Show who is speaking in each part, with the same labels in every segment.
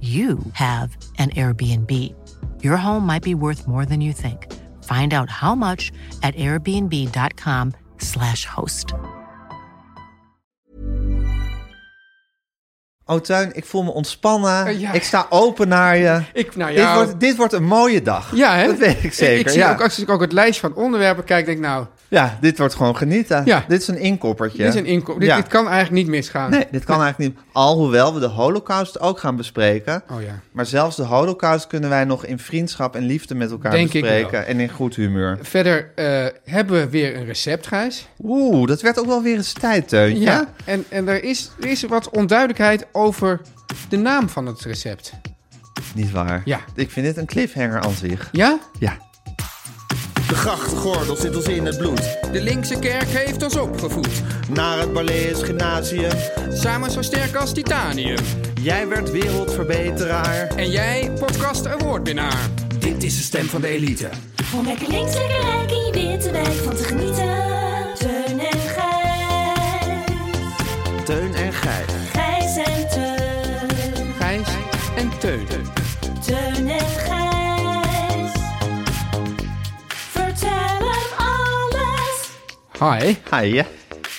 Speaker 1: you have an Airbnb. Your home might be worth more than you think. Find out how much at airbnb.com/slash host.
Speaker 2: Oh, Tuin, ik voel me ontspannen.
Speaker 3: Eh, Ja.
Speaker 2: Ik sta open naar je.
Speaker 3: Ik, nou
Speaker 2: Dit,
Speaker 3: ja,
Speaker 2: wordt, dit wordt een mooie dag.
Speaker 3: ja, hè?
Speaker 2: Dat weet ik zeker.
Speaker 3: Ik, zie
Speaker 2: ja.
Speaker 3: ook, als ik ook het lijstje van onderwerpen kijk, denk ik nou,
Speaker 2: ja, dit wordt gewoon genieten.
Speaker 3: Ja.
Speaker 2: Dit is een inkoppertje.
Speaker 3: dit is een inkomen. Dit,
Speaker 2: Ja.
Speaker 3: dit kan eigenlijk niet misgaan.
Speaker 2: Nee, dit kan eigenlijk niet. Alhoewel we de holocaust ook gaan bespreken.
Speaker 3: Oh ja.
Speaker 2: Maar zelfs de holocaust kunnen wij nog in vriendschap en liefde met elkaar
Speaker 3: Denk ik
Speaker 2: bespreken.
Speaker 3: wel.
Speaker 2: En in goed humeur.
Speaker 3: Verder eh, hebben we weer een recept, Gijs.
Speaker 2: Oeh, dat werd ook wel weer eens tijd, Teun. Ja.
Speaker 3: En, en er, is, er is wat onduidelijkheid over de naam van het recept.
Speaker 2: Niet waar.
Speaker 3: Ja.
Speaker 2: Ik vind dit een cliffhanger aan zich.
Speaker 3: Ja?
Speaker 2: Ja.
Speaker 4: De grachtgordel zit ons in het bloed.
Speaker 5: De linkse kerk heeft ons opgevoed.
Speaker 4: Naar het Balees Gymnasium.
Speaker 5: Samen zo sterk als titanium.
Speaker 4: Jij werd wereldverbeteraar.
Speaker 5: En jij, podcast awardwinnaar. Dit is de stem van de elite.
Speaker 6: Om lekker links, lekker rijk in je witte wijk van te genieten. Teun en Gijs.
Speaker 4: Teun en Gijs.
Speaker 6: Gijs en Teun.
Speaker 3: Gijs?
Speaker 5: En Teude.
Speaker 6: Teun en Gijs. Vertel hem alles.
Speaker 3: Hi.
Speaker 2: Ga je?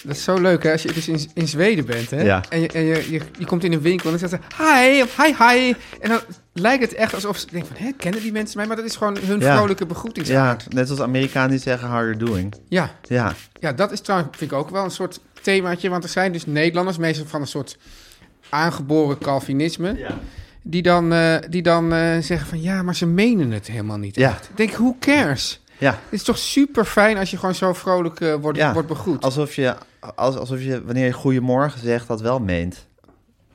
Speaker 3: Dat is zo leuk, hè? Als je dus in, in Zweden bent, hè?
Speaker 2: Ja.
Speaker 3: En, je, en je, je, je komt in een winkel en dan zegt ze... Hi, of hi, hi. En dan lijkt het echt alsof ze denken van... Hè, kennen die mensen mij? Maar dat is gewoon hun
Speaker 2: Ja.
Speaker 3: vrolijke
Speaker 2: Ja,
Speaker 3: begroetingsvaart.
Speaker 2: net als Amerikanen die zeggen how you're doing.
Speaker 3: ja.
Speaker 2: Ja.
Speaker 3: Ja, dat is trouwens, vind ik ook wel een soort themaatje. Want er zijn dus Nederlanders, meestal van een soort aangeboren Calvinisme. Die dan, eh, die dan eh, zeggen van ja, maar ze menen het helemaal niet.
Speaker 2: Ja.
Speaker 3: echt. Ik denk, who cares?
Speaker 2: Ja.
Speaker 3: Het is toch super fijn als je gewoon zo vrolijk eh, wordt,
Speaker 2: ja.
Speaker 3: wordt begroet.
Speaker 2: Alsof je, als, alsof je, wanneer je goedemorgen zegt, dat wel meent.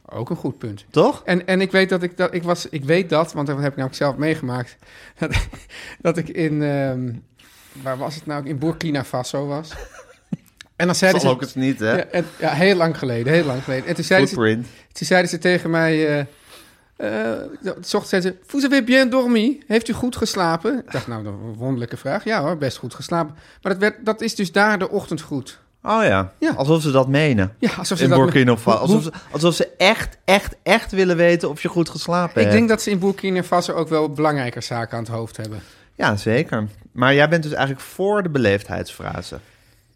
Speaker 3: Ook een goed punt.
Speaker 2: Toch?
Speaker 3: En, en ik weet dat ik dat ik was, ik weet dat, want dat heb ik namelijk zelf meegemaakt. Dat, dat ik in, ehm, waar was het nou? In Burkina Faso was. En dan zeiden
Speaker 2: Dat
Speaker 3: ze.
Speaker 2: ook eens niet, hè?
Speaker 3: Ja, en- ja, heel lang geleden, heel lang geleden. En toen zeiden ze,
Speaker 2: Footprint.
Speaker 3: Toen zeiden ze tegen mij... eh eh zocht zeiden ze... Vous avez bien dormi? Heeft u goed geslapen? Ik dacht, nou, een wonderlijke vraag. Ja hoor, best goed geslapen. Maar dat, werd, dat is dus daar de ochtendgroet.
Speaker 2: Oh ja.
Speaker 3: Ja.
Speaker 2: Alsof ze dat menen.
Speaker 3: Ja, alsof ze
Speaker 2: In
Speaker 3: dat...
Speaker 2: Burkina Faso.
Speaker 3: Hoe- hoe-
Speaker 2: Alsof, ze- alsof ze echt, echt, echt willen weten of je goed geslapen
Speaker 3: Ik
Speaker 2: hebt.
Speaker 3: denk dat ze in Burkina Faso ook wel belangrijker zaken aan het hoofd hebben.
Speaker 2: Ja, zeker. Maar jij bent dus eigenlijk voor de beleefdheidsfrase.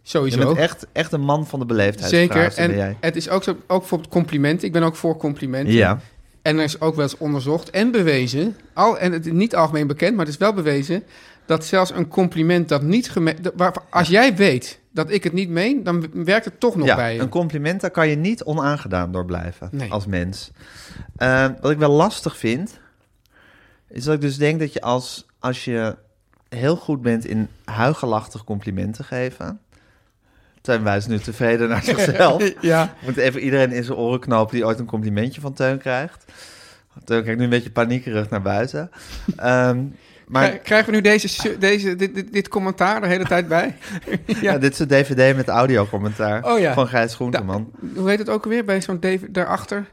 Speaker 2: Je
Speaker 3: Sowieso.
Speaker 2: bent echt, echt een man van de beleefdheidsfrase,
Speaker 3: Zeker.
Speaker 2: ben
Speaker 3: En
Speaker 2: jij.
Speaker 3: het is ook, zo, ook bijvoorbeeld complimenten. Ik ben ook voor complimenten.
Speaker 2: Ja.
Speaker 3: En er is ook wel eens onderzocht en bewezen, al, en het is niet algemeen bekend, maar het is wel bewezen, dat zelfs een compliment dat niet gemeend, dat- waar- als jij weet dat ik het niet meen, dan werkt het toch nog
Speaker 2: ja,
Speaker 3: bij je.
Speaker 2: Een compliment, daar kan je niet onaangedaan door blijven
Speaker 3: Nee.
Speaker 2: als mens. Eh, wat ik wel lastig vind, is dat ik dus denk dat je als, als je heel goed bent in huigelachtig complimenten geven... Teun wijst nu tevreden naar zichzelf.
Speaker 3: Ja.
Speaker 2: Moet even iedereen in zijn oren knopen die ooit een complimentje van Teun krijgt. Teun kijkt nu een beetje paniekerig naar buiten. Ehm, maar
Speaker 3: Krij- Krijgen we nu deze, su- deze, dit, dit, dit commentaar de hele tijd bij?
Speaker 2: ja. dit is een dvd met audiocommentaar
Speaker 3: Oh ja.
Speaker 2: van Gijs Groenteman.
Speaker 3: Hoe heet het ook alweer? Bij zo'n David daarachter?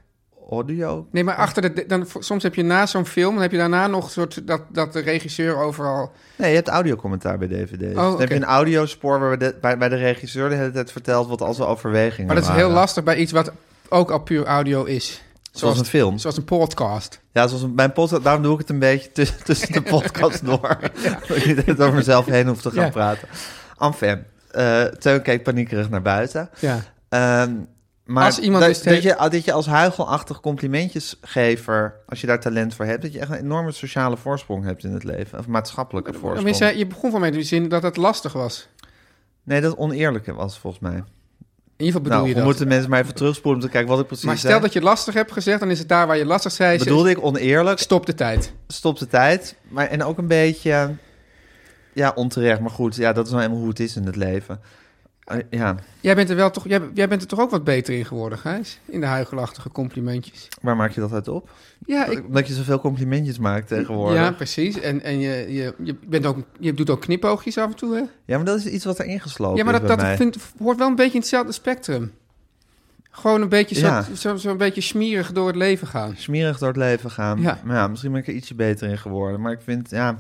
Speaker 2: Audio?
Speaker 3: Nee, maar achter de, dan, soms heb je na zo'n film, dan heb je daarna nog een soort dat, dat de regisseur overal.
Speaker 2: Nee, je hebt audiocommentaar bij dvd's. Dan heb
Speaker 3: Oh, oké.
Speaker 2: je een audiospoor waar de, bij, bij de regisseur de hele tijd vertelt wat al zijn overwegingen
Speaker 3: Maar dat is
Speaker 2: waren.
Speaker 3: heel lastig bij iets wat ook al puur audio is.
Speaker 2: Zoals een film.
Speaker 3: Zoals een podcast.
Speaker 2: Ja, zoals mijn podcast, daarom doe ik het een beetje tussen, tussen de podcast door. Dat ik niet over mezelf heen hoef te gaan
Speaker 3: Ja.
Speaker 2: praten. Enfin, eh, Teun keek paniekerig naar buiten.
Speaker 3: Ja.
Speaker 2: Ehm, Maar
Speaker 3: Als iemand
Speaker 2: dat,
Speaker 3: dus
Speaker 2: dat,
Speaker 3: heeft-
Speaker 2: je, ah, dat je als huichelachtig complimentjesgever, als je daar talent voor hebt, dat je echt een enorme sociale voorsprong hebt in het leven. Of maatschappelijke
Speaker 3: Maar
Speaker 2: voorsprong.
Speaker 3: je, zei, je begon van mij te zin dat het lastig was.
Speaker 2: Nee, dat oneerlijke was volgens mij.
Speaker 3: In ieder geval bedoel
Speaker 2: nou,
Speaker 3: je
Speaker 2: we
Speaker 3: dat.
Speaker 2: moeten mensen maar even terugspoelen om te kijken wat ik precies
Speaker 3: maar stel
Speaker 2: zei.
Speaker 3: dat je lastig hebt gezegd, dan is het daar waar je lastig zei. ze-
Speaker 2: Bedoelde ik oneerlijk,
Speaker 3: Stop de tijd.
Speaker 2: stop de tijd. Maar, en ook een beetje ja, onterecht. Maar goed, ja, dat is nou helemaal hoe het is in het leven. Eh, ja,
Speaker 3: Jij bent er wel toch, jij, jij bent er toch ook wat beter in geworden, Gijs? In de huigelachtige complimentjes.
Speaker 2: waar maak je dat uit op?
Speaker 3: Ja, ik,
Speaker 2: Omdat je zoveel complimentjes maakt tegenwoordig.
Speaker 3: ja
Speaker 2: Ja.
Speaker 3: precies. En, en je, je, je, bent ook, je doet ook knipoogjes af en toe, hè?
Speaker 2: maar dat is iets wat er ingeslopen
Speaker 3: ja, maar
Speaker 2: is
Speaker 3: dat,
Speaker 2: bij
Speaker 3: dat
Speaker 2: mij.
Speaker 3: vind- hoort wel een beetje in hetzelfde spectrum. Gewoon een beetje zo,
Speaker 2: Ja.
Speaker 3: zo, zo een beetje smierig door het leven gaan.
Speaker 2: Smerig door het leven gaan.
Speaker 3: Ja.
Speaker 2: Maar ja, misschien ben ik er ietsje beter in geworden. Maar ik vind, ja...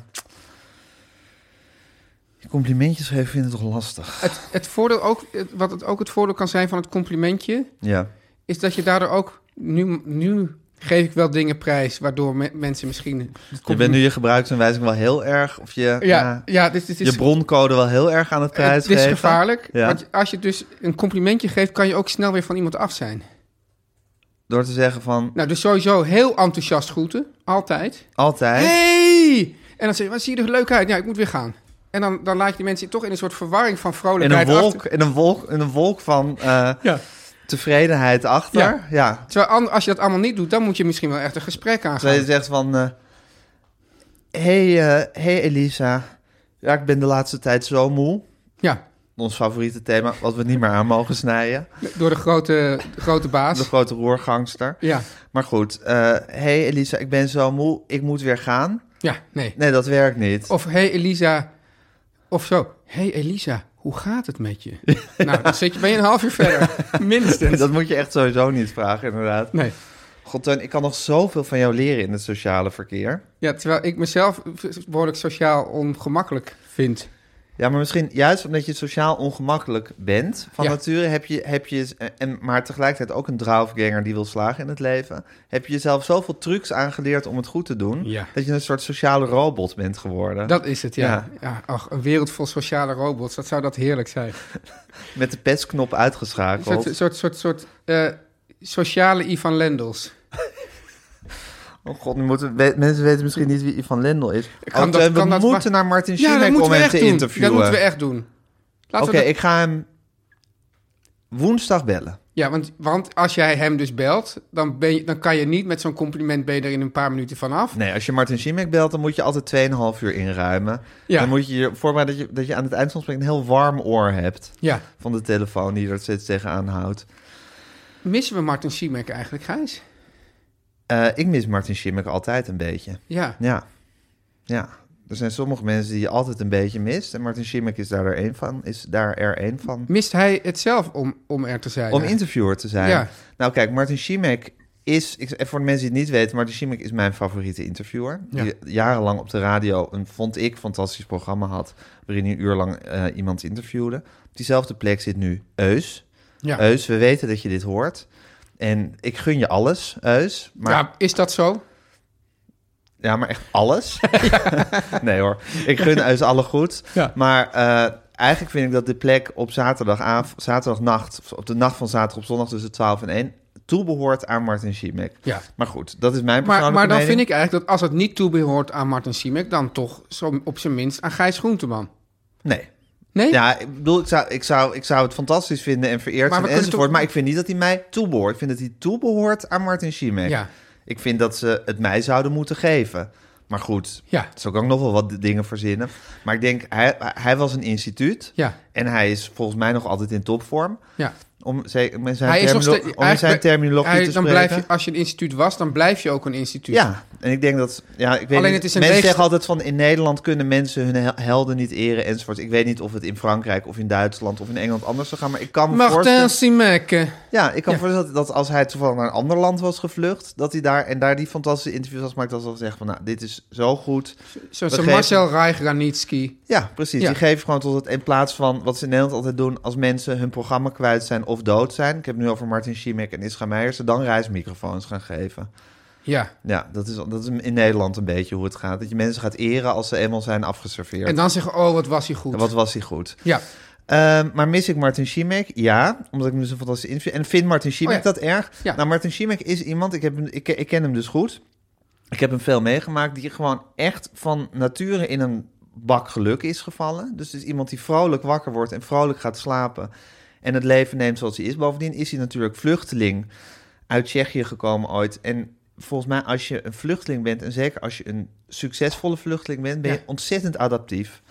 Speaker 2: Complimentjes geven vind ik toch lastig.
Speaker 3: Het, het voordeel ook, het- wat het ook het voordeel kan zijn van het complimentje,
Speaker 2: Ja.
Speaker 3: is dat je daardoor ook nu, nu geef ik wel dingen prijs, waardoor me- mensen misschien. het
Speaker 2: Je
Speaker 3: compliment-
Speaker 2: bent nu je gebruiksaanwijzing wel heel erg... Of je,
Speaker 3: Ja, ja, dit, dit is
Speaker 2: je broncode wel heel erg aan het
Speaker 3: Het
Speaker 2: prijsgeven.
Speaker 3: is gevaarlijk,
Speaker 2: Ja.
Speaker 3: want als je dus een complimentje geeft, kan je ook snel weer van iemand af zijn.
Speaker 2: Door te zeggen van,
Speaker 3: Nou, dus sowieso heel enthousiast groeten, altijd.
Speaker 2: altijd...
Speaker 3: Hey! En dan zeg je, wat zie je er leuk uit? Ja, ik moet weer gaan. En dan, dan laat je die mensen toch in een soort verwarring van
Speaker 2: In een,
Speaker 3: vrolijkheid
Speaker 2: wolk,
Speaker 3: achter.
Speaker 2: in, een wolk, in een wolk van eh,
Speaker 3: Ja.
Speaker 2: tevredenheid achter. Ja.
Speaker 3: Ja. Terwijl an- als je dat allemaal niet doet, dan moet je misschien wel echt een gesprek aangaan.
Speaker 2: Terwijl je zegt van... eh, hey, eh, hey Elisa, ja, ik ben de laatste tijd zo moe.
Speaker 3: Ja,
Speaker 2: Ons favoriete thema, wat we niet meer aan mogen snijden.
Speaker 3: door de grote, de grote baas.
Speaker 2: De grote roergangster.
Speaker 3: Ja,
Speaker 2: Maar goed, eh hey Elisa, ik ben zo moe, ik moet weer gaan.
Speaker 3: ja, nee.
Speaker 2: Nee, dat werkt niet.
Speaker 3: Of, hey Elisa, of zo. Hey Elisa, hoe gaat het met je? Nou, dan zit je, ben je een half uur verder, minstens.
Speaker 2: Dat moet je echt sowieso niet vragen, inderdaad.
Speaker 3: Nee.
Speaker 2: God, Teun, ik kan nog zoveel van jou leren in het sociale verkeer.
Speaker 3: Ja, terwijl ik mezelf behoorlijk sociaal ongemakkelijk vind.
Speaker 2: Ja, maar misschien juist omdat je sociaal ongemakkelijk bent van
Speaker 3: Ja.
Speaker 2: nature, heb je, heb je en, maar tegelijkertijd ook een draufganger die wil slagen in het leven, heb je jezelf zoveel trucs aangeleerd om het goed te doen,
Speaker 3: Ja.
Speaker 2: dat je een soort sociale robot bent geworden.
Speaker 3: Dat is het, ja.
Speaker 2: Ja.
Speaker 3: ja. ach, een wereld vol sociale robots, dat zou dat heerlijk zijn.
Speaker 2: Met de pestknop
Speaker 3: Een
Speaker 2: uitgeschakeld.
Speaker 3: soort, soort, soort, soort eh, sociale Ivan Lendels.
Speaker 2: Oh god, nu moeten, we- mensen weten misschien niet wie Ivan Lendel is.
Speaker 3: Kan
Speaker 2: Oh,
Speaker 3: dat-
Speaker 2: Teun, we
Speaker 3: kan dat
Speaker 2: moeten
Speaker 3: maar-
Speaker 2: naar Martin
Speaker 3: Ja, dat
Speaker 2: Schimek
Speaker 3: moeten
Speaker 2: om
Speaker 3: we
Speaker 2: hem
Speaker 3: echt
Speaker 2: te
Speaker 3: doen. Dat
Speaker 2: interviewen.
Speaker 3: moeten we echt doen.
Speaker 2: Oké,
Speaker 3: Laten we dat-
Speaker 2: ik ga hem woensdag bellen.
Speaker 3: Ja, want, want als jij hem dus belt, dan, ben je, dan kan je niet met zo'n compliment ben je er in een paar minuten vanaf.
Speaker 2: Nee, als je Martin Schimek belt, dan moet je altijd 2,5 uur inruimen.
Speaker 3: Ja.
Speaker 2: Dan moet je je voorbereiden dat je, dat je aan het eind van het gesprek een heel warm oor hebt
Speaker 3: Ja.
Speaker 2: van de telefoon die er steeds tegenaan houdt.
Speaker 3: Missen we Martin Siemek eigenlijk, Gijs?
Speaker 2: Eh, ik mis Martin Schimek altijd een beetje.
Speaker 3: Ja.
Speaker 2: Ja. ja. Er zijn sommige mensen die je altijd een beetje mist. En Martin Schimek is daar er één van. Is daar er één van.
Speaker 3: Mist hij het zelf om, om er te zijn?
Speaker 2: Om interviewer te zijn.
Speaker 3: Ja.
Speaker 2: Nou kijk, Martin Schimek is... Ik, en voor de mensen die het niet weten, Martin Schimek is mijn favoriete interviewer. Die jarenlang op de radio een, vond ik, fantastisch programma had... waarin hij een uur lang eh, iemand interviewde. Op diezelfde plek zit nu Eus.
Speaker 3: Ja.
Speaker 2: Eus, we weten dat je dit hoort. En ik gun je alles, Eus. Maar, ja.
Speaker 3: Ja, is dat zo?
Speaker 2: maar echt alles? nee hoor, ik gun Eus alle goed.
Speaker 3: Ja.
Speaker 2: Maar eh, eigenlijk vind ik dat de plek op zaterdagavond, zaterdagnacht... of op de nacht van zaterdag op zondag tussen 12 en 1... toebehoort aan Martin Schimek.
Speaker 3: Ja.
Speaker 2: Maar goed, dat is mijn
Speaker 3: Maar,
Speaker 2: persoonlijke
Speaker 3: maar dan
Speaker 2: mening.
Speaker 3: vind ik eigenlijk dat als het niet toebehoort aan Martin Siemek, dan toch zo op zijn minst aan Gijs Groenteman.
Speaker 2: Nee.
Speaker 3: Nee?
Speaker 2: Ja, ik bedoel, ik zou, ik, zou, ik zou het fantastisch vinden en vereerd
Speaker 3: Maar
Speaker 2: zijn
Speaker 3: we kunnen
Speaker 2: enzovoort.
Speaker 3: toch-
Speaker 2: Maar ik vind niet dat hij mij toebehoort. Ik vind dat hij toebehoort aan Martin Schimek.
Speaker 3: Ja.
Speaker 2: Ik vind dat ze het mij zouden moeten geven. Maar goed,
Speaker 3: Ja.
Speaker 2: zo kan ik nog wel wat dingen verzinnen. Maar ik denk, hij, hij was een instituut.
Speaker 3: Ja.
Speaker 2: En hij is volgens mij nog altijd in topvorm.
Speaker 3: Ja.
Speaker 2: Om, ze- met zijn,
Speaker 3: Hij is nog
Speaker 2: termino-
Speaker 3: steeds-
Speaker 2: om in zijn
Speaker 3: eigenlijk-
Speaker 2: terminologie
Speaker 3: hij-
Speaker 2: te
Speaker 3: dan
Speaker 2: spreken.
Speaker 3: blijf je, Als je een instituut was, dan blijf je ook een instituut.
Speaker 2: Ja, en ik denk dat... Ja, ik weet
Speaker 3: Alleen
Speaker 2: niet,
Speaker 3: het is een
Speaker 2: mensen
Speaker 3: leeg-
Speaker 2: zeggen altijd van in Nederland kunnen mensen hun hel- helden niet eren enzovoort. Ik weet niet of het in Frankrijk of in Duitsland of in Engeland anders zou gaan. Maar ik kan me
Speaker 3: Martin
Speaker 2: voorstellen...
Speaker 3: Siemek. eh,
Speaker 2: Ja, ik kan
Speaker 3: Ja.
Speaker 2: me voorstellen dat als hij toevallig naar een ander land was gevlucht... dat hij daar en daar die fantastische interviews had gemaakt... dat ze al zeggen van nou, dit is zo goed.
Speaker 3: Zoals
Speaker 2: We
Speaker 3: een
Speaker 2: geven-
Speaker 3: Marcel Reich-Ranitski.
Speaker 2: Ja, precies.
Speaker 3: Ja.
Speaker 2: Die geven gewoon tot het in plaats van wat ze in Nederland altijd doen als mensen hun programma kwijt zijn of dood zijn. Ik heb het nu over Martin Schimek en Isra Meijers. Ze dan reismicrofoons gaan geven.
Speaker 3: Ja.
Speaker 2: Ja, dat is, dat is in Nederland een beetje hoe het gaat. Dat je mensen gaat eren als ze eenmaal zijn afgeserveerd.
Speaker 3: En dan zeggen, oh, wat was hij goed.
Speaker 2: En wat was hij goed?
Speaker 3: Ja.
Speaker 2: Ehm, maar mis ik Martin Schimek? Ja, omdat ik hem dus een fantastisch interview... En vind Martin Schimek
Speaker 3: Oh ja.
Speaker 2: dat erg?
Speaker 3: Ja.
Speaker 2: Nou, Martin Schimek is iemand... Ik, heb, hem- ik, ik ken hem dus goed. Ik heb hem veel meegemaakt. Die gewoon echt van nature in een bak geluk is gevallen. Dus het is iemand die vrolijk wakker wordt en vrolijk gaat slapen. En het leven neemt zoals hij is. Bovendien is hij natuurlijk vluchteling uit Tsjechië gekomen ooit. En volgens mij als je een vluchteling bent... en zeker als je een succesvolle vluchteling bent... ben je
Speaker 3: Ja.
Speaker 2: ontzettend adaptief.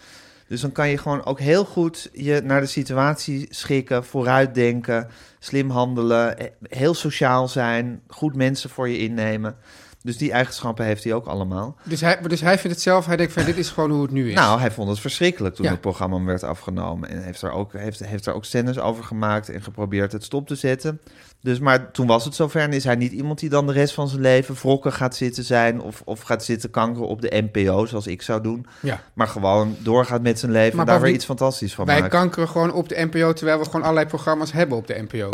Speaker 2: Dus dan kan je gewoon ook heel goed je naar de situatie schikken, vooruitdenken, slim handelen, he- heel sociaal zijn, goed mensen voor je innemen. Dus die eigenschappen heeft hij ook allemaal.
Speaker 3: Dus hij, dus hij vindt het zelf, hij denkt van dit is gewoon hoe het nu is.
Speaker 2: Nou, hij vond het verschrikkelijk toen
Speaker 3: Ja.
Speaker 2: het programma werd afgenomen. En heeft er ook, heeft, heeft er ook scènes over gemaakt en geprobeerd het stop te zetten. Dus, maar toen was het zover en is hij niet iemand die dan de rest van zijn leven wrokken gaat zitten zijn... of, of gaat zitten kankeren op de NPO, zoals ik zou doen.
Speaker 3: ja.
Speaker 2: Maar gewoon doorgaat met zijn leven
Speaker 3: Maar
Speaker 2: en daar weer
Speaker 3: bovendien-
Speaker 2: iets fantastisch van
Speaker 3: Wij
Speaker 2: maakt.
Speaker 3: kankeren gewoon op de NPO, terwijl we gewoon allerlei programma's hebben op de NPO.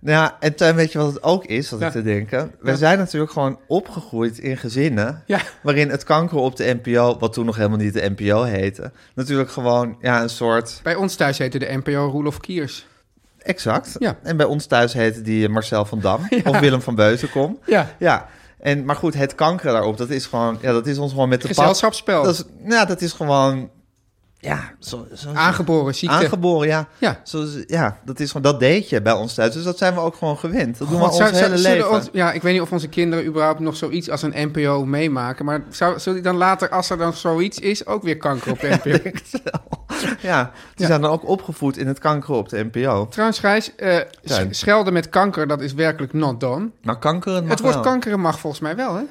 Speaker 2: Nou ja, en Tuin, weet je wat het ook is, dat
Speaker 3: Ja.
Speaker 2: ik te denken? We
Speaker 3: Ja.
Speaker 2: zijn natuurlijk gewoon opgegroeid in gezinnen...
Speaker 3: Ja.
Speaker 2: waarin het kankeren op de NPO, wat toen nog helemaal niet de NPO heette... natuurlijk gewoon ja, een soort...
Speaker 3: Bij ons thuis heette de NPO Roelof Kiers.
Speaker 2: Exact.
Speaker 3: Ja.
Speaker 2: En bij ons thuis heette die eh, Marcel van Dam of Willem van Beuzenkom.
Speaker 3: Ja.
Speaker 2: Ja. En, maar goed, het kankeren daarop, dat is gewoon... Ja, dat is ons gewoon met de
Speaker 3: Gezelschapsspel.
Speaker 2: pap... Dat is, nou, dat is gewoon... Ja, zo, zo,
Speaker 3: Aangeboren ziekte.
Speaker 2: Aangeboren, ja.
Speaker 3: Ja.
Speaker 2: Zoals, ja, dat is gewoon, dat deed je bij ons thuis. Dus dat zijn we ook gewoon gewend. Dat doen we al
Speaker 3: Want
Speaker 2: ons
Speaker 3: zou- zou-
Speaker 2: hele
Speaker 3: zullen
Speaker 2: leven.
Speaker 3: ons- ja, ik weet niet of onze kinderen überhaupt nog zoiets als een NPO meemaken. Maar zou, zullen die dan later, als er dan zoiets is, ook weer kanker op de NPO?
Speaker 2: Ja, die
Speaker 3: Ja.
Speaker 2: zijn dan ook opgevoed in het kankeren op de NPO.
Speaker 3: Trouwens, Gijs, eh,
Speaker 2: Tuin.
Speaker 3: sch- schelden met kanker, dat is werkelijk not done.
Speaker 2: Maar kankeren mag
Speaker 3: het woord
Speaker 2: wel.
Speaker 3: kankeren mag volgens mij wel, hè?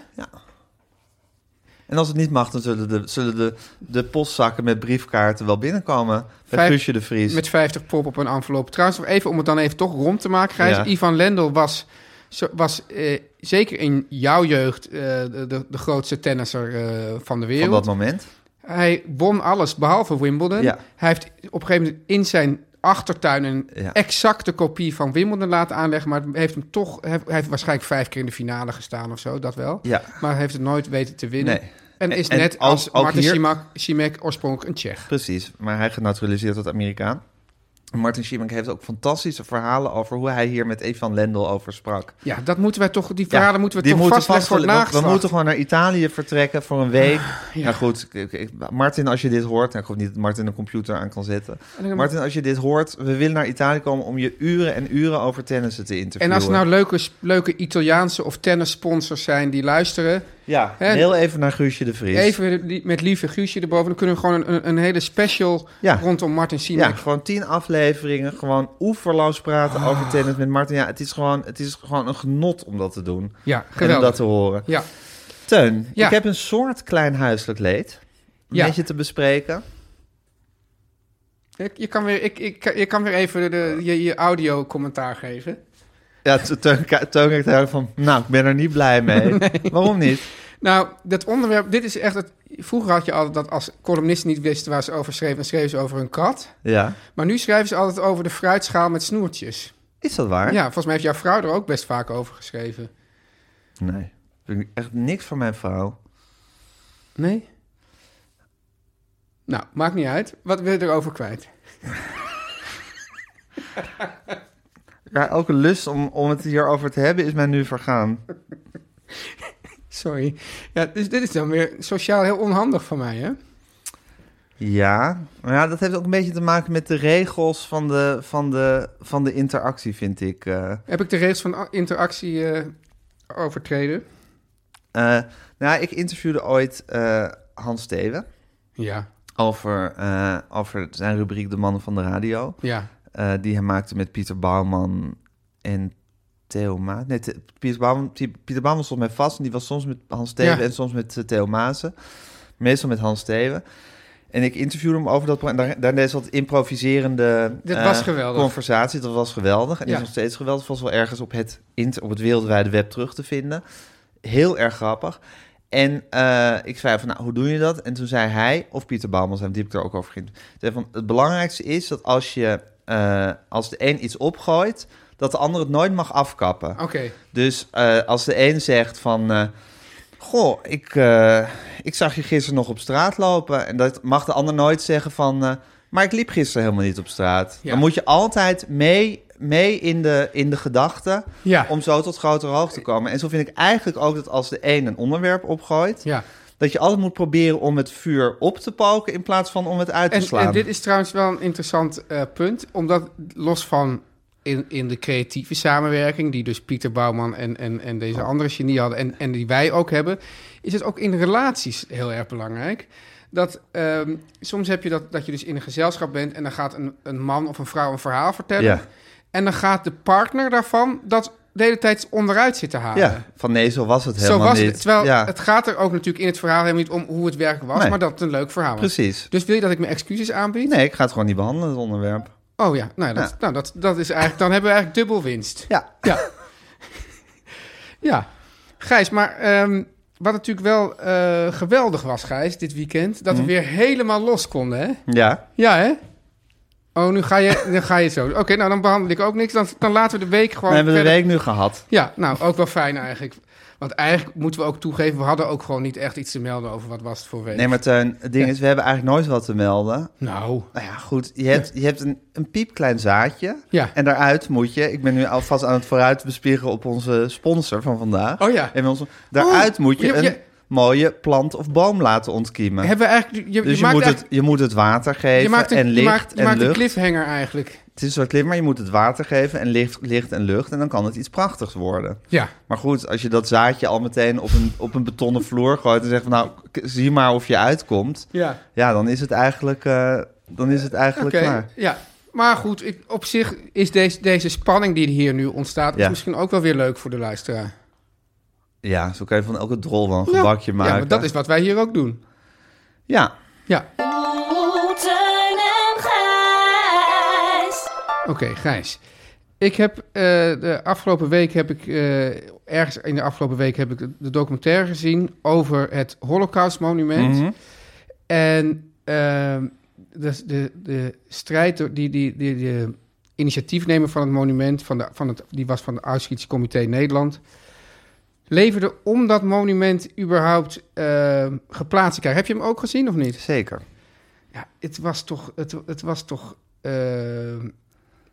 Speaker 2: En als het niet mag, dan zullen de, zullen de, de postzakken met briefkaarten wel binnenkomen. Bij
Speaker 3: Vijf-
Speaker 2: Guusje de Vries.
Speaker 3: Met 50 pop op een envelop. Trouwens, nog even om het dan even toch rond te maken, Gijs.
Speaker 2: Ja.
Speaker 3: Ivan Lendl was, zo- was eh, zeker in jouw jeugd eh, de, de, de grootste tennisser eh, van de wereld.
Speaker 2: Van dat moment.
Speaker 3: Hij won alles behalve Wimbledon.
Speaker 2: Ja.
Speaker 3: Hij heeft op een gegeven moment in zijn achtertuin een
Speaker 2: Ja.
Speaker 3: exacte kopie van Wimbledon laten aanleggen. Maar het heeft hem toch, hij heeft waarschijnlijk vijf keer in de finale gestaan of zo, dat wel.
Speaker 2: Ja.
Speaker 3: Maar hij heeft het nooit weten te winnen.
Speaker 2: Nee.
Speaker 3: En is
Speaker 2: En
Speaker 3: net
Speaker 2: ook-
Speaker 3: als
Speaker 2: ook
Speaker 3: Martin
Speaker 2: hier-
Speaker 3: Simak, Simek oorspronkelijk een Tsjech.
Speaker 2: Precies, maar hij genaturaliseerd tot Amerikaan. Martin Schimek heeft ook fantastische verhalen over hoe hij hier met Evan Lendl over sprak.
Speaker 3: Ja, dat moeten wij toch, die verhalen
Speaker 2: Ja,
Speaker 3: moeten we
Speaker 2: die
Speaker 3: toch vastleggen voor
Speaker 2: vaststellen.
Speaker 3: het
Speaker 2: we, we
Speaker 3: nageslacht. Ah,
Speaker 2: moeten gewoon naar Italië vertrekken voor een week. Nou goed, ik- ik- Martin, als je dit hoort... Nou, ik hoop niet dat Martin een computer aan kan zetten. Martin, als je dit hoort, we willen naar Italië komen... om je uren en uren over tennissen te
Speaker 3: En
Speaker 2: interviewen.
Speaker 3: als er nou leuke, leuke Italiaanse of tennissponsors zijn die luisteren...
Speaker 2: Ja,
Speaker 3: Hè?
Speaker 2: heel even naar Guusje de Vries.
Speaker 3: Even li- met lieve Guusje erboven. Dan kunnen we gewoon een, een- een hele special
Speaker 2: Ja.
Speaker 3: rondom Martin
Speaker 2: Ja,
Speaker 3: Siemek.
Speaker 2: gewoon tien afleveringen, gewoon oeverloos praten
Speaker 3: Ah.
Speaker 2: over tennis met Martin. Ja, het is, gewoon, het is gewoon een genot om dat te doen.
Speaker 3: Ja,
Speaker 2: En om
Speaker 3: geweldig.
Speaker 2: dat te horen.
Speaker 3: Ja.
Speaker 2: Teun,
Speaker 3: Ja.
Speaker 2: ik heb een soort klein huiselijk leed
Speaker 3: Ja.
Speaker 2: met je te bespreken.
Speaker 3: Je, je kan weer, ik, ik, je kan weer even de, de- je, je audio commentaar geven.
Speaker 2: Ja, Te- Teun ki- Teun kijkt daar van, nou, ik ben er niet blij mee. Waarom niet?
Speaker 3: Nou, dat onderwerp, dit is echt... Het, vroeger had je altijd dat als columnisten niet wisten waar ze over schreven... dan schreven ze over een kat.
Speaker 2: Ja,
Speaker 3: Maar nu schrijven ze altijd over de fruitschaal met snoertjes.
Speaker 2: is dat waar?
Speaker 3: Ja, volgens mij heeft jouw vrouw er ook best vaak over geschreven.
Speaker 2: Nee, vind ik echt niks van mijn vrouw.
Speaker 3: Nee? Nou, maakt niet uit. Wat wil je erover kwijt?
Speaker 2: Ja, elke lust om, om het hierover te hebben is mij nu vergaan.
Speaker 3: Sorry. Ja, dus dit is dan weer sociaal heel onhandig van mij, hè?
Speaker 2: Ja, maar ja, dat heeft ook een beetje te maken met de regels van de, van de, van de interactie, vind ik. eh.
Speaker 3: Heb ik de regels van a- interactie eh, overtreden?
Speaker 2: Eh, nou, ja, ik interviewde ooit eh, Hans Steven
Speaker 3: Ja.
Speaker 2: over, eh, over zijn rubriek De Mannen van de Radio.
Speaker 3: Ja.
Speaker 2: eh, die hij maakte met Pieter Bouwman en Theo Maas. Nee, Te- Pieter Bouwman, Pie- Pieter Bouwman stond mij vast en die was soms met Hans Steven
Speaker 3: Ja.
Speaker 2: en soms met eh, Theo Maassen. Meestal met Hans Steven. En ik interviewde hem over dat programma. Daar, daar deed ze wat improviserende
Speaker 3: Dit
Speaker 2: eh,
Speaker 3: was geweldig.
Speaker 2: conversatie. Dat was geweldig. En
Speaker 3: Ja.
Speaker 2: is nog steeds geweldig. Was wel ergens op het, inter- op het wereldwijde web terug te vinden. Heel erg grappig. En eh, ik zei van, nou, hoe doe je dat? En toen zei hij, of Pieter Bouwman, zijn die heb ik er ook over ging. Zei van, het belangrijkste is dat als je, eh, als de een iets opgooit, dat de ander het nooit mag afkappen.
Speaker 3: Oké.
Speaker 2: Dus eh, als de een zegt van... eh, Goh, ik, eh, ik zag je gisteren nog op straat lopen. En dat mag de ander nooit zeggen van... eh, Maar ik liep gisteren helemaal niet op straat.
Speaker 3: Ja.
Speaker 2: Dan moet je altijd mee, mee in de, in de gedachten
Speaker 3: Ja.
Speaker 2: om zo tot grotere hoogte te komen. En zo vind ik eigenlijk ook dat als de een een onderwerp opgooit...
Speaker 3: Ja.
Speaker 2: dat je altijd moet proberen om het vuur op te poken... in plaats van om het uit te
Speaker 3: En,
Speaker 2: slaan.
Speaker 3: en dit is trouwens wel een interessant eh, punt, omdat los van in, in de creatieve samenwerking, die dus Pieter Bouwman en, en, en
Speaker 2: Oh.
Speaker 3: deze andere genie hadden en, en die wij ook hebben, is het ook in relaties heel erg belangrijk. Dat ehm, soms heb je dat, dat je dus in een gezelschap bent en dan gaat een, een man of een vrouw een verhaal vertellen.
Speaker 2: Ja.
Speaker 3: En dan gaat de partner daarvan dat de hele tijd onderuit zitten halen.
Speaker 2: Ja, van nee, zo was het
Speaker 3: Zo
Speaker 2: helemaal
Speaker 3: was
Speaker 2: niet.
Speaker 3: het. Terwijl
Speaker 2: ja,
Speaker 3: het gaat er ook natuurlijk in het verhaal helemaal niet om hoe het werk was,
Speaker 2: Nee.
Speaker 3: maar dat het een leuk verhaal was.
Speaker 2: precies.
Speaker 3: Dus wil je dat ik mijn excuses aanbied?
Speaker 2: Nee, ik ga het gewoon niet behandelen, het onderwerp.
Speaker 3: Oh ja, nou, ja, dat,
Speaker 2: Ja.
Speaker 3: nou dat, dat is eigenlijk, dan hebben we eigenlijk dubbel winst.
Speaker 2: Ja,
Speaker 3: Ja. ja. Gijs, maar ehm, wat natuurlijk wel eh, geweldig was, Gijs, dit weekend, dat we
Speaker 2: Mhm.
Speaker 3: weer helemaal los konden, hè?
Speaker 2: ja.
Speaker 3: Ja, hè? Oh, nu ga je, dan ga je zo. Oké, nou dan behandel ik ook niks. Dan, dan laten we de week
Speaker 2: we
Speaker 3: gewoon.
Speaker 2: hebben de
Speaker 3: verder-
Speaker 2: week nu gehad.
Speaker 3: Ja, nou ook wel fijn eigenlijk. Want eigenlijk moeten we ook toegeven, we hadden ook gewoon niet echt iets te melden over wat was het voor week.
Speaker 2: Nee, maar Teun, het ding is, we hebben eigenlijk nooit wat te melden.
Speaker 3: Nou,
Speaker 2: Nou ja, goed. Je hebt, je hebt een, een piepklein zaadje.
Speaker 3: Ja.
Speaker 2: En daaruit moet je... Ik ben nu alvast aan het vooruit bespiegelen op onze sponsor van vandaag.
Speaker 3: Oh ja.
Speaker 2: En onze, daaruit moet je,
Speaker 3: je-
Speaker 2: een
Speaker 3: je-
Speaker 2: mooie plant of boom laten ontkiemen.
Speaker 3: hebben we eigenlijk. Je,
Speaker 2: dus
Speaker 3: je
Speaker 2: je,
Speaker 3: maakt
Speaker 2: moet
Speaker 3: eigenlijk-
Speaker 2: het, je moet het water geven
Speaker 3: je maakt een,
Speaker 2: en licht
Speaker 3: je maakt, je
Speaker 2: en
Speaker 3: maakt een
Speaker 2: lucht.
Speaker 3: cliffhanger eigenlijk.
Speaker 2: Het is wel klim, maar je moet het water geven en licht, licht en lucht. En dan kan het iets prachtigs worden.
Speaker 3: Ja.
Speaker 2: Maar goed, als je dat zaadje al meteen op een, op een betonnen vloer gooit... en zegt van nou, k- zie maar of je uitkomt.
Speaker 3: Ja.
Speaker 2: Ja, dan is het eigenlijk, eh, dan is het eigenlijk
Speaker 3: Oké,
Speaker 2: klaar.
Speaker 3: ja. Maar goed, ik, op zich is deze, deze spanning die hier nu ontstaat... is
Speaker 2: Ja.
Speaker 3: misschien ook wel weer leuk voor de luisteraar.
Speaker 2: Ja, zo kan je van elke drol wel een
Speaker 3: Ja.
Speaker 2: gebakje maken.
Speaker 3: Ja, maar dat is wat wij hier ook doen.
Speaker 2: Ja,
Speaker 3: Ja,
Speaker 6: Oh, Teun en Gijs.
Speaker 3: oké, Gijs. Ik heb eh, de afgelopen week heb ik... eh, ergens in de afgelopen week heb ik de- de documentaire gezien... over het Holocaustmonument.
Speaker 2: Mhm.
Speaker 3: En ehm, de, de, de strijd, door- die, die, die, de initiatiefnemer van het monument, van de, van het, die was van het Auschwitz-comité Nederland, leverde om dat monument überhaupt ehm, geplaatst te krijgen. Heb je hem ook gezien of niet?
Speaker 2: zeker.
Speaker 3: Ja, het was toch. Het, het was toch ehm,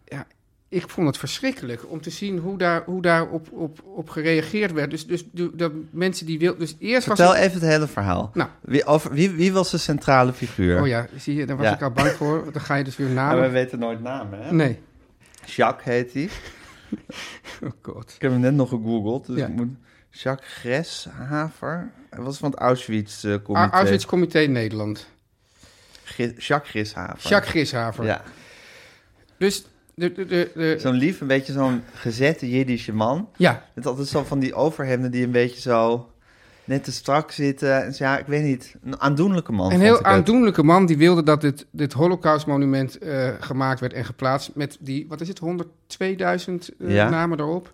Speaker 3: ja, ik vond het verschrikkelijk om te zien hoe daar, hoe daar op, op, op gereageerd werd. Dus, dus de- dat mensen die wilden. Dus eerst was.
Speaker 2: Vertel
Speaker 3: het-
Speaker 2: even het hele verhaal.
Speaker 3: Nou.
Speaker 2: Wie, over, wie, wie was de centrale figuur?
Speaker 3: Oh ja, zie je, daar was
Speaker 2: Ja.
Speaker 3: ik al bang voor. want Dan ga je dus weer
Speaker 2: Ja, we
Speaker 3: namen.
Speaker 2: weten nooit namen, hè?
Speaker 3: Nee.
Speaker 2: Jacques heet hij.
Speaker 3: Oh god.
Speaker 2: Ik heb hem net nog gegoogeld. Dus
Speaker 3: Ja.
Speaker 2: ik moet... Jacques Greshaver. Hij was van het Auschwitz-comité.
Speaker 3: Au- Auschwitz-comité Nederland.
Speaker 2: Jacques Greshaver.
Speaker 3: Jacques Grishaver.
Speaker 2: Ja.
Speaker 3: Dus de, de, de, de-
Speaker 2: Zo'n lief, een beetje zo'n gezette Jiddische man.
Speaker 3: ja,
Speaker 2: Met altijd zo van die overhemden die een beetje zo net te strak zitten. En zo, ja, ik weet niet. Een aandoenlijke man.
Speaker 3: een
Speaker 2: vond
Speaker 3: heel
Speaker 2: ik het.
Speaker 3: aandoenlijke man die wilde dat dit, dit holocaustmonument eh, gemaakt werd en geplaatst met die, wat is het, 102.000 eh,
Speaker 2: Ja.
Speaker 3: namen erop.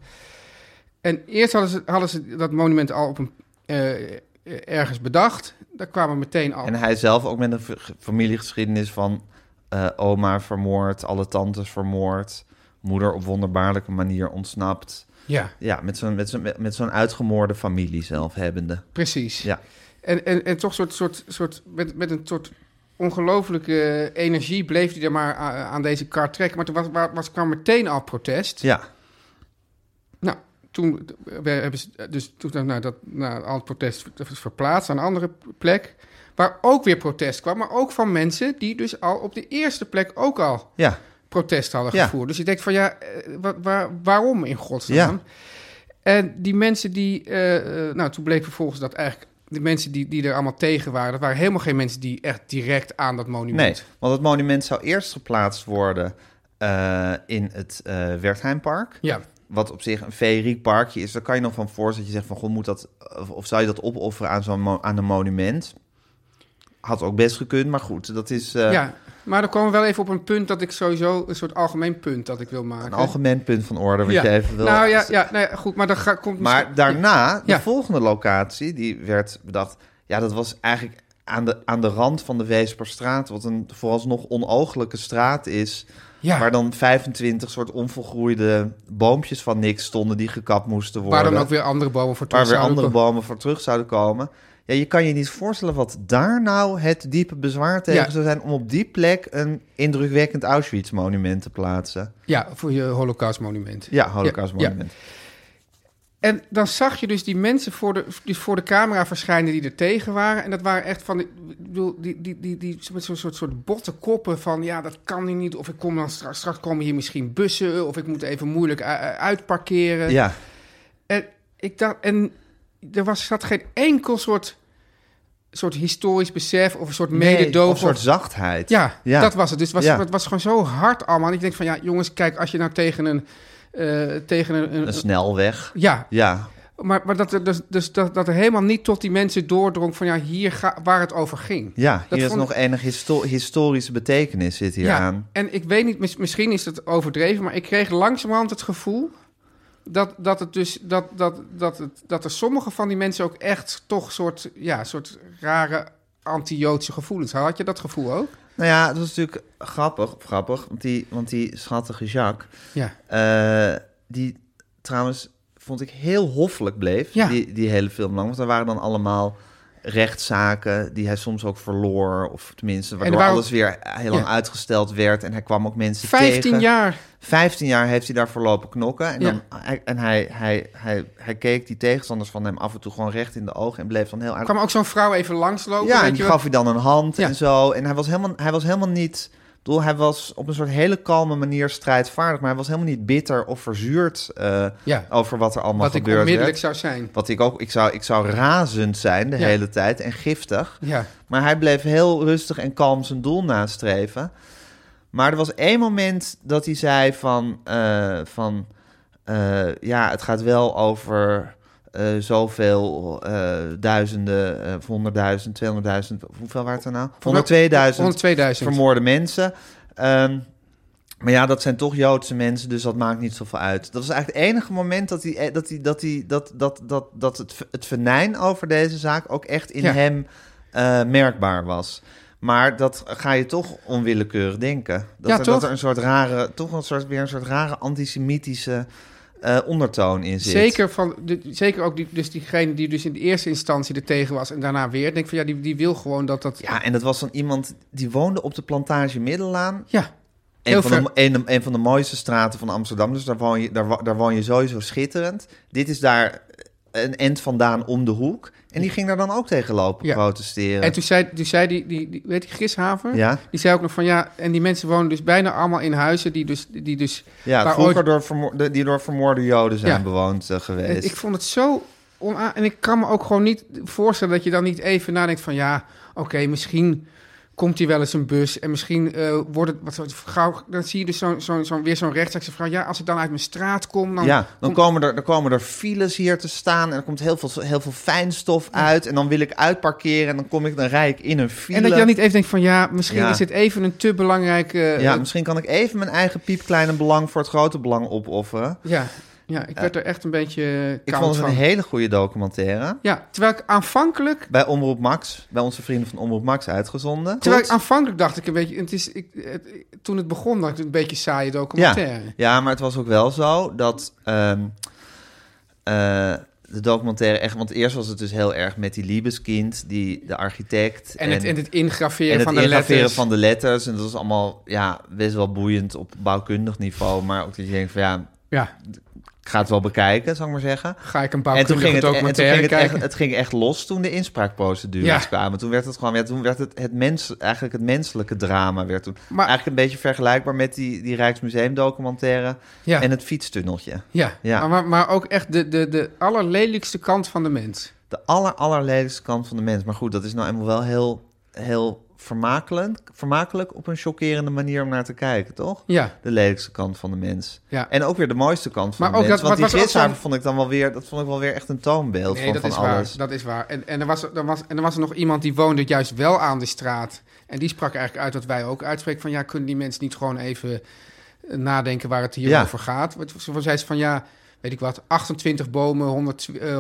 Speaker 3: En eerst hadden ze, hadden ze dat monument al op een, eh, eh, ergens bedacht. Daar kwamen meteen al...
Speaker 2: En hij zelf ook met een v- familiegeschiedenis van eh, oma vermoord, alle tantes vermoord, moeder op wonderbaarlijke manier ontsnapt.
Speaker 3: Ja,
Speaker 2: Ja, met zo'n, met zo'n, met- met zo'n uitgemoorde familie zelf hebbende.
Speaker 3: precies.
Speaker 2: Ja.
Speaker 3: En, en, en toch soort, soort, soort, met, met een soort ongelooflijke energie bleef hij er maar aan, aan deze kar trekken. Maar toen was, wa- was, kwam meteen al protest.
Speaker 2: Ja,
Speaker 3: Nou, toen eh, we hebben ze eh, dus toen, nou, dat, nou, al het protest ver- verplaatst aan een andere plek. Waar ook weer protest kwam, maar ook van mensen die dus al op de eerste plek ook al
Speaker 2: ja,
Speaker 3: protest hadden
Speaker 2: Ja.
Speaker 3: gevoerd. Dus je denkt van ja, eh, wa- waar- waarom in godsnaam? En die mensen die, eh, eh, nou toen bleek vervolgens dat eigenlijk de mensen die, die er allemaal tegen waren, dat waren helemaal geen mensen die echt direct aan dat
Speaker 2: nee.
Speaker 3: monument.
Speaker 2: Want het monument zou eerst geplaatst worden eh, in het eh Wertheimpark.
Speaker 3: Ja,
Speaker 2: Wat op zich een feeriek parkje is. Daar kan je nog van voorstellen dat je zegt van... Goh, moet dat, of, of zou je dat opofferen aan, zo'n mo- aan een monument? Had ook best gekund, maar goed. Dat is eh,
Speaker 3: ja. Maar dan komen we wel even op een punt dat ik sowieso een soort algemeen punt dat ik wil maken.
Speaker 2: een algemeen punt van orde... wat
Speaker 3: ja.
Speaker 2: je even wil
Speaker 3: Nou ja, ja, nou ja, goed, maar dan ga, komt
Speaker 2: Maar
Speaker 3: misschien-
Speaker 2: daarna, de
Speaker 3: Ja.
Speaker 2: volgende locatie, die werd bedacht... Ja, dat was eigenlijk aan de, aan de rand van de Weesperstraat... wat een vooralsnog onooglijke straat is...
Speaker 3: Ja.
Speaker 2: waar dan 25 soort onvolgroeide boompjes van niks stonden... die gekapt moesten worden.
Speaker 3: Waar dan ook weer andere bomen voor
Speaker 2: waar
Speaker 3: terug
Speaker 2: weer
Speaker 3: zouden
Speaker 2: andere
Speaker 3: komen.
Speaker 2: bomen voor terug zouden komen. Ja, je kan je niet voorstellen wat daar nou het diepe bezwaar tegen
Speaker 3: Ja.
Speaker 2: zou zijn... om op die plek een indrukwekkend Auschwitz-monument te plaatsen.
Speaker 3: Ja, voor je holocaustmonument.
Speaker 2: Ja, Holocaust-monument.
Speaker 3: En dan zag je dus die mensen voor de, die voor de camera verschijnen die er tegen waren. En dat waren echt van, die- ik bedoel, die, die, die, die met zo'n soort, soort botte koppen van... ja, dat kan hier niet, of ik kom dan straks, straks komen hier misschien bussen... of ik moet even moeilijk u- u- uitparkeren.
Speaker 2: Ja,
Speaker 3: En ik dacht, en er was, zat geen enkel soort, soort historisch besef of een soort mededogen.
Speaker 2: Nee, Of een soort zachtheid.
Speaker 3: Ja, dat was het. Dus het was,
Speaker 2: Ja.
Speaker 3: het was gewoon zo hard allemaal. En ik denk van, ja, jongens, kijk, als je nou tegen een... eh, tegen een, een-
Speaker 2: Een snelweg.
Speaker 3: ja,
Speaker 2: Ja,
Speaker 3: maar, maar dat, er dus, dus dat, dat er helemaal niet tot die mensen doordrong van ja, hier ga, waar het over ging.
Speaker 2: ja.
Speaker 3: Dat
Speaker 2: hier is
Speaker 3: vond-
Speaker 2: nog enig histo- historische betekenis zit hier aan.
Speaker 3: en ik weet niet, mis- misschien is het overdreven, maar ik kreeg langzamerhand het gevoel dat, dat, het dus, dat, dat, dat, het, dat er sommige van die mensen ook echt toch soort, ja, soort rare anti-Joodse gevoelens hadden. Had je dat gevoel ook?
Speaker 2: Nou ja, het was natuurlijk grappig, of grappig, want die, want die schattige Jacques...
Speaker 3: Ja.
Speaker 2: Eh, die trouwens vond ik heel hoffelijk bleef,
Speaker 3: Ja.
Speaker 2: die, die hele film lang. Want er waren dan allemaal rechtszaken die hij soms ook verloor. Of tenminste, waardoor
Speaker 3: waren-
Speaker 2: alles weer heel lang
Speaker 3: Ja.
Speaker 2: uitgesteld werd. En hij kwam ook mensen
Speaker 3: 15
Speaker 2: tegen.
Speaker 3: jaar.
Speaker 2: 15 jaar heeft hij daar voorlopen knokken. En,
Speaker 3: Ja.
Speaker 2: dan, hij- en hij, hij, hij, hij keek die tegenstanders van hem af en toe gewoon recht in de ogen. En bleef dan heel
Speaker 3: Er
Speaker 2: aardig.
Speaker 3: kwam ook zo'n vrouw even langslopen.
Speaker 2: Ja,
Speaker 3: weet
Speaker 2: en die
Speaker 3: je wel.
Speaker 2: gaf hij dan een hand
Speaker 3: Ja.
Speaker 2: en zo. En hij was helemaal, hij was helemaal niet... ik Bedoel, hij was op een soort hele kalme manier strijdvaardig... maar hij was helemaal niet bitter of verzuurd eh,
Speaker 3: Ja.
Speaker 2: over wat er allemaal
Speaker 3: Wat ik
Speaker 2: gebeurd
Speaker 3: onmiddellijk
Speaker 2: werd.
Speaker 3: zou zijn.
Speaker 2: Wat ik ook... Ik zou, ik zou razend zijn de
Speaker 3: Ja.
Speaker 2: hele tijd en giftig.
Speaker 3: Ja.
Speaker 2: Maar hij bleef heel rustig en kalm zijn doel nastreven. Maar er was één moment dat hij zei van... eh, van eh, ja, het gaat wel over eh, zoveel eh, duizenden... eh, of honderdduizend, tweehonderdduizend... of Hoeveel waren het er nou? 102.000
Speaker 3: 102.000.
Speaker 2: vermoorde mensen. Ehm, maar ja, dat zijn toch Joodse mensen, dus dat maakt niet zoveel uit. Dat was eigenlijk het enige moment dat, hij, eh, dat, hij, dat, hij, dat, dat, dat, dat het, v- het venijn over deze zaak ook echt in
Speaker 3: Ja.
Speaker 2: hem eh, merkbaar was. Maar dat ga je toch onwillekeurig denken. Dat,
Speaker 3: Ja,
Speaker 2: er,
Speaker 3: toch?
Speaker 2: dat er een soort rare, toch een soort, weer een soort rare antisemitische eh, ondertoon in zit.
Speaker 3: Zeker, van, de- zeker ook die, dus diegene die dus in de eerste instantie er tegen was en daarna weer. Ik denk van ja, die, die wil gewoon dat dat...
Speaker 2: Ja, en dat was dan iemand die woonde op de plantage Middellaan.
Speaker 3: Ja, Heel
Speaker 2: Een van, de,
Speaker 3: ver.
Speaker 2: een, een van de mooiste straten van Amsterdam. Dus daar woon, je, daar, wo- daar woon je sowieso schitterend. Dit is daar een end vandaan om de hoek. En die ging daar dan ook tegen lopen
Speaker 3: Ja.
Speaker 2: protesteren.
Speaker 3: en toen zei, toen zei die, die, die, weet je, Grishaver?
Speaker 2: Ja.
Speaker 3: Die zei ook nog van ja, en die mensen wonen dus bijna allemaal in huizen die dus... Die dus
Speaker 2: ja,
Speaker 3: waar
Speaker 2: vroeger
Speaker 3: ooit-
Speaker 2: door vermo- de- die door vermoorde joden zijn
Speaker 3: Ja.
Speaker 2: bewoond eh,
Speaker 3: en
Speaker 2: geweest.
Speaker 3: ik vond het zo onaan... En ik kan me ook gewoon niet voorstellen dat je dan niet even nadenkt van ja, oké, misschien komt hier wel eens een bus en misschien eh, wordt het... Wat, gauw, dan zie je dus zo'n zo'n zo'n- weer zo'n rechtstreekse vrouw. Ja, als ik dan uit mijn straat kom, dan...
Speaker 2: ja, dan
Speaker 3: komt-
Speaker 2: komen, er, dan komen er files hier te staan en er komt heel veel, heel veel fijnstof uit. En dan wil ik uitparkeren en dan kom ik, dan rij ik in een file.
Speaker 3: En dat je dan niet even denkt van ja, misschien
Speaker 2: Ja.
Speaker 3: is dit even een te belangrijke. eh,
Speaker 2: Ja,
Speaker 3: eh,
Speaker 2: misschien kan ik even mijn eigen piepkleine belang voor het grote belang opofferen.
Speaker 3: ja, ja, ik werd er echt een beetje
Speaker 2: Ik
Speaker 3: koud
Speaker 2: vond het
Speaker 3: van.
Speaker 2: een hele goede documentaire.
Speaker 3: Ja, terwijl ik aanvankelijk,
Speaker 2: bij Omroep Max, bij onze vrienden van Omroep Max uitgezonden.
Speaker 3: terwijl ik
Speaker 2: Klopt.
Speaker 3: aanvankelijk dacht ik een beetje, het is, ik, het- ik- toen het begon dacht ik een beetje saaie
Speaker 2: ja,
Speaker 3: documentaire.
Speaker 2: ja, maar het was ook wel zo dat ehm, eh, de documentaire echt... Want eerst was het dus heel erg met die Liebeskind, die, de architect.
Speaker 3: En, het, en het
Speaker 2: en
Speaker 3: ingraveren
Speaker 2: het
Speaker 3: van de
Speaker 2: ingraveren
Speaker 3: letters.
Speaker 2: van de letters. En dat was allemaal ja, best wel boeiend op bouwkundig niveau. Maar ook dat je denkt van ja,
Speaker 3: Ja,
Speaker 2: ik ga het wel bekijken, zal ik maar zeggen.
Speaker 3: ga ik een
Speaker 2: En toen
Speaker 3: bouwkundige
Speaker 2: ging, het, en toen
Speaker 3: documentaire
Speaker 2: ging het,
Speaker 3: kijken.
Speaker 2: echt, het ging echt los toen de inspraakprocedures
Speaker 3: Ja.
Speaker 2: kwamen. Toen werd het gewoon, ja, toen werd het, het mens, eigenlijk het menselijke drama werd toen.
Speaker 3: Maar-
Speaker 2: eigenlijk een beetje vergelijkbaar met die, die Rijksmuseum documentaire
Speaker 3: Ja.
Speaker 2: en het fietstunneltje.
Speaker 3: ja,
Speaker 2: Ja.
Speaker 3: Maar, maar ook echt de, de, de allerlelijkste kant van de mens.
Speaker 2: De aller, allerlelijkste kant van de mens. Maar goed, dat is nou eenmaal wel heel, heel vermakelijk, vermakelijk op een chockerende manier om naar te kijken, toch?
Speaker 3: Ja,
Speaker 2: De lelijkste kant van de mens.
Speaker 3: Ja.
Speaker 2: En ook weer de mooiste kant van
Speaker 3: Maar
Speaker 2: de
Speaker 3: ook
Speaker 2: mens.
Speaker 3: dat-
Speaker 2: want
Speaker 3: wat
Speaker 2: die
Speaker 3: was er ook
Speaker 2: gidshaven
Speaker 3: zo'n-
Speaker 2: vond ik dan wel weer... dat vond ik wel weer echt een toonbeeld
Speaker 3: nee,
Speaker 2: van,
Speaker 3: dat
Speaker 2: van
Speaker 3: is
Speaker 2: alles.
Speaker 3: waar. Dat is waar. En, en, er was, er was, en er was er nog iemand die woonde juist wel aan de straat. En die sprak eigenlijk uit wat wij ook uitspreken: van ja, kunnen die mensen niet gewoon even eh, nadenken waar het hier
Speaker 2: Ja.
Speaker 3: over gaat? Want Zo zei ze van ja, weet ik wat, 28 bomen, 100, eh,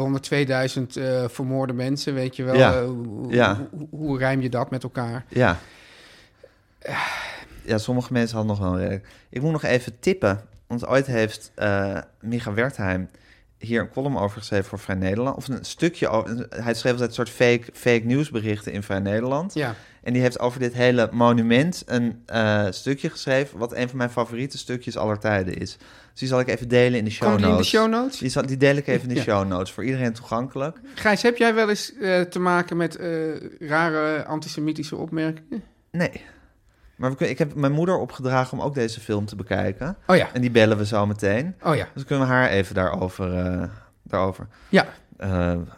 Speaker 3: 102.000 eh, vermoorde mensen, weet je wel.
Speaker 2: Ja.
Speaker 3: Eh, hoe,
Speaker 2: Ja.
Speaker 3: hoe, hoe rijm je dat met elkaar?
Speaker 2: Ja. Ja, sommige mensen hadden nog wel een reden. Ik moet nog even tippen. Want ooit heeft eh Micha Wertheim hier een column over geschreven voor Vrij Nederland. Of een stukje over. Hij schreef altijd een soort fake, fake nieuwsberichten in Vrij Nederland.
Speaker 3: Ja.
Speaker 2: En die heeft over dit hele monument een eh, stukje geschreven... wat een van mijn favoriete stukjes aller tijden is. Dus die zal ik even delen in de show
Speaker 3: Kan die
Speaker 2: notes.
Speaker 3: in de show notes?
Speaker 2: Die, zal- die deel ik even in de
Speaker 3: Ja.
Speaker 2: show notes. Voor iedereen toegankelijk.
Speaker 3: Gijs, heb jij wel eens eh, te maken met eh, rare antisemitische opmerkingen?
Speaker 2: Nee. Maar we kun- ik heb mijn moeder opgedragen om ook deze film te bekijken.
Speaker 3: Oh ja.
Speaker 2: En die bellen we zo meteen.
Speaker 3: Oh ja.
Speaker 2: Dus kunnen we haar even daarover, eh, daarover
Speaker 3: Ja,
Speaker 2: eh,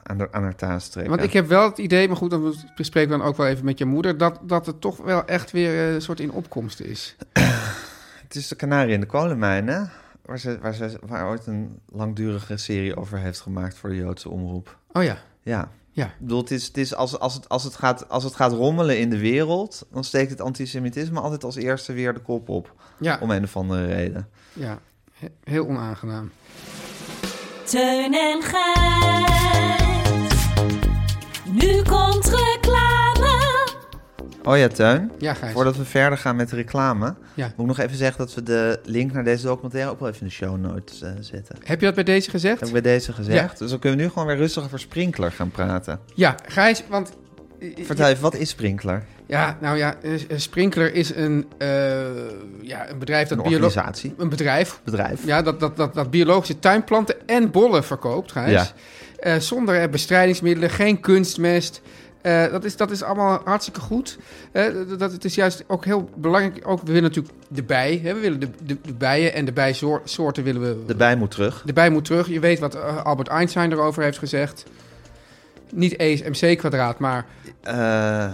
Speaker 2: aan, de, aan haar taas trekken.
Speaker 3: want ik heb wel het idee, maar goed, dat bespreken we dan ook wel even met je moeder, dat, dat het toch wel echt weer eh, een soort in opkomst is.
Speaker 2: Het is de kanarie in de kolenmijn, hè? Waar, ze, waar, ze, waar ooit een langdurige serie over heeft gemaakt voor de Joodse omroep.
Speaker 3: Oh ja.
Speaker 2: Ja.
Speaker 3: Ja.
Speaker 2: Ik bedoel, het is, het is als, als, het, als, het gaat, als het gaat rommelen in de wereld, dan steekt het antisemitisme altijd als eerste weer de kop op.
Speaker 3: Ja,
Speaker 2: Om een of andere reden.
Speaker 3: ja. He- heel onaangenaam.
Speaker 6: Teun en Gijs. Nu komt reclame.
Speaker 2: Oh ja, Tuin.
Speaker 3: Ja, Gijs.
Speaker 2: Voordat we verder gaan met de reclame,
Speaker 3: Ja.
Speaker 2: moet ik nog even zeggen dat we de link naar deze documentaire ook wel even in de show notes eh, zetten.
Speaker 3: Heb je dat bij deze gezegd?
Speaker 2: Dat heb ik bij deze gezegd. Dus dan kunnen we nu gewoon weer rustig over Sprinkler gaan praten.
Speaker 3: Ja, Gijs, want...
Speaker 2: Vertel even, wat is Sprinkler?
Speaker 3: Ja, nou ja, eh, eh, Sprinkler is een, eh, ja, een bedrijf dat...
Speaker 2: Een
Speaker 3: biolo-
Speaker 2: organisatie,
Speaker 3: Een bedrijf,
Speaker 2: bedrijf.
Speaker 3: ja, dat, dat, dat, dat biologische tuinplanten en bollen verkoopt, Gijs.
Speaker 2: Ja.
Speaker 3: Eh, zonder eh, bestrijdingsmiddelen, geen kunstmest. Eh, dat, is, dat is allemaal hartstikke goed. Eh, dat, dat- het is juist ook heel belangrijk. Ook, we willen natuurlijk de bij. Hè, we willen de, de, de bijen en de bijsoorten willen we
Speaker 2: De bij moet terug.
Speaker 3: de bij moet terug. Je weet wat eh, Albert Einstein erover heeft gezegd. Niet E eens MC kwadraat, maar
Speaker 2: Eh,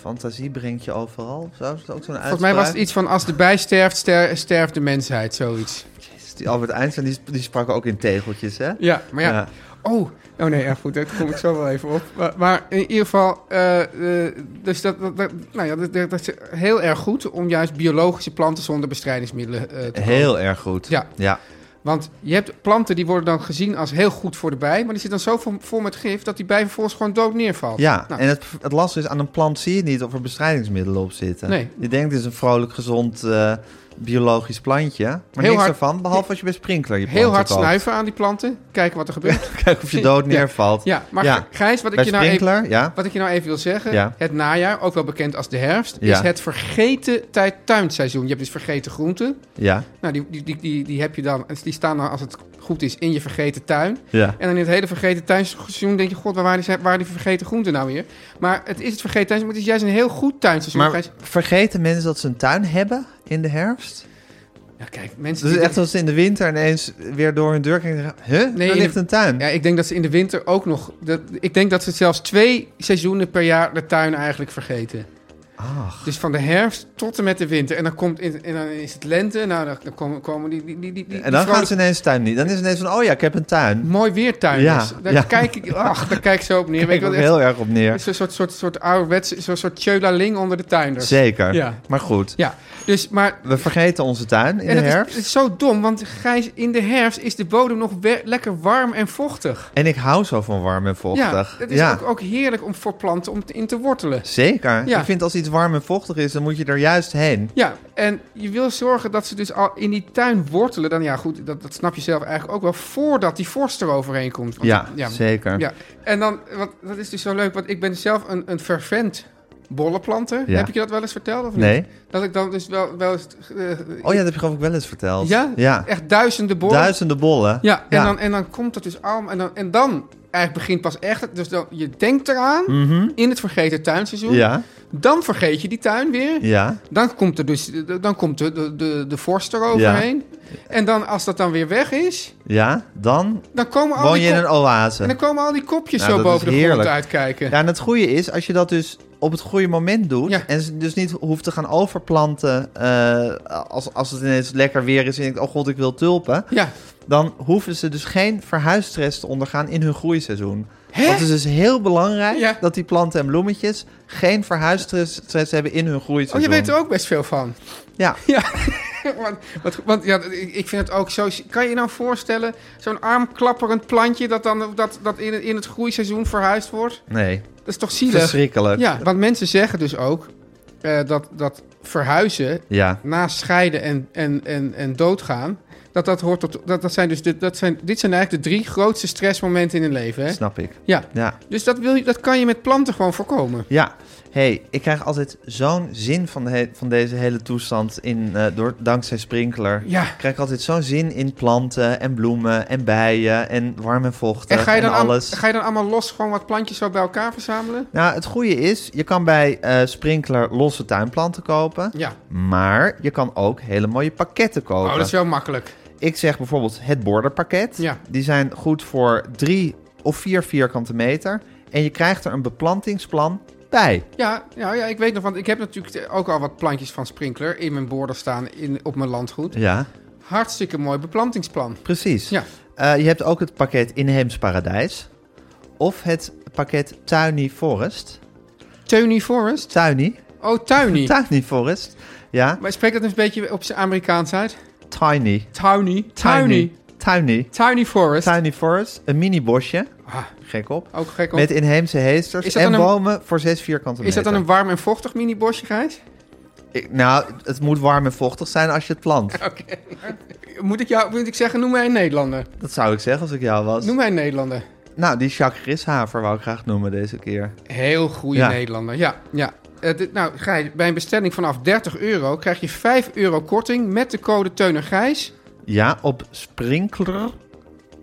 Speaker 2: fantasie brengt je overal. of Zo, is dat ook zo'n uitspraak?
Speaker 3: volgens mij was het iets van als de bij sterft, ster- sterft de mensheid, zoiets.
Speaker 2: Die Albert Einstein die, die sprak ook in tegeltjes, hè?
Speaker 3: Ja, maar ja.
Speaker 2: Ja.
Speaker 3: Oh, oh nee, ja goed, daar kom ik zo wel even op. Maar, maar in ieder geval, eh, eh, dus dat, dat, dat- nou ja, dat, dat- dat is heel erg goed om juist biologische planten zonder bestrijdingsmiddelen eh, te kopen.
Speaker 2: Heel erg goed.
Speaker 3: Ja.
Speaker 2: ja.
Speaker 3: Want je hebt planten die worden dan gezien als heel goed voor de bij, maar die zitten dan zo vol, vol met gif dat die bij vervolgens gewoon dood neervalt.
Speaker 2: Ja,
Speaker 3: Nou,
Speaker 2: en het, het lastige is, aan een plant zie je niet of er bestrijdingsmiddelen op zitten.
Speaker 3: Nee.
Speaker 2: Je denkt, het is een vrolijk, gezond, eh, biologisch plantje. Maar niks
Speaker 3: hard-
Speaker 2: ervan, behalve als je bij Sprinkler je
Speaker 3: heel
Speaker 2: planten
Speaker 3: hard
Speaker 2: koopt.
Speaker 3: snuiven aan die planten, kijken wat er gebeurt.
Speaker 2: Kijken of je dood neervalt.
Speaker 3: Ja, maar
Speaker 2: Ja.
Speaker 3: Gijs, wat ik
Speaker 2: Bij
Speaker 3: je nou even...
Speaker 2: Sprinkler, ja.
Speaker 3: Wat ik je nou even wil zeggen,
Speaker 2: Ja.
Speaker 3: het najaar, ook wel bekend als de herfst,
Speaker 2: Ja.
Speaker 3: is het vergeten tijd tuinseizoen. Je hebt dus vergeten groenten.
Speaker 2: Ja,
Speaker 3: Nou, die, die, die, die, die heb je dan, die staan dan als het goed is in je vergeten tuin.
Speaker 2: ja.
Speaker 3: En dan in het hele vergeten tuinseizoen denk je, god, waar waren die, waar die vergeten groenten nou weer? Maar het is het vergeten tuinseizoen, maar het is juist een heel goed tuinseizoen.
Speaker 2: Maar
Speaker 3: Gijs.
Speaker 2: vergeten mensen dat ze een tuin hebben in de herfst?
Speaker 3: Ja, kijk, mensen...
Speaker 2: Dus
Speaker 3: die-
Speaker 2: echt als ze in de winter ineens weer door hun deur kijken. Huh?
Speaker 3: Nee,
Speaker 2: Daar
Speaker 3: in
Speaker 2: ligt
Speaker 3: de-
Speaker 2: een tuin.
Speaker 3: Ja, ik denk dat ze in de winter ook nog... Dat, ik denk dat ze zelfs twee seizoenen per jaar de tuin eigenlijk vergeten.
Speaker 2: Ach,
Speaker 3: Dus van de herfst tot en met de winter. En dan, komt in, en dan is het lente. Nou, dan, dan komen, komen die, die, die, die, die
Speaker 2: en dan
Speaker 3: vrolijke-
Speaker 2: gaan ze ineens tuin niet. Dan is het ineens van, oh ja, ik heb een tuin.
Speaker 3: Mooi weertuin
Speaker 2: Ja,
Speaker 3: is. Daar
Speaker 2: ja.
Speaker 3: kijk ik... Ach, daar kijk ik zo op neer.
Speaker 2: Daar
Speaker 3: Weet je
Speaker 2: ben
Speaker 3: wel,
Speaker 2: ik ook
Speaker 3: echt-
Speaker 2: heel erg op
Speaker 3: Het
Speaker 2: neer.
Speaker 3: is een soort, soort, soort ouderwetse, zo'n soort tjölaling onder de tuinders.
Speaker 2: Zeker.
Speaker 3: Ja.
Speaker 2: Maar goed,
Speaker 3: Ja, dus maar...
Speaker 2: we vergeten onze tuin in
Speaker 3: En
Speaker 2: de
Speaker 3: dat is,
Speaker 2: herfst.
Speaker 3: het is zo dom, want Gijs, in de herfst is de bodem nog we- lekker warm en vochtig.
Speaker 2: En ik hou zo van warm en vochtig.
Speaker 3: Ja, het is Ook, ook heerlijk om voor planten om te- in te wortelen.
Speaker 2: Zeker.
Speaker 3: Ja.
Speaker 2: Ik vind als iets warm en vochtig is, dan moet je er juist heen.
Speaker 3: Ja, en je wil zorgen dat ze dus al in die tuin wortelen. Dan ja, goed, dat, dat snap je zelf eigenlijk ook wel. Voordat die vorst eroverheen komt. Want-
Speaker 2: Ja, zeker.
Speaker 3: Ja, en dan, want dat is dus zo leuk, want ik ben zelf een, een fervent bollenplanter.
Speaker 2: Ja.
Speaker 3: Heb ik je dat wel eens verteld of niet?
Speaker 2: Nee.
Speaker 3: Dat ik dan dus wel, wel eens... eh,
Speaker 2: Oh ja, dat heb je geloof ik wel eens verteld.
Speaker 3: ja?
Speaker 2: Ja.
Speaker 3: echt duizenden bollen.
Speaker 2: Duizenden bollen.
Speaker 3: Ja, en, Dan, en dan komt dat dus allemaal. En dan, en dan eigenlijk begint pas echt. het- Dus dan, je denkt eraan in het vergeten tuinseizoen.
Speaker 2: Mhm. Ja.
Speaker 3: Dan vergeet je die tuin weer.
Speaker 2: Ja.
Speaker 3: Dan komt, er dus, dan komt de, de, de, de vorst eroverheen. En dan, als dat dan weer weg is,
Speaker 2: Ja. Dan
Speaker 3: dan komen al,
Speaker 2: woon
Speaker 3: Oh, die,
Speaker 2: je in
Speaker 3: kop-
Speaker 2: een oase.
Speaker 3: en dan komen al die kopjes
Speaker 2: Nou,
Speaker 3: zo
Speaker 2: dat is
Speaker 3: boven de grond
Speaker 2: heerlijk.
Speaker 3: uitkijken.
Speaker 2: Ja, en het goede is, als je dat dus op het goede moment doet...
Speaker 3: Ja.
Speaker 2: en ze dus niet hoeft te gaan overplanten... eh, als, als het ineens lekker weer is en je denkt... oh god, ik wil tulpen...
Speaker 3: Ja.
Speaker 2: dan hoeven ze dus geen verhuisstress te ondergaan in hun groeiseizoen. Dat is dus heel belangrijk
Speaker 3: Ja.
Speaker 2: dat die planten en bloemetjes... geen verhuisstress stress hebben in hun
Speaker 3: Oh, je
Speaker 2: groeiseizoen.
Speaker 3: weet er ook best veel van.
Speaker 2: Ja,
Speaker 3: Ja, want, want, want ja, ik ik vind het ook zo... Kan je je nou voorstellen, zo'n armklapperend plantje... dat dan dat, dat in, het- in het groeiseizoen verhuisd wordt?
Speaker 2: nee.
Speaker 3: Dat is toch zielig?
Speaker 2: Verschrikkelijk.
Speaker 3: Ja, want mensen zeggen dus ook eh, dat, dat verhuizen
Speaker 2: Ja.
Speaker 3: na scheiden en, en, en, en doodgaan... dat dat hoort tot... Dat, dat zijn dus de, dat zijn, dit zijn eigenlijk de drie grootste stressmomenten in een leven, hè?
Speaker 2: Snap ik.
Speaker 3: Ja.
Speaker 2: Ja.
Speaker 3: Dus dat, wil je, dat kan je met planten gewoon voorkomen.
Speaker 2: Ja. hey, ik krijg altijd zo'n zin van, de he- van deze hele toestand in, eh, door, dankzij Sprinkler.
Speaker 3: Ja.
Speaker 2: Ik krijg altijd zo'n zin in planten en bloemen en bijen en warm en vochtig
Speaker 3: En
Speaker 2: en,
Speaker 3: ga je, dan al-
Speaker 2: alles.
Speaker 3: ga je dan allemaal los gewoon wat plantjes zo bij elkaar verzamelen?
Speaker 2: Nou, het goede is, je kan bij eh, Sprinkler losse tuinplanten kopen.
Speaker 3: Ja.
Speaker 2: Maar je kan ook hele mooie pakketten kopen.
Speaker 3: Oh, dat is wel makkelijk.
Speaker 2: Ik zeg bijvoorbeeld het borderpakket.
Speaker 3: Ja.
Speaker 2: Die zijn goed voor drie of vier vierkante meter. En je krijgt er een beplantingsplan bij.
Speaker 3: Ja, ja, ja, ik weet nog, want ik heb natuurlijk ook al wat plantjes van Sprinkler in mijn border staan in, op mijn landgoed.
Speaker 2: Ja.
Speaker 3: Hartstikke mooi beplantingsplan.
Speaker 2: Precies.
Speaker 3: Ja.
Speaker 2: Eh, je hebt ook het pakket Inheems Paradijs. Of het pakket Tuini Forest.
Speaker 3: Teuny Forest?
Speaker 2: Tuini?
Speaker 3: Oh, Tuiny.
Speaker 2: Tuini Forest. Ja,
Speaker 3: maar spreek dat een beetje op zijn Amerikaans uit?
Speaker 2: tiny.
Speaker 3: Tuiny. Tuiny.
Speaker 2: Tuini.
Speaker 3: Tuiny Forest.
Speaker 2: Tuini Forest. Een mini bosje.
Speaker 3: Ah,
Speaker 2: Gek op.
Speaker 3: ook gek op.
Speaker 2: Met inheemse heesters
Speaker 3: Is dat
Speaker 2: en
Speaker 3: dan een-
Speaker 2: bomen voor zes vierkante meter.
Speaker 3: Is dat dan een warm en vochtig mini-bosje, Gijs?
Speaker 2: Ik- nou, het moet warm en vochtig zijn als je het plant.
Speaker 3: Moet ik, jou, moet ik zeggen, noem mij een Nederlander.
Speaker 2: Dat zou ik zeggen als ik jou was.
Speaker 3: Noem mij een Nederlander.
Speaker 2: Nou, die Jacques Grishaver wou ik graag noemen deze keer.
Speaker 3: Heel goede
Speaker 2: Ja.
Speaker 3: Nederlander, ja. ja. Eh, dit- nou, Gijs, bij een bestelling vanaf 30 euro krijg je 5 euro korting met de code Teun en Gijs.
Speaker 2: Ja, op Sprinkler.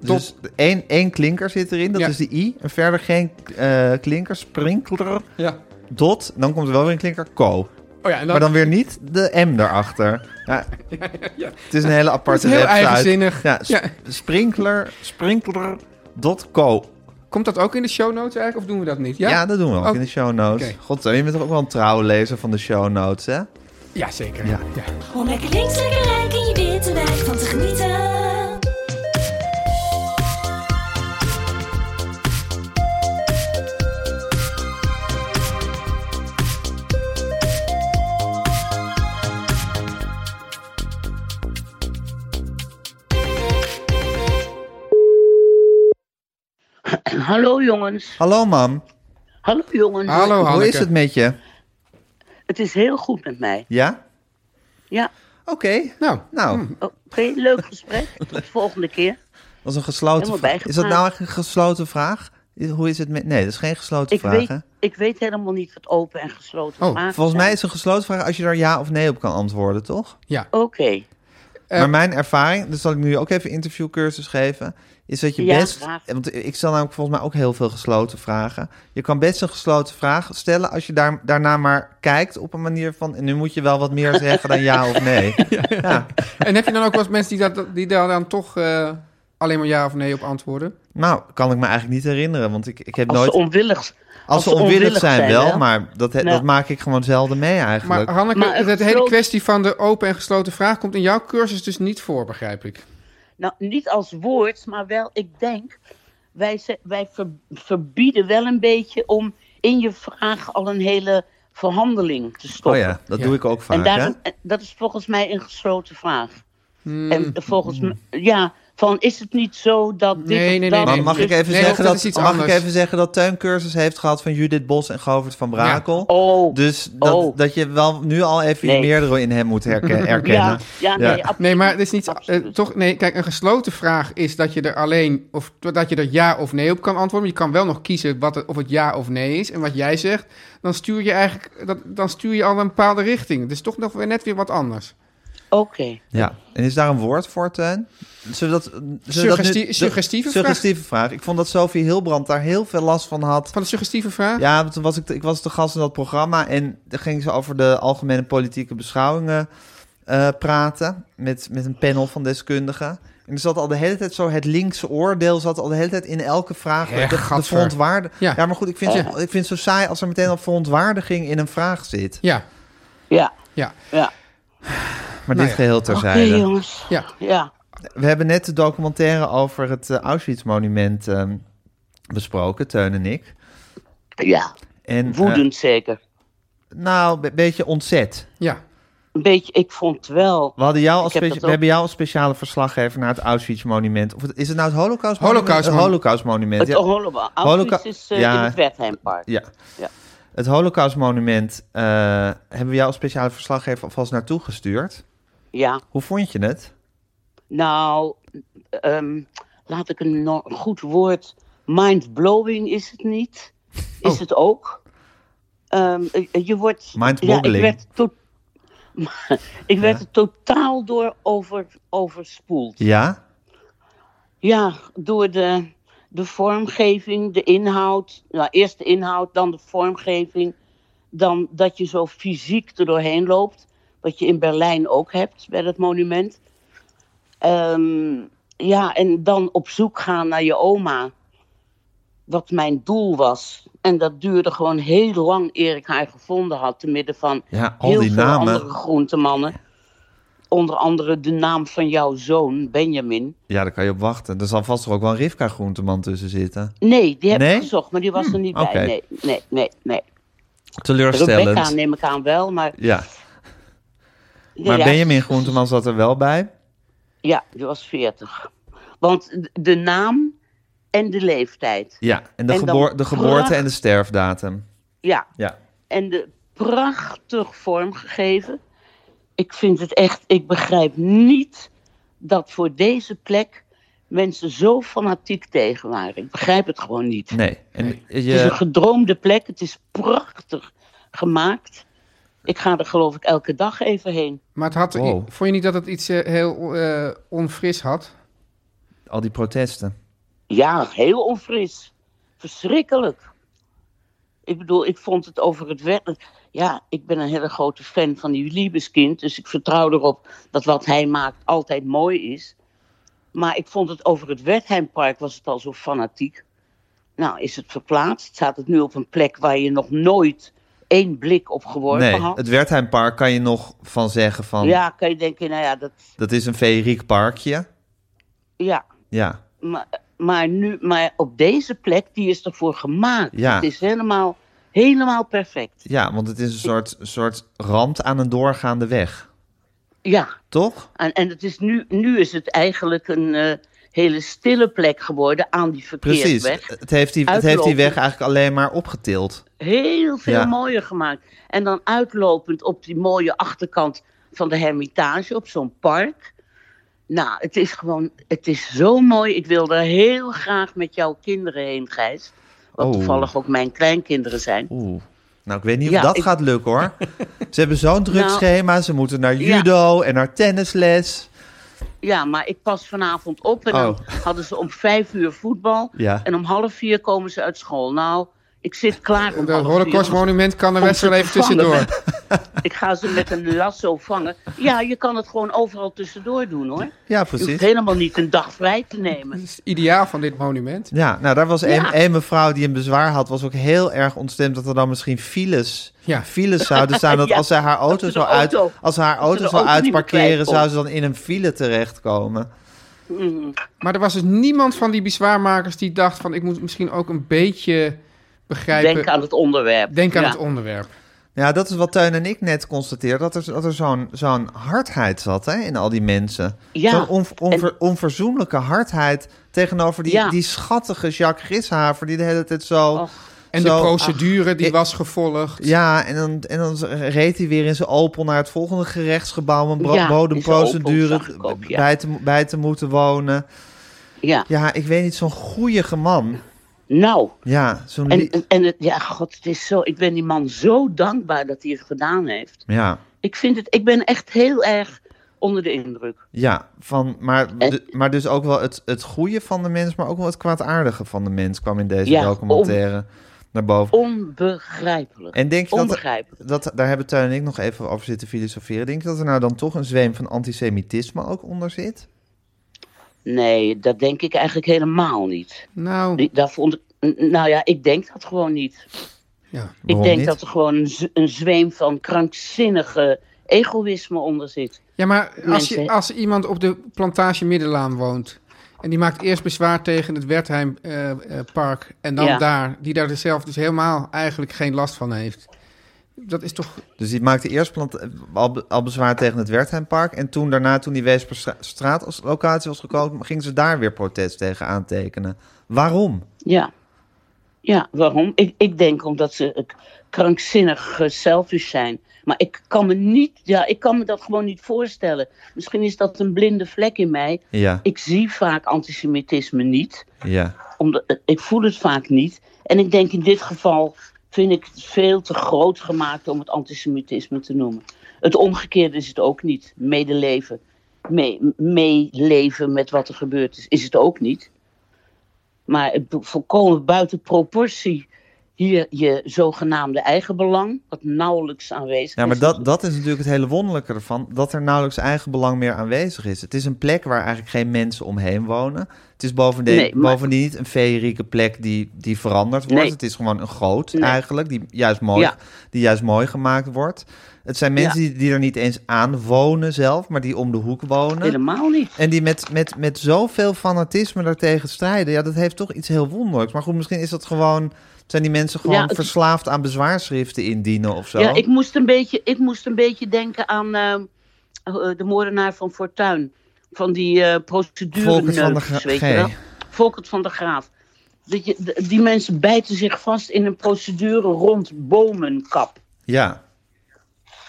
Speaker 2: Dus
Speaker 3: Tot-
Speaker 2: één, één klinker zit erin, dat
Speaker 3: Ja.
Speaker 2: is de I. En verder geen eh, klinker. Sprinkler.
Speaker 3: Ja.
Speaker 2: Dot. Dan komt er wel weer een klinker. Co.
Speaker 3: Oh ja,
Speaker 2: Maar
Speaker 3: en dan,
Speaker 2: dan weer niet de M daarachter. Ja. Het is een hele aparte
Speaker 3: heel
Speaker 2: website.
Speaker 3: eigenzinnig.
Speaker 2: Ja,
Speaker 3: Ja.
Speaker 2: sp- Sprinkler. Sprinkler. Dot co.
Speaker 3: komt dat ook in de show notes eigenlijk, of doen we dat niet? Ja,
Speaker 2: Ja? dat doen we ook
Speaker 3: Oh.
Speaker 2: in de show notes.
Speaker 3: Oké.
Speaker 2: God, eh, je bent toch ook wel een trouwe lezer van de show notes, hè?
Speaker 3: Ja, zeker.
Speaker 2: Ja.
Speaker 3: Ja.
Speaker 6: Om lekker links, lekker rijk in je witte wijk van te genieten.
Speaker 7: Hallo jongens.
Speaker 2: Hallo, mam.
Speaker 7: Hallo jongens.
Speaker 3: Hallo Oh, Hanneke.
Speaker 2: Hoe is het met je?
Speaker 7: Het is heel goed met mij.
Speaker 2: Ja?
Speaker 7: Ja, Oh,
Speaker 2: Oké.
Speaker 3: Nou,
Speaker 2: Nou,
Speaker 7: oké, leuk gesprek. Tot de volgende keer.
Speaker 2: dat is een gesloten
Speaker 7: Helemaal
Speaker 2: vraag. Is dat nou
Speaker 7: bijgepraat.
Speaker 2: eigenlijk een gesloten vraag? I- Hoe is het met... Nee, dat is geen gesloten
Speaker 7: Ik
Speaker 2: vraag,
Speaker 7: weet,
Speaker 2: hè?
Speaker 7: ik weet helemaal niet wat open en gesloten
Speaker 3: Oh,
Speaker 7: vragen
Speaker 2: Volgens mij
Speaker 7: zijn.
Speaker 2: is een gesloten vraag als je daar ja of nee op kan antwoorden, toch?
Speaker 3: ja.
Speaker 7: Oké,
Speaker 2: maar mijn ervaring, dus zal ik nu ook even interviewcursus geven, is dat je
Speaker 7: Ja,
Speaker 2: best...
Speaker 7: graag.
Speaker 2: Want ik stel namelijk volgens mij ook heel veel gesloten vragen. Je kan best een gesloten vraag stellen als je daar, daarna maar kijkt op een manier van... En nu moet je wel wat meer zeggen dan ja of nee. ja.
Speaker 3: En heb je dan ook wel eens mensen die, dat, die daar dan toch eh, alleen maar ja of nee op antwoorden?
Speaker 2: Nou, kan ik me eigenlijk niet herinneren, want ik, ik heb
Speaker 7: als,
Speaker 2: nooit...
Speaker 7: ze onwillig,
Speaker 2: Als, ze onwillig, zijn, wel,
Speaker 7: hè?
Speaker 2: maar dat, he-
Speaker 7: Nou.
Speaker 2: dat maak ik gewoon zelden mee
Speaker 3: Maar
Speaker 2: eigenlijk.
Speaker 3: Hanneke,
Speaker 7: Maar een
Speaker 3: het hele
Speaker 7: gesloten-
Speaker 3: kwestie van de open en gesloten vraag komt in jouw cursus dus niet voor, begrijp ik.
Speaker 7: Nou, niet als woord, maar wel, ik denk, wij, ze- wij ver- verbieden wel een beetje om in je vraag al een hele verhandeling te stoppen.
Speaker 2: oh ja, dat doe ik ook vaak.
Speaker 7: En daarom,
Speaker 2: hè?
Speaker 7: en dat is volgens mij een gesloten vraag.
Speaker 3: Hmm.
Speaker 7: En volgens mij, ja, van is het niet zo dat dit
Speaker 3: Nee,
Speaker 7: of
Speaker 3: nee,
Speaker 7: dat...
Speaker 3: nee,
Speaker 2: Maar mag
Speaker 7: dus-
Speaker 2: ik even
Speaker 3: Nee,
Speaker 2: zeggen
Speaker 3: dat
Speaker 2: dat,
Speaker 3: is iets
Speaker 2: mag ik
Speaker 3: anders.
Speaker 2: even zeggen dat Teun cursus heeft gehad van Judith Bos en Govert van Brakel?
Speaker 7: Oh,
Speaker 2: Dus dat,
Speaker 7: oh.
Speaker 2: dat je wel nu al even je
Speaker 7: Nee.
Speaker 2: meerdere in hem moet herken- herkennen.
Speaker 7: ja, ja, nee,
Speaker 2: Ja.
Speaker 7: absoluut.
Speaker 3: Nee, maar het is niet... eh,
Speaker 7: Absoluut.
Speaker 3: toch, nee, kijk, een gesloten vraag is dat je er alleen... of dat je er ja of nee op kan antwoorden. Maar je kan wel nog kiezen wat het, of het ja of nee is. En wat jij zegt, dan stuur je eigenlijk... Dat, dan stuur je al een bepaalde richting. Het is toch nog weer net weer wat anders.
Speaker 7: Oké.
Speaker 2: Ja. En is daar een woord voor, Teun? Zullen we dat, zullen we dat
Speaker 3: Suggestie-
Speaker 2: nu, de-
Speaker 3: suggestieve vraag?
Speaker 2: suggestieve vraag? Ik vond dat Sophie Hilbrand daar heel veel last van had.
Speaker 3: Van de suggestieve vraag?
Speaker 2: Ja, want toen was ik, te- ik was de gast in dat programma en dan ging ze over de algemene politieke beschouwingen eh, praten met, met een panel van deskundigen. En er zat al de hele tijd zo, het linkse oordeel zat al de hele tijd in elke vraag.
Speaker 3: Hè,
Speaker 2: de, de
Speaker 3: gadver.
Speaker 2: verontwaardiging. Ja.
Speaker 3: Ja.
Speaker 2: maar goed, ik vind, het, ik vind het zo saai als er meteen al verontwaardiging in een vraag zit.
Speaker 3: Ja,
Speaker 7: Ja,
Speaker 3: ja.
Speaker 7: ja.
Speaker 2: Maar
Speaker 3: Nou
Speaker 2: dit geheel
Speaker 7: Oké,
Speaker 2: terzijde.
Speaker 7: jongens.
Speaker 3: Ja.
Speaker 7: Ja.
Speaker 2: We hebben net de documentaire over het eh, Auschwitz-monument eh, besproken, Teun en ik.
Speaker 7: ja.
Speaker 2: En, eh,
Speaker 7: Woedend zeker.
Speaker 2: nou, een be- beetje ontzet.
Speaker 3: ja.
Speaker 7: Een beetje, ik vond wel...
Speaker 2: We, hadden jou als
Speaker 7: Ik heb
Speaker 2: specia-
Speaker 7: dat
Speaker 2: we
Speaker 7: ook.
Speaker 2: hebben jou als speciale verslaggever naar het Auschwitz-monument. Of het- is het nou het Holocaust-monument?
Speaker 3: Holocaust-
Speaker 2: Het Holocaust-monument,
Speaker 7: Het
Speaker 2: ja.
Speaker 7: Holocaust
Speaker 2: Holoca-
Speaker 7: is eh,
Speaker 2: ja.
Speaker 7: in het Wertheimpark.
Speaker 2: ja.
Speaker 7: Ja.
Speaker 2: Het Holocaust-monument eh, hebben we jou als speciale verslaggever alvast naartoe gestuurd.
Speaker 7: Ja.
Speaker 2: Hoe vond je het?
Speaker 7: Nou, ehm, laat ik een no- goed woord. Mindblowing is het niet. Is
Speaker 2: Oh.
Speaker 7: het ook. Ehm, eh, je wordt.
Speaker 2: Mindboggling.
Speaker 7: Ja, ik werd, to- ik werd er totaal door over, overspoeld.
Speaker 2: Ja?
Speaker 7: Ja, door de, de vormgeving, de inhoud. Nou, eerst de inhoud, dan de vormgeving. Dan dat je zo fysiek er doorheen loopt. Wat je in Berlijn ook hebt bij dat monument. Ehm, ja, en dan op zoek gaan naar je oma. Wat mijn doel was. En dat duurde gewoon heel lang eer ik haar gevonden had. Te midden van
Speaker 2: Ja, al
Speaker 7: heel
Speaker 2: die
Speaker 7: veel
Speaker 2: namen.
Speaker 7: andere groentemannen. Onder andere de naam van jouw zoon, Benjamin.
Speaker 2: Ja, daar kan je op wachten. Er zal vast toch ook wel een Rivka Groenteman tussen zitten.
Speaker 7: Nee, die heb
Speaker 2: Nee? Hm,
Speaker 7: ik gezocht, maar die was er niet bij.
Speaker 2: oké.
Speaker 7: Nee, nee, nee, nee.
Speaker 2: Teleurstellend.
Speaker 7: Rebecca neem ik aan wel, maar...
Speaker 2: Ja, maar
Speaker 7: ja,
Speaker 2: Benjamin Groenteman zat er wel bij.
Speaker 7: Ja, die was 40. Want de naam en de leeftijd.
Speaker 2: Ja, en de,
Speaker 7: En dan Ah.
Speaker 2: geboor- de geboorte
Speaker 7: pracht-
Speaker 2: en de sterfdatum.
Speaker 7: Ja,
Speaker 2: Ja.
Speaker 7: en de prachtig vormgegeven. Ik vind het echt... Ik begrijp niet dat voor deze plek mensen zo fanatiek tegen waren. Ik begrijp het gewoon niet.
Speaker 2: Nee. En
Speaker 7: Het is een
Speaker 2: je,
Speaker 7: gedroomde plek. Het is prachtig gemaakt. Ik ga er geloof ik elke dag even heen.
Speaker 3: Maar het had,
Speaker 2: Wow.
Speaker 3: vond je niet dat het iets eh, heel eh, onfris had?
Speaker 2: al die protesten.
Speaker 7: Ja, heel onfris. Verschrikkelijk. Ik bedoel, ik vond het over het werk. Ja, ik ben een hele grote fan van die Liebeskind. Dus ik vertrouw erop dat wat hij maakt altijd mooi is. Maar ik vond het over het Wertheimpark was het al zo fanatiek. Nou, is het verplaatst? Staat het nu op een plek waar je nog nooit één blik op geworpen
Speaker 2: Nee,
Speaker 7: had?
Speaker 2: het Wertheimpark kan je nog van zeggen van...
Speaker 7: Ja, kan je denken, nou ja, dat,
Speaker 2: Dat is een feeriek parkje.
Speaker 7: ja.
Speaker 2: Ja.
Speaker 7: Maar, maar, nu, maar op deze plek, die is ervoor gemaakt.
Speaker 2: Ja.
Speaker 7: Het is helemaal, helemaal perfect.
Speaker 2: Ja, want het is een soort, soort rand aan een doorgaande weg.
Speaker 7: Ja,
Speaker 2: Toch?
Speaker 7: en, en het is nu, nu is het eigenlijk een eh, hele stille plek geworden aan die
Speaker 2: Precies. Eh,
Speaker 7: verkeersweg.
Speaker 2: Het heeft, die, het heeft die
Speaker 7: Uitlopen.
Speaker 2: weg eigenlijk alleen maar opgetild.
Speaker 7: Heel veel
Speaker 2: Ja.
Speaker 7: mooier gemaakt. En dan uitlopend op die mooie achterkant van de Hermitage, op zo'n park. Nou, het is gewoon, het is zo mooi. Ik wil er heel graag met jouw kinderen heen, Gijs. Wat
Speaker 2: Oh.
Speaker 7: toevallig ook mijn kleinkinderen zijn.
Speaker 2: Oeh. Nou, ik weet niet of
Speaker 7: Ja,
Speaker 2: dat
Speaker 7: ik-
Speaker 2: gaat lukken hoor. Ze hebben zo'n druk
Speaker 7: Nou,
Speaker 2: schema. Ze moeten naar
Speaker 7: ja.
Speaker 2: judo en naar tennisles.
Speaker 7: Ja, maar ik pas vanavond op en dan
Speaker 2: Oh.
Speaker 7: hadden ze om vijf uur voetbal.
Speaker 2: Ja.
Speaker 7: En om half vier komen ze uit school. Nou, ik zit klaar om
Speaker 3: Het
Speaker 7: half vier.
Speaker 3: Holocaustmonument kan er
Speaker 7: Om
Speaker 3: best
Speaker 7: ze
Speaker 3: wel
Speaker 7: te
Speaker 3: even tussendoor.
Speaker 7: Ik ga ze met een lasso vangen. Ja, je kan het gewoon overal tussendoor doen hoor.
Speaker 2: Ja,
Speaker 7: Je hoeft
Speaker 2: precies.
Speaker 7: helemaal niet een dag vrij te nemen.
Speaker 3: Dat is het ideaal van dit monument.
Speaker 2: Ja, nou daar was één
Speaker 7: Ja.
Speaker 2: één mevrouw die een bezwaar had, was ook heel erg ontstemd dat er dan misschien files,
Speaker 3: Ja.
Speaker 2: files zouden staan. Dat
Speaker 7: Ja,
Speaker 2: als zij haar
Speaker 7: dat
Speaker 2: auto
Speaker 7: ze de
Speaker 2: zou uit,
Speaker 7: auto-
Speaker 2: als ze haar
Speaker 7: dat ze
Speaker 2: auto
Speaker 7: de
Speaker 2: zou
Speaker 7: auto niet meer
Speaker 2: uitparkeren,
Speaker 7: kwijtkomt.
Speaker 2: zou ze dan in een file terechtkomen.
Speaker 3: Maar er was dus niemand van die bezwaarmakers die dacht van... ik moet misschien ook een beetje begrijpen...
Speaker 7: Denk aan het onderwerp.
Speaker 3: Denk aan
Speaker 7: Ja.
Speaker 3: het onderwerp.
Speaker 2: Ja, dat is wat Teun en ik net constateerden. Dat er, dat er zo'n zo'n hardheid zat hè, in al die mensen.
Speaker 7: Ja.
Speaker 2: Zo'n on- onver- onverzoenlijke hardheid tegenover die,
Speaker 7: Ja.
Speaker 2: die schattige Jacques Grishaver... die de hele tijd zo...
Speaker 7: Och.
Speaker 3: En
Speaker 2: zo- ah,
Speaker 3: de procedure die
Speaker 2: ik-
Speaker 3: was gevolgd.
Speaker 2: Ja, en dan, en dan reed hij weer in zijn Opel naar het volgende gerechtsgebouw... om een bro-
Speaker 7: Ja, in zijn
Speaker 2: bodemprocedure
Speaker 7: Opel zag ik ook, ja.
Speaker 2: bij, te, mo- bij te moeten wonen.
Speaker 7: Ja,
Speaker 2: Ja, ik weet niet, zo'n goeie man.
Speaker 7: nou.
Speaker 2: Ja, zo'n...
Speaker 7: En, eh,
Speaker 2: lie-
Speaker 7: en, en het- ja, god, het is zo. Ik ben die man zo dankbaar dat hij het gedaan heeft.
Speaker 2: Ja,
Speaker 7: Ik vind het, ik ben echt heel erg onder de indruk.
Speaker 2: ja van, maar,
Speaker 7: En-
Speaker 2: du- maar dus ook wel het, het goede van de mens... maar ook wel het kwaadaardige van de mens... kwam in deze
Speaker 7: Ja,
Speaker 2: documentaire naar boven.
Speaker 7: Onbegrijpelijk.
Speaker 2: En denk je dat,
Speaker 7: Onbegrijpelijk.
Speaker 2: dat, daar hebben Tuin en ik nog even over zitten filosoferen. Denk je dat er nou dan toch een zweem van antisemitisme ook onder zit?
Speaker 7: Nee, dat denk ik eigenlijk helemaal niet.
Speaker 3: Nou,
Speaker 2: Oh.
Speaker 7: Die- Daar vond ik, n- nou ja, ik denk dat gewoon niet.
Speaker 3: ja.
Speaker 2: Waarom
Speaker 7: ik denk
Speaker 2: niet?
Speaker 7: dat er gewoon een, z- een zweem van krankzinnige egoïsme onder zit.
Speaker 3: Ja, maar als, je,
Speaker 7: Mensen.
Speaker 3: als iemand op de plantage Middenlaan woont... en die maakt eerst bezwaar tegen het Wertheimpark... park en dan
Speaker 7: Ja.
Speaker 3: daar, die daar zelf dus helemaal eigenlijk geen last van heeft... Dat is toch...
Speaker 2: Dus die maakte eerst plant, al, be- al bezwaar tegen het Wertheimpark. En toen daarna, toen die Weesperstraat als locatie was gekozen... gingen ze daar weer protest tegen aantekenen. Waarom?
Speaker 7: Ja. Ja, waarom? Ik, ik denk omdat ze eh, krankzinnig eh, selfish zijn. Maar ik kan, me niet, ja, ik kan me dat gewoon niet voorstellen. Misschien is dat een blinde vlek in mij.
Speaker 2: Ja,
Speaker 7: Ik zie vaak antisemitisme niet.
Speaker 2: ja,
Speaker 7: Omdat, eh, ik voel het vaak niet. En ik denk in dit geval vind ik het veel te groot gemaakt om het antisemitisme te noemen. Het omgekeerde is het ook niet. Medeleven, mee- meeleven met wat er gebeurd is, is het ook niet. Maar het bo- volkomen buiten proportie hier je zogenaamde eigen belang, wat nauwelijks aanwezig
Speaker 2: ja maar
Speaker 7: is.
Speaker 2: dat, dat is natuurlijk het hele wonderlijke ervan, dat er nauwelijks eigen belang meer aanwezig is. Het is een plek waar eigenlijk geen mensen omheen wonen. Het is bovendien,
Speaker 7: Nee, maar-
Speaker 2: bovendien niet een feerieke plek die, die veranderd wordt.
Speaker 7: Nee.
Speaker 2: Het is gewoon een goot
Speaker 7: Nee.
Speaker 2: eigenlijk, die juist, mooi,
Speaker 7: Ja.
Speaker 2: die juist mooi gemaakt wordt. Het zijn mensen die, die er niet eens aan wonen zelf, maar die om de hoek wonen.
Speaker 7: Helemaal niet.
Speaker 2: En die met, met, met zoveel fanatisme daartegen strijden. Ja, dat heeft toch iets heel wonderlijks. Maar goed, misschien is dat gewoon... Zijn die mensen gewoon
Speaker 7: Ja, het-
Speaker 2: verslaafd aan bezwaarschriften indienen of zo?
Speaker 7: Ja, ik moest een beetje, ik moest een beetje denken aan eh, eh, de moordenaar van Fortuin. Van die eh procedure
Speaker 2: Volkert van der Gra-
Speaker 7: weet je
Speaker 2: G.
Speaker 7: wel? Volkert van der Graaf. Dat je, d- die mensen bijten zich vast in een procedure rond bomenkap.
Speaker 2: Ja,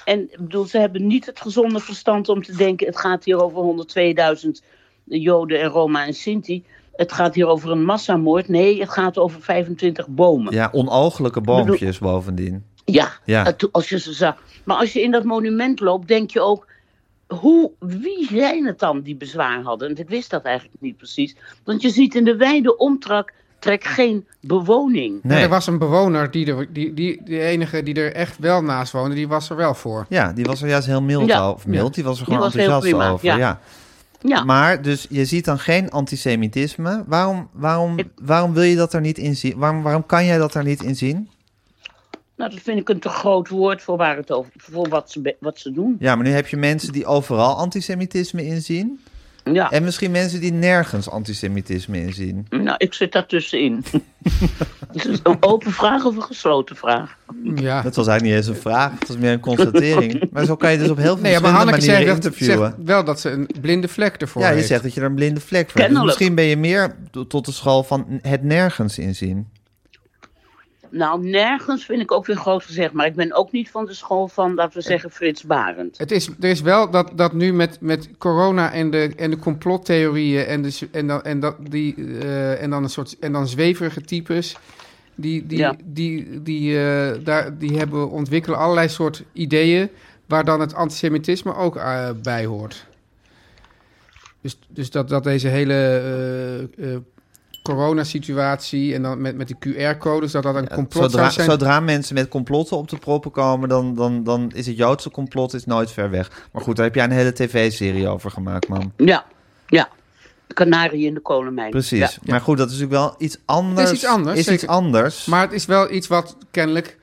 Speaker 7: En ik bedoel, ze hebben niet het gezonde verstand om te denken... het gaat hier over 102.000 Joden en Roma en Sinti. Het gaat hier over een massamoord. Nee, het gaat over 25 bomen.
Speaker 2: ja onogelijke boompjes bovendien.
Speaker 7: Ja,
Speaker 2: Ja.
Speaker 7: eh, to- als je ze zag. Maar als je in dat monument loopt, denk je ook... Hoe, wie zijn het dan die bezwaar hadden? Want ik wist dat eigenlijk niet precies. Want je ziet in de wijde omtrek trek geen bewoning.
Speaker 3: En
Speaker 2: Nee,
Speaker 3: Er was een bewoner, die, er, die, die, die enige die er echt wel naast woonde, die was er wel voor.
Speaker 2: ja, die was er juist heel mild
Speaker 7: Ja.
Speaker 2: al- Of mild, die was er
Speaker 7: Die
Speaker 2: gewoon
Speaker 7: was heel
Speaker 2: enthousiast
Speaker 7: prima,
Speaker 2: over. Ja.
Speaker 7: ja. Ja,
Speaker 2: Maar dus je ziet dan geen antisemitisme. Waarom, waarom,
Speaker 7: Ik-
Speaker 2: waarom wil je dat er niet in zien? Waarom, waarom kan jij dat er niet in zien?
Speaker 7: nou, dat vind ik een te groot woord voor, waar het over, voor wat, ze, be- wat ze doen.
Speaker 2: Ja, maar nu heb je mensen die overal antisemitisme inzien.
Speaker 7: Ja,
Speaker 2: En misschien mensen die nergens antisemitisme inzien.
Speaker 7: nou, ik zit daartussenin. Is het een open vraag of een gesloten vraag?
Speaker 3: Ja.
Speaker 2: Dat was eigenlijk niet eens een vraag, het was meer een constatering. Maar zo kan je dus op heel veel
Speaker 3: Nee, ja, maar
Speaker 2: verschillende
Speaker 3: Hanneke
Speaker 2: manieren
Speaker 3: zegt, dat-
Speaker 2: interviewen.
Speaker 3: zegt wel dat ze een blinde vlek ervoor
Speaker 2: ja, je
Speaker 3: heeft.
Speaker 2: zegt dat je er een blinde vlek voor hebt. Dus
Speaker 7: Kennelijk.
Speaker 2: misschien ben je meer to- tot de school van het nergens inzien.
Speaker 7: Nou, nergens vind ik ook weer groot gezegd. Maar ik ben ook niet van de school van, laten we zeggen, Frits Barend.
Speaker 3: Het is, er is wel dat, dat nu met, met corona en de, en de complottheorieën en, de, s- en, dan, en, dat, die, eh, en dan een soort en dan zweverige types. Die, die,
Speaker 7: Ja.
Speaker 3: die, die, eh, daar, die hebben ontwikkelen allerlei soort ideeën waar dan het antisemitisme ook eh, bij hoort. Dus, dus dat, dat deze hele eh, eh, coronasituatie en dan met, met de QR-codes, dat dat een complot
Speaker 2: zodra,
Speaker 3: zou zijn.
Speaker 2: zodra mensen met complotten op de proppen komen, dan, dan, dan is het Joodse complot is nooit ver weg. Maar goed, daar heb jij een hele tv-serie over gemaakt, man.
Speaker 7: Ja, ja. Canarie in de kolenmijn.
Speaker 2: Precies.
Speaker 7: Ja.
Speaker 2: Maar goed, dat is natuurlijk wel iets anders.
Speaker 3: iets anders,
Speaker 2: Is iets
Speaker 3: zeker.
Speaker 2: anders.
Speaker 3: Maar het is wel iets wat kennelijk...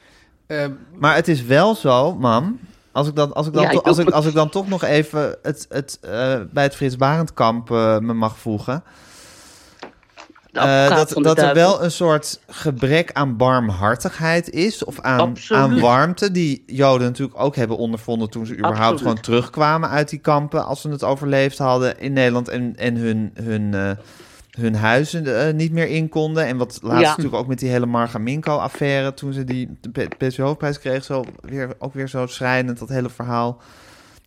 Speaker 3: eh,
Speaker 2: Maar het is wel zo, mam. Als ik dan, als ik dan,
Speaker 7: Ja,
Speaker 2: to-
Speaker 7: ik
Speaker 2: als
Speaker 7: ook.
Speaker 2: ik, als ik dan toch nog even het, het, eh, bij het Frits Barendkamp eh, me mag voegen.
Speaker 7: De
Speaker 2: eh,
Speaker 7: advocaat
Speaker 2: dat
Speaker 7: van de
Speaker 2: dat er
Speaker 7: duivel.
Speaker 2: wel een soort gebrek aan barmhartigheid is. Of aan,
Speaker 7: Absoluut.
Speaker 2: aan warmte. Die Joden natuurlijk ook hebben ondervonden toen ze überhaupt
Speaker 7: Absoluut.
Speaker 2: gewoon terugkwamen uit die kampen. Als ze het overleefd hadden in Nederland en, en hun. hun eh, hun huizen eh, niet meer in konden. En wat laatst
Speaker 7: Ja.
Speaker 2: natuurlijk ook met die hele Marga Minko-affaire... toen ze die PSV-hoofdprijs kreeg, zo weer, ook weer zo schrijnend dat hele verhaal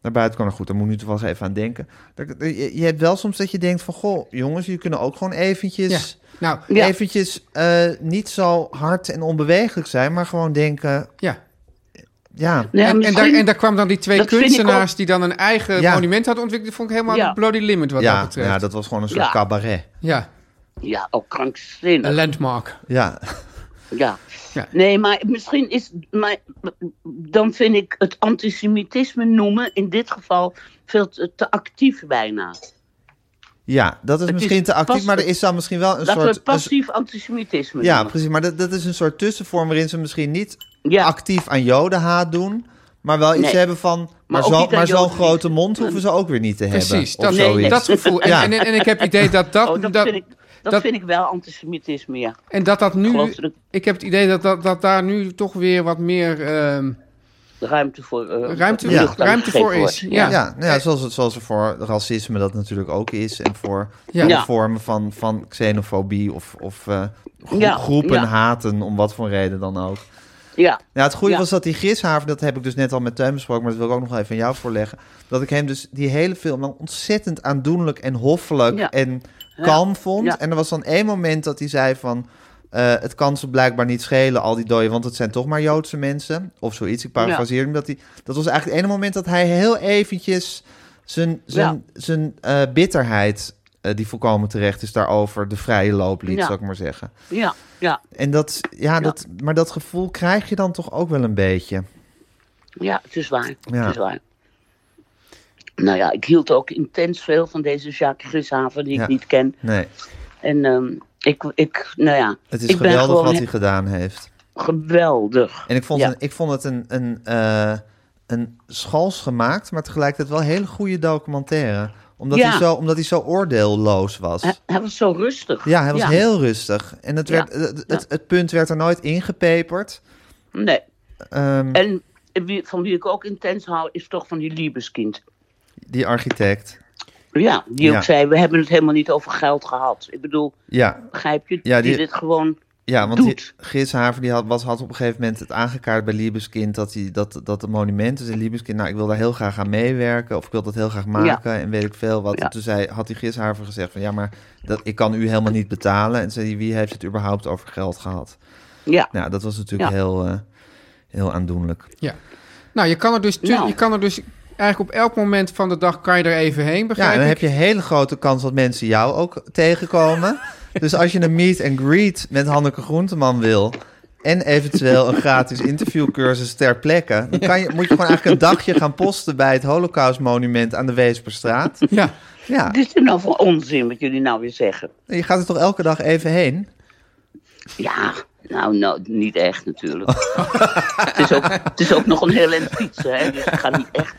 Speaker 2: naar buiten kwam. Nou goed, daar moet ik nu toch wel eens even aan denken. Dat- dat- Je je hebt wel soms dat je denkt van... goh, jongens, jullie kunnen ook gewoon eventjes...
Speaker 3: nou,
Speaker 7: Ja.
Speaker 2: eventjes eh, niet zo hard en onbewegelijk zijn... maar gewoon denken,
Speaker 3: ja.
Speaker 2: ja...
Speaker 7: Ja,
Speaker 3: en, en, daar,
Speaker 7: misschien-
Speaker 3: en daar kwam dan die twee
Speaker 7: Dat vind ik
Speaker 3: kunstenaars die dan een eigen
Speaker 2: Ja.
Speaker 3: monument hadden ontwikkeld. Dat vond ik helemaal
Speaker 7: Ja.
Speaker 3: de bloody limit wat dat
Speaker 2: Ja,
Speaker 3: betreft.
Speaker 2: ja, dat was gewoon een soort
Speaker 7: Ja.
Speaker 2: cabaret.
Speaker 3: Ja,
Speaker 7: Ja, ook krankzinnig.
Speaker 3: een landmark.
Speaker 2: Ja,
Speaker 7: Ja.
Speaker 3: Ja.
Speaker 7: Nee, maar misschien is. Maar, dan vind ik het antisemitisme noemen in dit geval veel te, te actief bijna.
Speaker 2: ja dat is
Speaker 7: Het is
Speaker 2: misschien te actief,
Speaker 7: pas-
Speaker 2: maar er is dan misschien wel een
Speaker 7: Laten
Speaker 2: soort...
Speaker 7: we
Speaker 2: een so-
Speaker 7: passief antisemitisme
Speaker 2: Ja,
Speaker 7: noemen.
Speaker 2: precies. Maar dat, dat is een soort tussenvorm waarin ze misschien niet
Speaker 7: Ja.
Speaker 2: actief aan jodenhaat doen. Maar wel iets
Speaker 7: Nee.
Speaker 2: hebben van. Maar,
Speaker 7: ook
Speaker 2: zo,
Speaker 7: niet aan
Speaker 2: maar zo'n
Speaker 7: jodenliefde.
Speaker 2: grote mond hoeven ze ook weer niet te hebben.
Speaker 3: Precies,
Speaker 2: of
Speaker 3: dat,
Speaker 7: nee,
Speaker 2: zoiets.
Speaker 3: dat gevoel. En,
Speaker 2: Ja.
Speaker 3: en, en, en ik heb het idee dat dat...
Speaker 7: Oh, dat,
Speaker 3: dat-
Speaker 7: vind ik, dat,
Speaker 3: dat-
Speaker 7: vind ik wel antisemitisme, ja.
Speaker 3: en dat dat nu...
Speaker 7: Geloof er-
Speaker 3: Ik heb het idee dat, dat, dat daar nu toch weer wat meer... ehm,
Speaker 7: ruimte voor... eh,
Speaker 3: Ruimte,
Speaker 2: Ja.
Speaker 3: ruimte
Speaker 7: gegeven
Speaker 3: voor is.
Speaker 7: wordt.
Speaker 3: Ja.
Speaker 2: Ja, nou
Speaker 7: Eh.
Speaker 2: ja zoals, het, zoals er voor racisme dat natuurlijk ook is. En voor
Speaker 3: Ja.
Speaker 2: alle
Speaker 7: Ja.
Speaker 2: vormen van, van xenofobie of, of eh, gro-
Speaker 7: Ja,
Speaker 2: groepen
Speaker 7: ja.
Speaker 2: haten, om wat voor reden dan ook.
Speaker 7: Ja,
Speaker 2: Ja, Nou, het goede
Speaker 7: Ja.
Speaker 2: was dat die Grishaver, dat heb ik dus net al met Tuin besproken, maar dat wil ik ook nog even aan jou voorleggen. Dat ik hem dus die hele film lang ontzettend aandoenlijk en hoffelijk
Speaker 7: Ja.
Speaker 2: en kalm vond.
Speaker 7: Ja.
Speaker 2: En er was dan één moment dat hij zei van, eh, het kan ze blijkbaar niet schelen, al die doden, want het zijn toch maar Joodse mensen. Of zoiets, ik parafraseer hem. Dat, hij, dat was eigenlijk het ene moment dat hij heel eventjes zijn, zijn, zijn eh, bitterheid, eh, die volkomen terecht is daarover, de vrije loop liet,
Speaker 7: Ja.
Speaker 2: zou ik maar zeggen.
Speaker 7: ja, ja,
Speaker 2: En dat, ja, Dat, maar dat gevoel krijg je dan toch ook wel een beetje.
Speaker 7: ja, het is waar.
Speaker 2: Ja.
Speaker 7: Het is waar. Nou ja, ik hield ook intens veel van deze Jacques Grishaven, die
Speaker 2: Ja.
Speaker 7: ik niet ken.
Speaker 2: Nee,
Speaker 7: En ehm, ik, ik, nou ja,
Speaker 2: het is
Speaker 7: ik ben
Speaker 2: geweldig
Speaker 7: gewoon
Speaker 2: wat
Speaker 7: he-
Speaker 2: hij gedaan heeft.
Speaker 7: geweldig.
Speaker 2: En ik vond,
Speaker 7: Ja.
Speaker 2: een- ik vond het een, een, eh, een schals gemaakt, maar tegelijkertijd wel een hele goede documentaire. Omdat,
Speaker 7: Ja. Eh,
Speaker 2: hij, zo, omdat hij zo oordeelloos was.
Speaker 7: Hij, hij was zo rustig.
Speaker 2: ja, hij was heel rustig. En het,
Speaker 7: Ja.
Speaker 2: werd, het, het, het punt werd er nooit ingepeperd.
Speaker 7: Nee.
Speaker 2: Ehm,
Speaker 7: En wie- van wie ik ook intens hou, is toch van die Liebeskind.
Speaker 2: die architect.
Speaker 7: Ja, die ook
Speaker 2: Ja.
Speaker 7: zei, we hebben het helemaal niet over geld gehad. Ik bedoel,
Speaker 2: Ja,
Speaker 7: begrijp je?
Speaker 2: Ja,
Speaker 7: die...
Speaker 2: die-
Speaker 7: dit gewoon...
Speaker 2: ja want die,
Speaker 7: Doet.
Speaker 2: Grishaver die had, was, had op een gegeven moment het aangekaart bij Liebeskind... dat, hij, dat, dat de monumenten in Liebeskind... nou, ik wil daar heel graag aan meewerken... of ik wil dat heel graag maken en weet ik veel wat.
Speaker 7: Ja.
Speaker 2: En toen zei, had die Grishaver gezegd van... ja, maar dat, ik kan u helemaal niet betalen. En zei hij, wie heeft het überhaupt over geld gehad?
Speaker 7: Ja,
Speaker 2: Nou, dat was natuurlijk
Speaker 7: Ja.
Speaker 2: heel, eh, heel aandoenlijk.
Speaker 3: Ja. Nou, je kan, er dus, tu-
Speaker 7: Nou.
Speaker 3: je kan er dus eigenlijk op elk moment van de dag kan je er even heen,
Speaker 2: Ja,
Speaker 3: begrijp
Speaker 2: en dan
Speaker 3: ik?
Speaker 2: heb je een hele grote kans dat mensen jou ook tegenkomen. dus als je een meet and greet met Hanneke Groenteman wil... en eventueel een gratis interviewcursus ter plekke... dan kan je, moet je gewoon eigenlijk een dagje gaan posten... bij het Holocaustmonument aan de Weesperstraat.
Speaker 3: Ja.
Speaker 2: Ja,
Speaker 7: dit is nou voor onzin wat jullie nou weer zeggen.
Speaker 2: je gaat er toch elke dag even heen?
Speaker 7: Ja, nou, nou niet echt natuurlijk. het, is ook, het is ook nog een heel eind fietsen, hè, dus ik ga niet echt.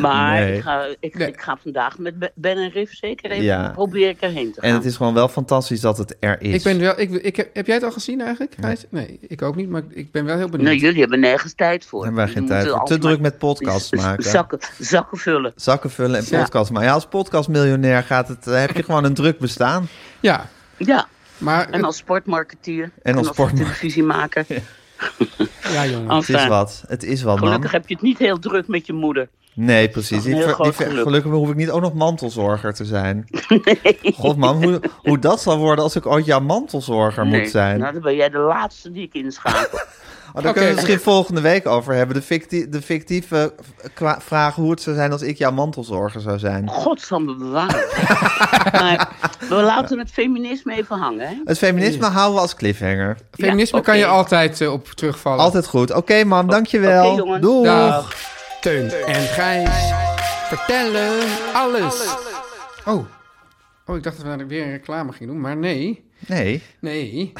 Speaker 7: Maar
Speaker 2: Nee.
Speaker 7: ik, ga, ik,
Speaker 3: Nee.
Speaker 7: ik ga vandaag met Be- Ben en Riff zeker even
Speaker 2: Ja.
Speaker 7: probeer ik erheen te gaan.
Speaker 2: En het is gewoon wel fantastisch dat het er is.
Speaker 3: Ik ben wel, ik, ik, heb, heb jij het al gezien eigenlijk? Gijs? Nee, ik ook niet, maar ik ben wel heel benieuwd.
Speaker 7: Nou, jullie hebben nergens tijd voor.
Speaker 2: Hebben wij
Speaker 7: Jullie
Speaker 3: Mm,
Speaker 2: geen tijd
Speaker 7: moeten
Speaker 2: voor. Te
Speaker 7: altijd
Speaker 2: druk
Speaker 7: maar
Speaker 2: met podcasts
Speaker 7: z- z-
Speaker 2: maken.
Speaker 7: Zakken, zakken vullen.
Speaker 2: Zakken vullen en
Speaker 7: Ja.
Speaker 2: podcast. Maar ja, als podcastmiljonair gaat het, eh, heb je gewoon een druk bestaan.
Speaker 3: Ja,
Speaker 7: Ja,
Speaker 3: maar...
Speaker 7: en als sportmarketeer.
Speaker 2: als sportmarketeer.
Speaker 7: televisiemaker.
Speaker 3: ja, jongen.
Speaker 2: Het is wat. Het is wat, man.
Speaker 7: Gelukkig heb je het niet heel druk met je moeder.
Speaker 2: Nee, precies.
Speaker 7: een
Speaker 2: Ik
Speaker 7: heel
Speaker 2: ver-
Speaker 7: groot
Speaker 2: ik ver-
Speaker 7: geluk.
Speaker 2: gelukkig hoef ik niet ook nog mantelzorger te zijn. Nee. God man, hoe, hoe dat zal worden als ik ooit jouw mantelzorger moet zijn.
Speaker 7: Nou, dan ben jij de laatste die ik inschakel.
Speaker 2: Oh, daar kunnen we
Speaker 3: Oké.
Speaker 2: misschien volgende week over hebben. De, fictie- de fictieve kwa- vraag hoe het zou zijn als ik jouw mantelzorger zou zijn.
Speaker 7: Godsamme bewaren. maar we laten het feminisme even hangen, hè?
Speaker 2: Het feminisme houden we als cliffhanger.
Speaker 3: Feminisme
Speaker 7: Ja,
Speaker 3: kan je
Speaker 7: oké.
Speaker 3: altijd eh, op terugvallen.
Speaker 2: Altijd goed. Oké mam, dankjewel.
Speaker 7: Oké, jongens.
Speaker 2: Doeg.
Speaker 3: Dag. Teun en Gijs vertellen alles. Oh. oh, ik dacht dat we weer een reclame gingen doen, maar nee.
Speaker 2: Nee,
Speaker 3: Nee.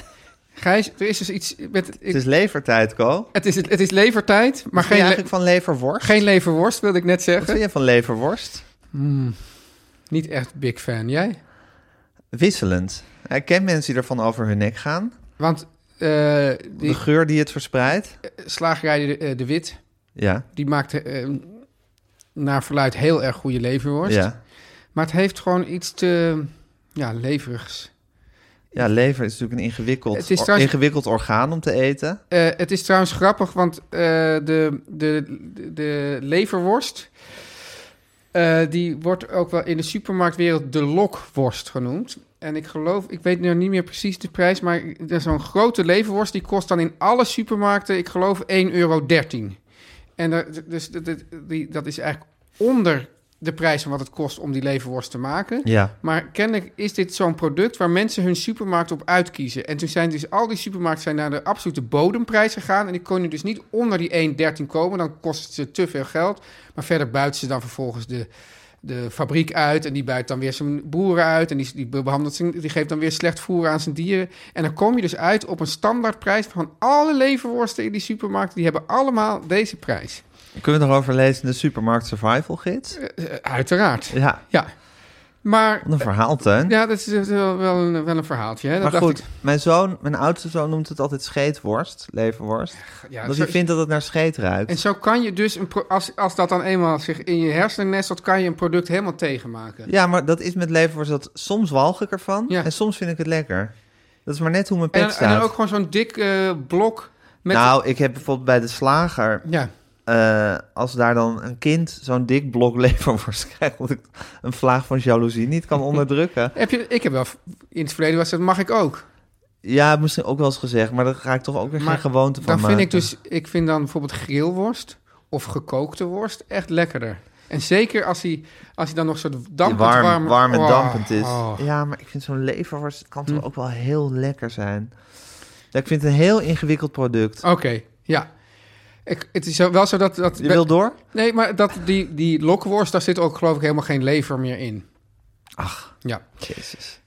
Speaker 3: Gijs, er is dus iets... Met, ik-
Speaker 2: het is levertijd, Ko.
Speaker 3: het, is, het is levertijd, maar
Speaker 2: Maar
Speaker 3: geen,
Speaker 2: geen
Speaker 3: le-
Speaker 2: eigenlijk van leverworst?
Speaker 3: geen leverworst, wilde ik net
Speaker 2: Wat vind
Speaker 3: zeggen.
Speaker 2: je van leverworst?
Speaker 3: Niet echt big fan, jij?
Speaker 2: Wisselend. Ik ken mensen die ervan over hun nek gaan.
Speaker 3: Want eh,
Speaker 2: De
Speaker 3: die
Speaker 2: geur die het verspreidt.
Speaker 3: slagerij de, eh, de Wit,
Speaker 2: Ja,
Speaker 3: die maakt eh, naar verluid heel erg goede leverworst.
Speaker 2: ja.
Speaker 3: Maar het heeft gewoon iets te... Ja, leverigs.
Speaker 2: Ja, lever is natuurlijk een ingewikkeld,
Speaker 3: Het is
Speaker 2: or-
Speaker 3: trouwens-
Speaker 2: ingewikkeld orgaan om te eten.
Speaker 3: Eh, het is trouwens grappig, want eh, de, de, de, de leverworst... eh, die wordt ook wel in de supermarktwereld de lokworst genoemd. En ik geloof, ik weet nu niet meer precies de prijs... maar er is zo'n grote leverworst, die kost dan in alle supermarkten... ik geloof 1,13 euro. En er, dus, dat- dat- die, dat is eigenlijk onder de prijs van wat het kost om die leverworst te maken.
Speaker 2: Ja.
Speaker 3: Maar kennelijk is dit zo'n product waar mensen hun supermarkt op uitkiezen. En toen zijn dus al die supermarkten zijn naar de absolute bodemprijs gegaan. En die konden dus niet onder die 1,13 komen. Dan kost het ze te veel geld. Maar verder buiten ze dan vervolgens de, de fabriek uit. En die buit dan weer zijn boeren uit. En die, die, behandelt zijn, die geeft dan weer slecht voer aan zijn dieren. En dan kom je dus uit op een standaardprijs van alle leverworsten in die supermarkt. Die hebben allemaal deze prijs.
Speaker 2: Kunnen we het nog over lezen in de Supermarkt Survival Gids?
Speaker 3: Eh, eh, uiteraard.
Speaker 2: Ja.
Speaker 3: Ja. Maar
Speaker 2: Wat een verhaaltuin.
Speaker 3: ja, dat is wel, wel, een, wel een verhaaltje. Hè? Dat
Speaker 2: maar
Speaker 3: dacht
Speaker 2: goed,
Speaker 3: ik,
Speaker 2: mijn zoon, mijn oudste zoon noemt het altijd scheetworst, leverworst.
Speaker 3: ja,
Speaker 2: omdat
Speaker 3: zo
Speaker 2: hij
Speaker 3: is-
Speaker 2: vindt dat het naar scheet
Speaker 3: En
Speaker 2: ruikt.
Speaker 3: zo kan je dus, een pro- als, als dat dan eenmaal zich in je hersenen nestelt, kan je een product helemaal tegenmaken.
Speaker 2: Ja, maar dat is met leverworst dat soms walg ik ervan
Speaker 3: Ja.
Speaker 2: en soms vind ik het lekker. Dat is maar net hoe mijn pet
Speaker 3: En, dan- en
Speaker 2: staat.
Speaker 3: dan ook gewoon zo'n dik eh, blok met...
Speaker 2: nou, ik heb bijvoorbeeld bij de slager,
Speaker 3: ja.
Speaker 2: eh, als daar dan een kind zo'n dik blok leverworst krijgt, omdat ik een vlaag van jaloezie niet kan onderdrukken.
Speaker 3: heb je, ik heb wel, in het verleden was dat mag ik ook.
Speaker 2: Ja, misschien ook wel eens gezegd, maar daar ga ik toch ook weer
Speaker 3: Maar
Speaker 2: geen gewoonte van
Speaker 3: Dan
Speaker 2: maken.
Speaker 3: vind ik dus, ik vind dan bijvoorbeeld grillworst of gekookte worst echt lekkerder. En zeker als hij, als hij dan nog soort dampend
Speaker 2: warm,
Speaker 3: warm,
Speaker 2: warm en
Speaker 3: Oh,
Speaker 2: dampend is.
Speaker 3: oh. Hm.
Speaker 2: Ja, maar ik vind zo'n leverworst het kan toch ook wel heel lekker zijn. Ja, ik vind het een heel ingewikkeld product.
Speaker 3: Oké, ja. Ik, het is zo- wel zo dat... dat
Speaker 2: Je wil door?
Speaker 3: Nee, maar dat, die, die lokworst, daar zit ook geloof ik helemaal geen lever meer in. Ach. Ja.
Speaker 2: Jezus.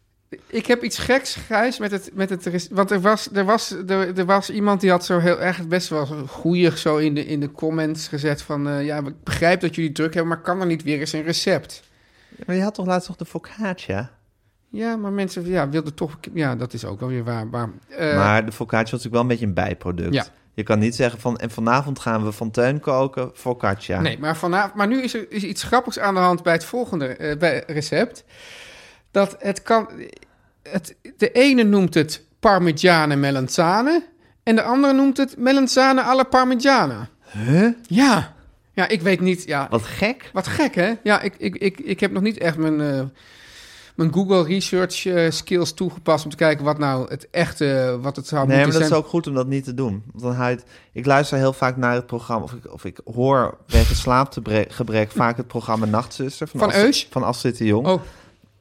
Speaker 3: Ik heb iets geks, Gijs, met het... Met het res- want er was, er, was, er, er was iemand die had zo heel erg best wel goeie zo in de, in de comments gezet van... eh, ja, ik begrijp dat jullie druk hebben, maar kan er niet weer eens een recept?
Speaker 2: Maar je had toch laatst nog de focaccia?
Speaker 3: Ja, maar mensen ja, wilden toch... Ja, dat is ook wel weer waar. Maar, eh,
Speaker 2: maar de focaccia was natuurlijk wel een beetje een bijproduct.
Speaker 3: Ja.
Speaker 2: Je kan niet zeggen van, en vanavond gaan we van tuin koken focaccia.
Speaker 3: Nee, maar, vanavond, maar nu is er is iets grappigs aan de hand bij het volgende eh, bij recept. Dat het kan... Het, de ene noemt het parmigiane melanzane... en de andere noemt het melanzane alla parmigiana. Huh? Ja. Ja, ik weet niet... Ja,
Speaker 2: Wat gek.
Speaker 3: wat gek, hè? Ja, ik, ik, ik, ik heb nog niet echt mijn, eh, mijn Google Research eh, skills toegepast... om te kijken wat nou het echte... wat het zou
Speaker 2: Nee, maar
Speaker 3: moeten
Speaker 2: dat is
Speaker 3: zijn.
Speaker 2: ook goed om dat niet te doen. Want dan haal je het- ik luister heel vaak naar het programma, of ik, of ik hoor wegens slaapgebrek vaak het programma Nachtzuster van,
Speaker 3: Van
Speaker 2: Astrid-
Speaker 3: Eus?
Speaker 2: Van Astrid de Jong.
Speaker 3: Oh,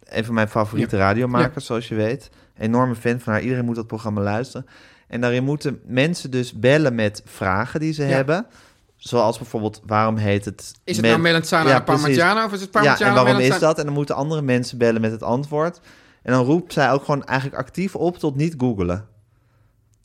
Speaker 2: een van mijn favoriete radiomakers, zoals je weet. Enorme fan van haar. Iedereen moet dat programma luisteren. En daarin moeten mensen dus bellen met vragen die ze
Speaker 3: Ja.
Speaker 2: hebben. Zoals bijvoorbeeld, waarom heet het...
Speaker 3: is het
Speaker 2: mel-
Speaker 3: nou melanzane
Speaker 2: Ja,
Speaker 3: alla
Speaker 2: precies.
Speaker 3: parmigiana... of is het
Speaker 2: Ja,
Speaker 3: parmigiana
Speaker 2: en waarom is
Speaker 3: melanzane-
Speaker 2: dat? En dan moeten andere mensen bellen met het antwoord. En dan roept zij ook gewoon eigenlijk actief op tot niet googelen.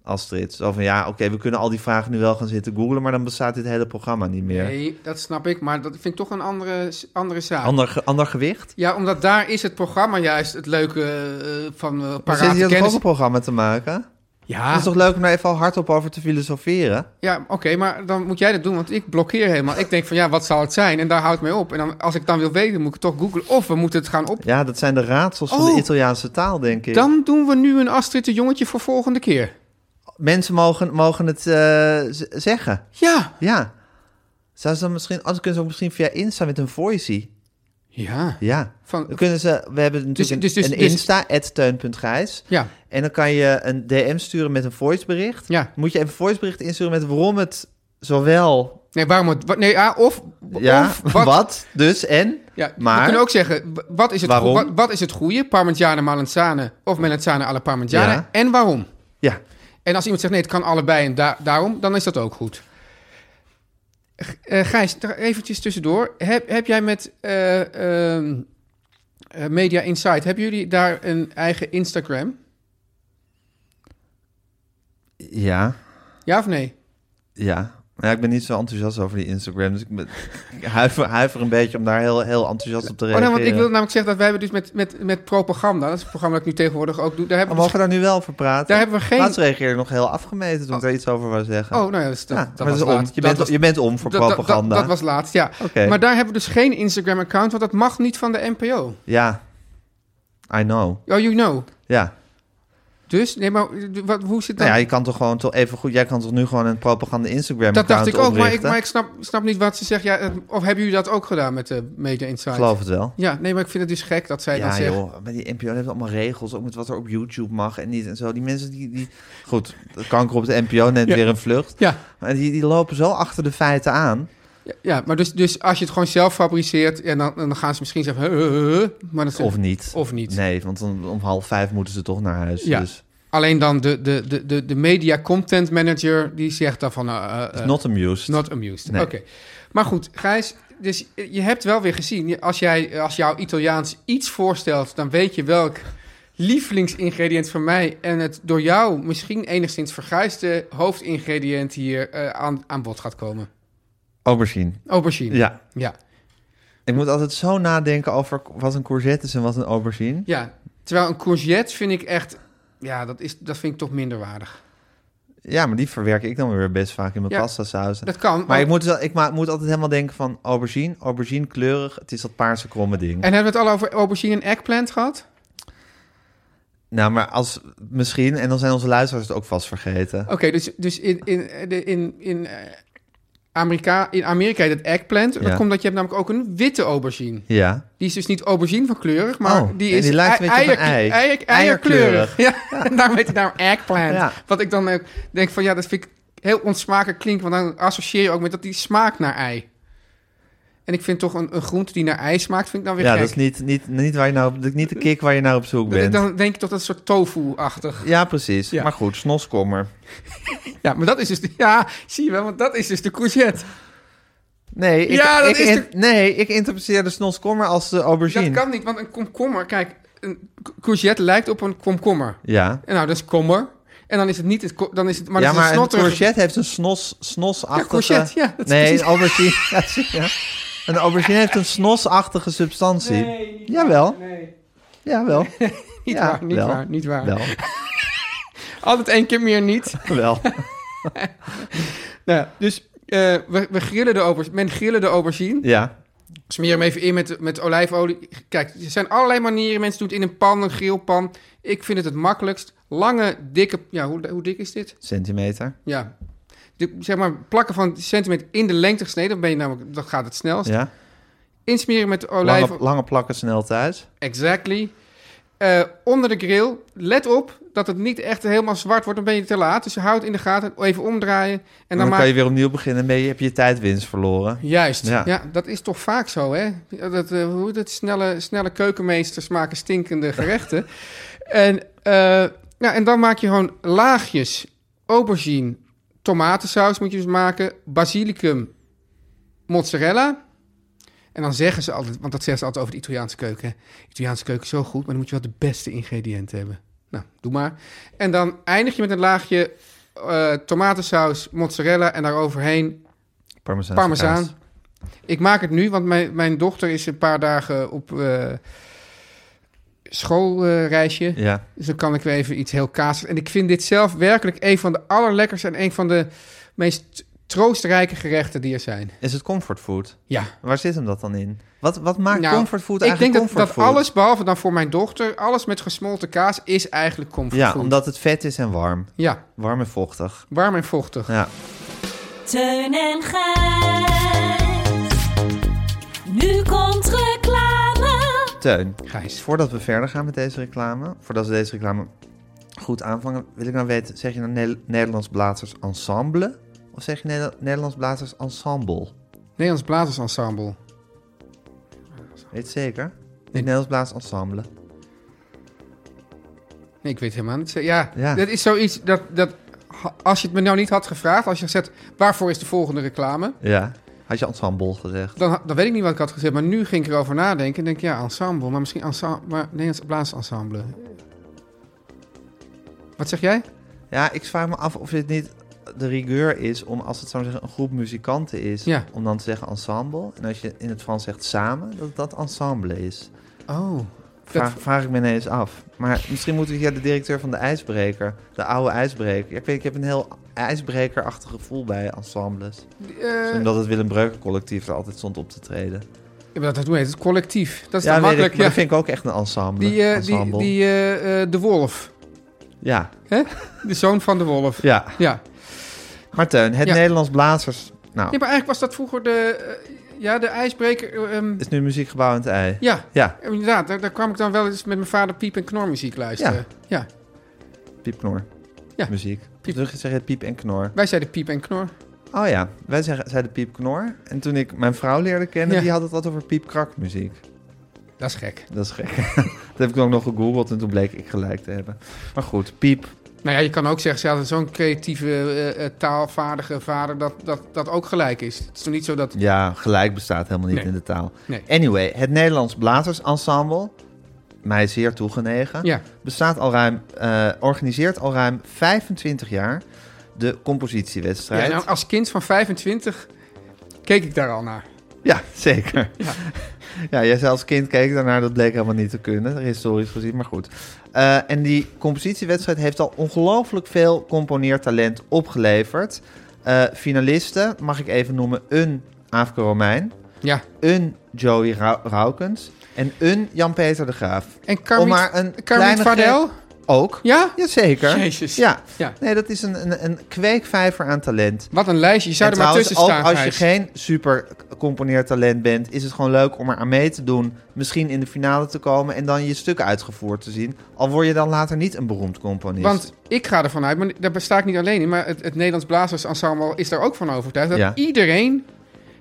Speaker 2: Astrid. Zo van, ja, oké, we kunnen al die vragen nu wel gaan zitten googelen... maar dan bestaat dit hele programma niet meer.
Speaker 3: Nee, dat snap ik, maar dat vind ik toch een andere, andere zaak.
Speaker 2: Ander, ge- ander gewicht?
Speaker 3: Ja, omdat daar is het programma juist het leuke eh, van eh
Speaker 2: Maar zit
Speaker 3: parate
Speaker 2: hier toch ook
Speaker 3: kennis. Ah.
Speaker 2: een programma te maken?
Speaker 3: Ja,
Speaker 2: Het is toch leuk om daar even al hardop over te filosoferen?
Speaker 3: ja oké, maar dan moet jij dat doen, want ik blokkeer helemaal. Ik denk van ja, wat zal het zijn? En daar houdt mij op. En dan, als ik dan wil weten, moet ik het toch googlen. Of we moeten het gaan op.
Speaker 2: Ja, dat zijn de raadsels van
Speaker 3: Oh.
Speaker 2: de Italiaanse taal, denk ik.
Speaker 3: Dan doen we nu een Astrid de Jongetje voor volgende keer.
Speaker 2: Mensen mogen, mogen het eh, z- zeggen.
Speaker 3: Ja.
Speaker 2: Ja. Zou ze dan misschien, anders kunnen ze ook misschien via Insta met een voicey.
Speaker 3: Ja.
Speaker 2: Ja.
Speaker 3: Van-
Speaker 2: dan kunnen ze, we hebben natuurlijk
Speaker 3: Dus-
Speaker 2: een-
Speaker 3: dus- dus-
Speaker 2: een
Speaker 3: dus-
Speaker 2: Insta, @teun.gijs.
Speaker 3: Ja.
Speaker 2: En dan kan je een DM sturen met een voicebericht.
Speaker 3: Ja.
Speaker 2: Moet je even een voicebericht insturen met waarom het zowel...
Speaker 3: Nee, waarom het... wat- Nee, ja, of...
Speaker 2: Ja,
Speaker 3: of
Speaker 2: wat, dus en...
Speaker 3: Ja, maar, we
Speaker 2: maar,
Speaker 3: kunnen ook zeggen, w- wat is het,
Speaker 2: Waarom?
Speaker 3: goe- wat, wat is het goede? Parmigiana Malanzane of Melanzane alla Parmigiana?
Speaker 2: Ja.
Speaker 3: En waarom?
Speaker 2: Ja,
Speaker 3: En als iemand zegt nee, het kan allebei en da- daarom, dan is dat ook goed. G- eh, Gijs, er eventjes tussendoor. Heb, heb jij met eh, ehm, eh, Media Insight, hebben jullie daar een eigen Instagram?
Speaker 2: ja,
Speaker 3: Ja of nee?
Speaker 2: ja. Maar ja, ik ben niet zo enthousiast over die Instagram. Dus ik, ben, ik huiver, huiver een beetje om daar heel, heel enthousiast op te
Speaker 3: Oh,
Speaker 2: reageren.
Speaker 3: nee, want ik wil namelijk zeggen dat wij hebben dus met, met, met propaganda, dat is het programma dat ik dus nu tegenwoordig ook doe, daar
Speaker 2: Maar
Speaker 3: hebben we...
Speaker 2: mogen we daar nu wel over praten?
Speaker 3: Daar hebben we geen-
Speaker 2: Laatst reageerde ik nog heel afgemeten toen ik daar iets over wou zeggen.
Speaker 3: Oh, nou ja, dat, is- dat,
Speaker 2: Ja,
Speaker 3: dat
Speaker 2: maar
Speaker 3: was
Speaker 2: dat is om.
Speaker 3: laat.
Speaker 2: Je,
Speaker 3: Dat
Speaker 2: bent,
Speaker 3: was-
Speaker 2: je bent om voor
Speaker 3: Dat- dat-
Speaker 2: propaganda.
Speaker 3: Dat, dat was laatst, ja.
Speaker 2: Oké.
Speaker 3: Maar daar hebben we dus geen Instagram-account, want dat mag niet van de NPO. Oh,
Speaker 2: Ja, I know.
Speaker 3: you know.
Speaker 2: Ja.
Speaker 3: Dus, nee, maar eh, wat, hoe zit dat?
Speaker 2: Nou ja, je kan toch gewoon toch even goed. Jij kan toch nu gewoon een propaganda Instagram
Speaker 3: dat dacht ik ook, maar ik,
Speaker 2: oprichten?
Speaker 3: maar ik snap, snap niet wat ze zegt. Ja, eh, of hebben jullie dat ook gedaan met de Media Insight?
Speaker 2: geloof het wel.
Speaker 3: Ja, nee, maar ik vind het dus gek dat zij dat
Speaker 2: Ja,
Speaker 3: zegt.
Speaker 2: joh. Maar die NPO heeft allemaal regels. Ook met wat er op YouTube mag en niet en zo. Die mensen die. die... Goed, de kanker op de NPO neemt
Speaker 3: Ja.
Speaker 2: weer een vlucht.
Speaker 3: Ja,
Speaker 2: Maar die, die lopen zo achter de feiten aan.
Speaker 3: ja, ja, maar dus, dus als je het gewoon zelf fabriceert, en dan, dan gaan ze misschien zeggen, huh, huh, huh, huh, maar dat
Speaker 2: Of niet.
Speaker 3: Of niet.
Speaker 2: Nee, want om, om half vijf moeten ze toch naar huis.
Speaker 3: Ja.
Speaker 2: Dus
Speaker 3: Alleen dan de, de, de, de, de media content manager, die zegt dan van... eh, eh, eh,
Speaker 2: not amused.
Speaker 3: Not amused.
Speaker 2: Nee.
Speaker 3: Oké. Maar goed, Gijs, dus je hebt wel weer gezien, je- als, jij, als jouw Italiaans iets voorstelt, dan weet je welk lievelingsingrediënt van mij en het door jou misschien enigszins verguisde hoofdingrediënt hier eh, aan, aan bod gaat komen.
Speaker 2: Aubergine.
Speaker 3: Aubergine.
Speaker 2: Ja.
Speaker 3: Ja.
Speaker 2: Ik moet altijd zo nadenken over wat een courgette is en wat een aubergine.
Speaker 3: Ja, terwijl een courgette vind ik echt... Ja, dat, is, dat vind ik toch minder waardig.
Speaker 2: Ja, maar die verwerk ik dan weer best vaak in mijn
Speaker 3: Ja,
Speaker 2: pasta sauzen.
Speaker 3: dat kan,
Speaker 2: Maar,
Speaker 3: maar-
Speaker 2: ik, moet, wel- ik ma- moet altijd helemaal denken van aubergine, aubergine kleurig. Het is dat paarse kromme ding.
Speaker 3: En hebben we het al over aubergine en eggplant gehad?
Speaker 2: Nou, maar als misschien, en dan zijn onze luisteraars het ook vast vergeten.
Speaker 3: Oké, dus, dus in, in, eh, de- in, in, eh, Amerika, in Amerika heet het eggplant.
Speaker 2: Ja.
Speaker 3: Dat komt dat je hebt namelijk ook een witte aubergine.
Speaker 2: Ja.
Speaker 3: Die is dus niet aubergine van kleurig, maar
Speaker 2: Oh,
Speaker 3: die
Speaker 2: en
Speaker 3: is
Speaker 2: die lijkt een
Speaker 3: ei-
Speaker 2: beetje op een ei.
Speaker 3: eier- eier-
Speaker 2: Eierkleurig.
Speaker 3: eierkleurig. Ja, en daarom heet hij nou eggplant.
Speaker 2: Ja.
Speaker 3: Wat ik dan eh, denk van, ja, dat vind ik heel ontsmakelijk klinken. Want dan associeer je ook met dat die smaakt naar ei. En ik vind toch een, een groente die naar ei smaakt, vind ik dan weer
Speaker 2: Ja,
Speaker 3: gek.
Speaker 2: dat is niet, niet, niet, waar je nou, op- niet de kick waar je naar op zoek
Speaker 3: Dat ik
Speaker 2: bent.
Speaker 3: dan denk ik toch dat is een soort tofu-achtig.
Speaker 2: Ja, precies.
Speaker 3: Ja.
Speaker 2: Maar goed, snoskommer.
Speaker 3: Ja, maar dat is dus... De, ja, zie je wel, want dat is dus de courgette.
Speaker 2: Nee, ik,
Speaker 3: Ja, dat
Speaker 2: ik
Speaker 3: is
Speaker 2: in- nee, ik interpreteer de snoskommer als de aubergine.
Speaker 3: Dus Dat kan niet, want een komkommer... Kijk, een cou- courgette lijkt op een komkommer.
Speaker 2: Ja.
Speaker 3: En nou, dat is kommer. En dan is het niet... Het, ko- dan is het, maar
Speaker 2: ja,
Speaker 3: dat is
Speaker 2: maar een
Speaker 3: snotterige-
Speaker 2: courgette heeft een snos, snosachtige...
Speaker 3: Ja, courgette, ja, dat is
Speaker 2: nee,
Speaker 3: precies-
Speaker 2: een aubergine... ja, zie je. Een aubergine heeft een snosachtige substantie. Jawel. Jawel.
Speaker 3: Niet
Speaker 2: Ja,
Speaker 3: waar, niet
Speaker 2: wel.
Speaker 3: waar, niet waar.
Speaker 2: Wel.
Speaker 3: Altijd één keer meer niet.
Speaker 2: Wel.
Speaker 3: nou, dus eh, we, we grillen de aubergine. Men grillen de aubergine.
Speaker 2: Ja.
Speaker 3: Smeer hem even in met, met olijfolie. Kijk, er zijn allerlei manieren. Mensen doen het in een pan, een grillpan. Ik vind het het makkelijkst. Lange, dikke... Ja, hoe, hoe dik is dit?
Speaker 2: Centimeter.
Speaker 3: Ja. De- zeg maar plakken van centimeter in de lengte gesneden. Dan, ben je namelijk, dan gaat het snelst.
Speaker 2: Ja.
Speaker 3: Insmeren met olijf.
Speaker 2: Lange, lange plakken snel thuis.
Speaker 3: Exactly. Eh, onder de grill. Let op dat het niet echt helemaal zwart wordt. Dan ben je te laat. Dus houd in de gaten. Even omdraaien.
Speaker 2: En dan,
Speaker 3: En dan, maak
Speaker 2: kan je weer opnieuw beginnen. Dan ben je- heb je tijdwinst verloren.
Speaker 3: Juist. Ja.
Speaker 2: Ja.
Speaker 3: dat is toch vaak zo, hè? Dat, eh, hoe dat snelle, snelle keukenmeesters maken stinkende gerechten. en, eh, ja, en dan maak je gewoon laagjes aubergine, tomatensaus moet je dus maken, basilicum, mozzarella. En dan zeggen ze altijd, want dat zeggen ze altijd over de Italiaanse keuken. hè. Italiaanse keuken is zo goed, maar dan moet je wel de beste ingrediënten hebben. Nou, doe maar. En dan eindig je met een laagje eh, tomatensaus, mozzarella en daaroverheen
Speaker 2: Parmezaanse
Speaker 3: Parmezaan.
Speaker 2: kaas.
Speaker 3: Ik maak het nu, want mijn, mijn dochter is een paar dagen op eh, schoolreisje.
Speaker 2: Ja.
Speaker 3: Dus dan kan ik weer even iets heel kaas. En ik vind dit zelf werkelijk een van de allerlekkerste en een van de meest troostrijke gerechten die er zijn.
Speaker 2: Is het comfortfood?
Speaker 3: Ja.
Speaker 2: Waar zit hem dat dan in? Wat, wat maakt
Speaker 3: Nou,
Speaker 2: comfortfood
Speaker 3: Ik
Speaker 2: eigenlijk
Speaker 3: denk dat, dat
Speaker 2: comfortfood?
Speaker 3: alles, behalve dan voor mijn dochter, alles met gesmolten kaas is eigenlijk comfortfood.
Speaker 2: Ja, omdat het vet is en warm.
Speaker 3: Ja,
Speaker 2: Warm en vochtig.
Speaker 3: warm en vochtig.
Speaker 2: Ja.
Speaker 6: Teun en Gijs. Nu komt reclame.
Speaker 2: Teun,
Speaker 3: Gijs.
Speaker 2: voordat we verder gaan met deze reclame, voordat we deze reclame goed aanvangen, wil ik nou weten, zeg je nou Ne- Nederlands Blazers Ensemble of zeg je Ne- Nederlands Blazers Ensemble?
Speaker 3: Nederlands Blazersensemble.
Speaker 2: Weet je zeker? Nederlands Blazers Ensemble.
Speaker 3: Nee, ik weet helemaal niet. Ja,
Speaker 2: Ja.
Speaker 3: dat is zoiets dat, dat... Als je het me nou niet had gevraagd, als je had gezegd... waarvoor is de volgende reclame?
Speaker 2: Ja. Had je ensemble gezegd?
Speaker 3: Dan, ha- dan weet ik niet wat ik had gezegd. Maar nu ging ik erover nadenken. En denk ik, ja, ensemble. Maar misschien ensemble, maar Nederlands blaasensemble. Wat zeg jij?
Speaker 2: Ja, ik vraag me af of dit niet de rigueur is om, als het zou zeggen, een groep muzikanten is,
Speaker 3: Ja.
Speaker 2: om dan te zeggen ensemble. En als je in het Frans zegt samen, dat dat ensemble is.
Speaker 3: Oh.
Speaker 2: Vraag, vraag ik me ineens af. Maar misschien moeten we hier de directeur van de ijsbreker, de oude ijsbreker. Ja, Ik weet, ik heb een heel ijsbrekerachtig gevoel bij ensembles.
Speaker 3: eh,
Speaker 2: Misschien omdat het Willem Breuker collectief er altijd stond op te treden.
Speaker 3: dat, dat, hoe heet het? Collectief. Dat is
Speaker 2: Ja,
Speaker 3: dan
Speaker 2: weet ik,
Speaker 3: makkelijk.
Speaker 2: maar dat
Speaker 3: ja.
Speaker 2: vind ik ook echt een ensemble.
Speaker 3: Die, eh, die,
Speaker 2: ensemble.
Speaker 3: die eh, eh, de wolf.
Speaker 2: Ja,
Speaker 3: Hè? De zoon van de wolf.
Speaker 2: ja.
Speaker 3: Ja.
Speaker 2: Marteun, het
Speaker 3: Ja.
Speaker 2: Nederlands Blazers. Nou,
Speaker 3: Ja, maar eigenlijk was dat vroeger de... eh, ja, de ijsbreker... eh, ehm,
Speaker 2: is nu muziekgebouw aan het ei.
Speaker 3: ja.
Speaker 2: ja.
Speaker 3: Inderdaad, daar, daar kwam ik dan wel eens met mijn vader piep- en knormuziek luisteren. Ja.
Speaker 2: Piepknor.
Speaker 3: Ja.
Speaker 2: Muziek.
Speaker 3: Piep.
Speaker 2: Piep. Terug zeg je piep en knor.
Speaker 3: Wij zeiden piep en knor.
Speaker 2: Oh ja, wij zeggen, zeiden piepknor. En toen ik mijn vrouw leerde kennen,
Speaker 3: Ja.
Speaker 2: die had het altijd over piepkrakmuziek.
Speaker 3: Dat is gek.
Speaker 2: Dat is gek. dat heb ik toen ook nog gegoogeld en toen bleek ik gelijk te hebben. Maar goed, piep.
Speaker 3: Nou ja, je kan ook zeggen, ze hadden zo'n creatieve, eh, eh, taalvaardige vader dat, dat dat ook gelijk is. Het is toch niet zo dat...
Speaker 2: Ja, gelijk bestaat helemaal niet
Speaker 3: Nee.
Speaker 2: in de taal.
Speaker 3: Nee.
Speaker 2: Anyway, het Nederlands Blazers Ensemble, mij zeer toegenegen,
Speaker 3: Ja.
Speaker 2: bestaat al ruim, eh, organiseert al ruim 25 jaar de compositiewedstrijd.
Speaker 3: Ja, nou, als kind van 25 keek ik daar al naar.
Speaker 2: Ja, zeker. Ja, jij zei als kind keek daarnaar, dat bleek helemaal niet te kunnen, historisch gezien, maar goed. Eh, en die compositiewedstrijd heeft al ongelooflijk veel componeertalent opgeleverd. Eh, finalisten mag ik even noemen een Aafke Romein,
Speaker 3: Ja.
Speaker 2: een Joey Rau- Raukens en een Jan-Peter de Graaf.
Speaker 3: En Carmen,
Speaker 2: Om maar een
Speaker 3: Carmen
Speaker 2: kleine
Speaker 3: Fadel?
Speaker 2: Ook?
Speaker 3: Ja?
Speaker 2: Jazeker.
Speaker 3: Jezus.
Speaker 2: Ja.
Speaker 3: Ja.
Speaker 2: Nee, dat is een, een, een kweekvijver aan talent.
Speaker 3: Wat een lijstje. Je zou
Speaker 2: En
Speaker 3: er maar
Speaker 2: trouwens,
Speaker 3: tussen staan.
Speaker 2: ook als je
Speaker 3: Gijs.
Speaker 2: geen super componeertalent bent, is het gewoon leuk om er aan mee te doen. Misschien in de finale te komen en dan je stuk uitgevoerd te zien. Al word je dan later niet een beroemd componist.
Speaker 3: Want ik ga ervan uit, maar daar sta ik niet alleen in. Maar het, het Nederlands Blazers Ensemble is daar ook van overtuigd. Dat
Speaker 2: Ja.
Speaker 3: iedereen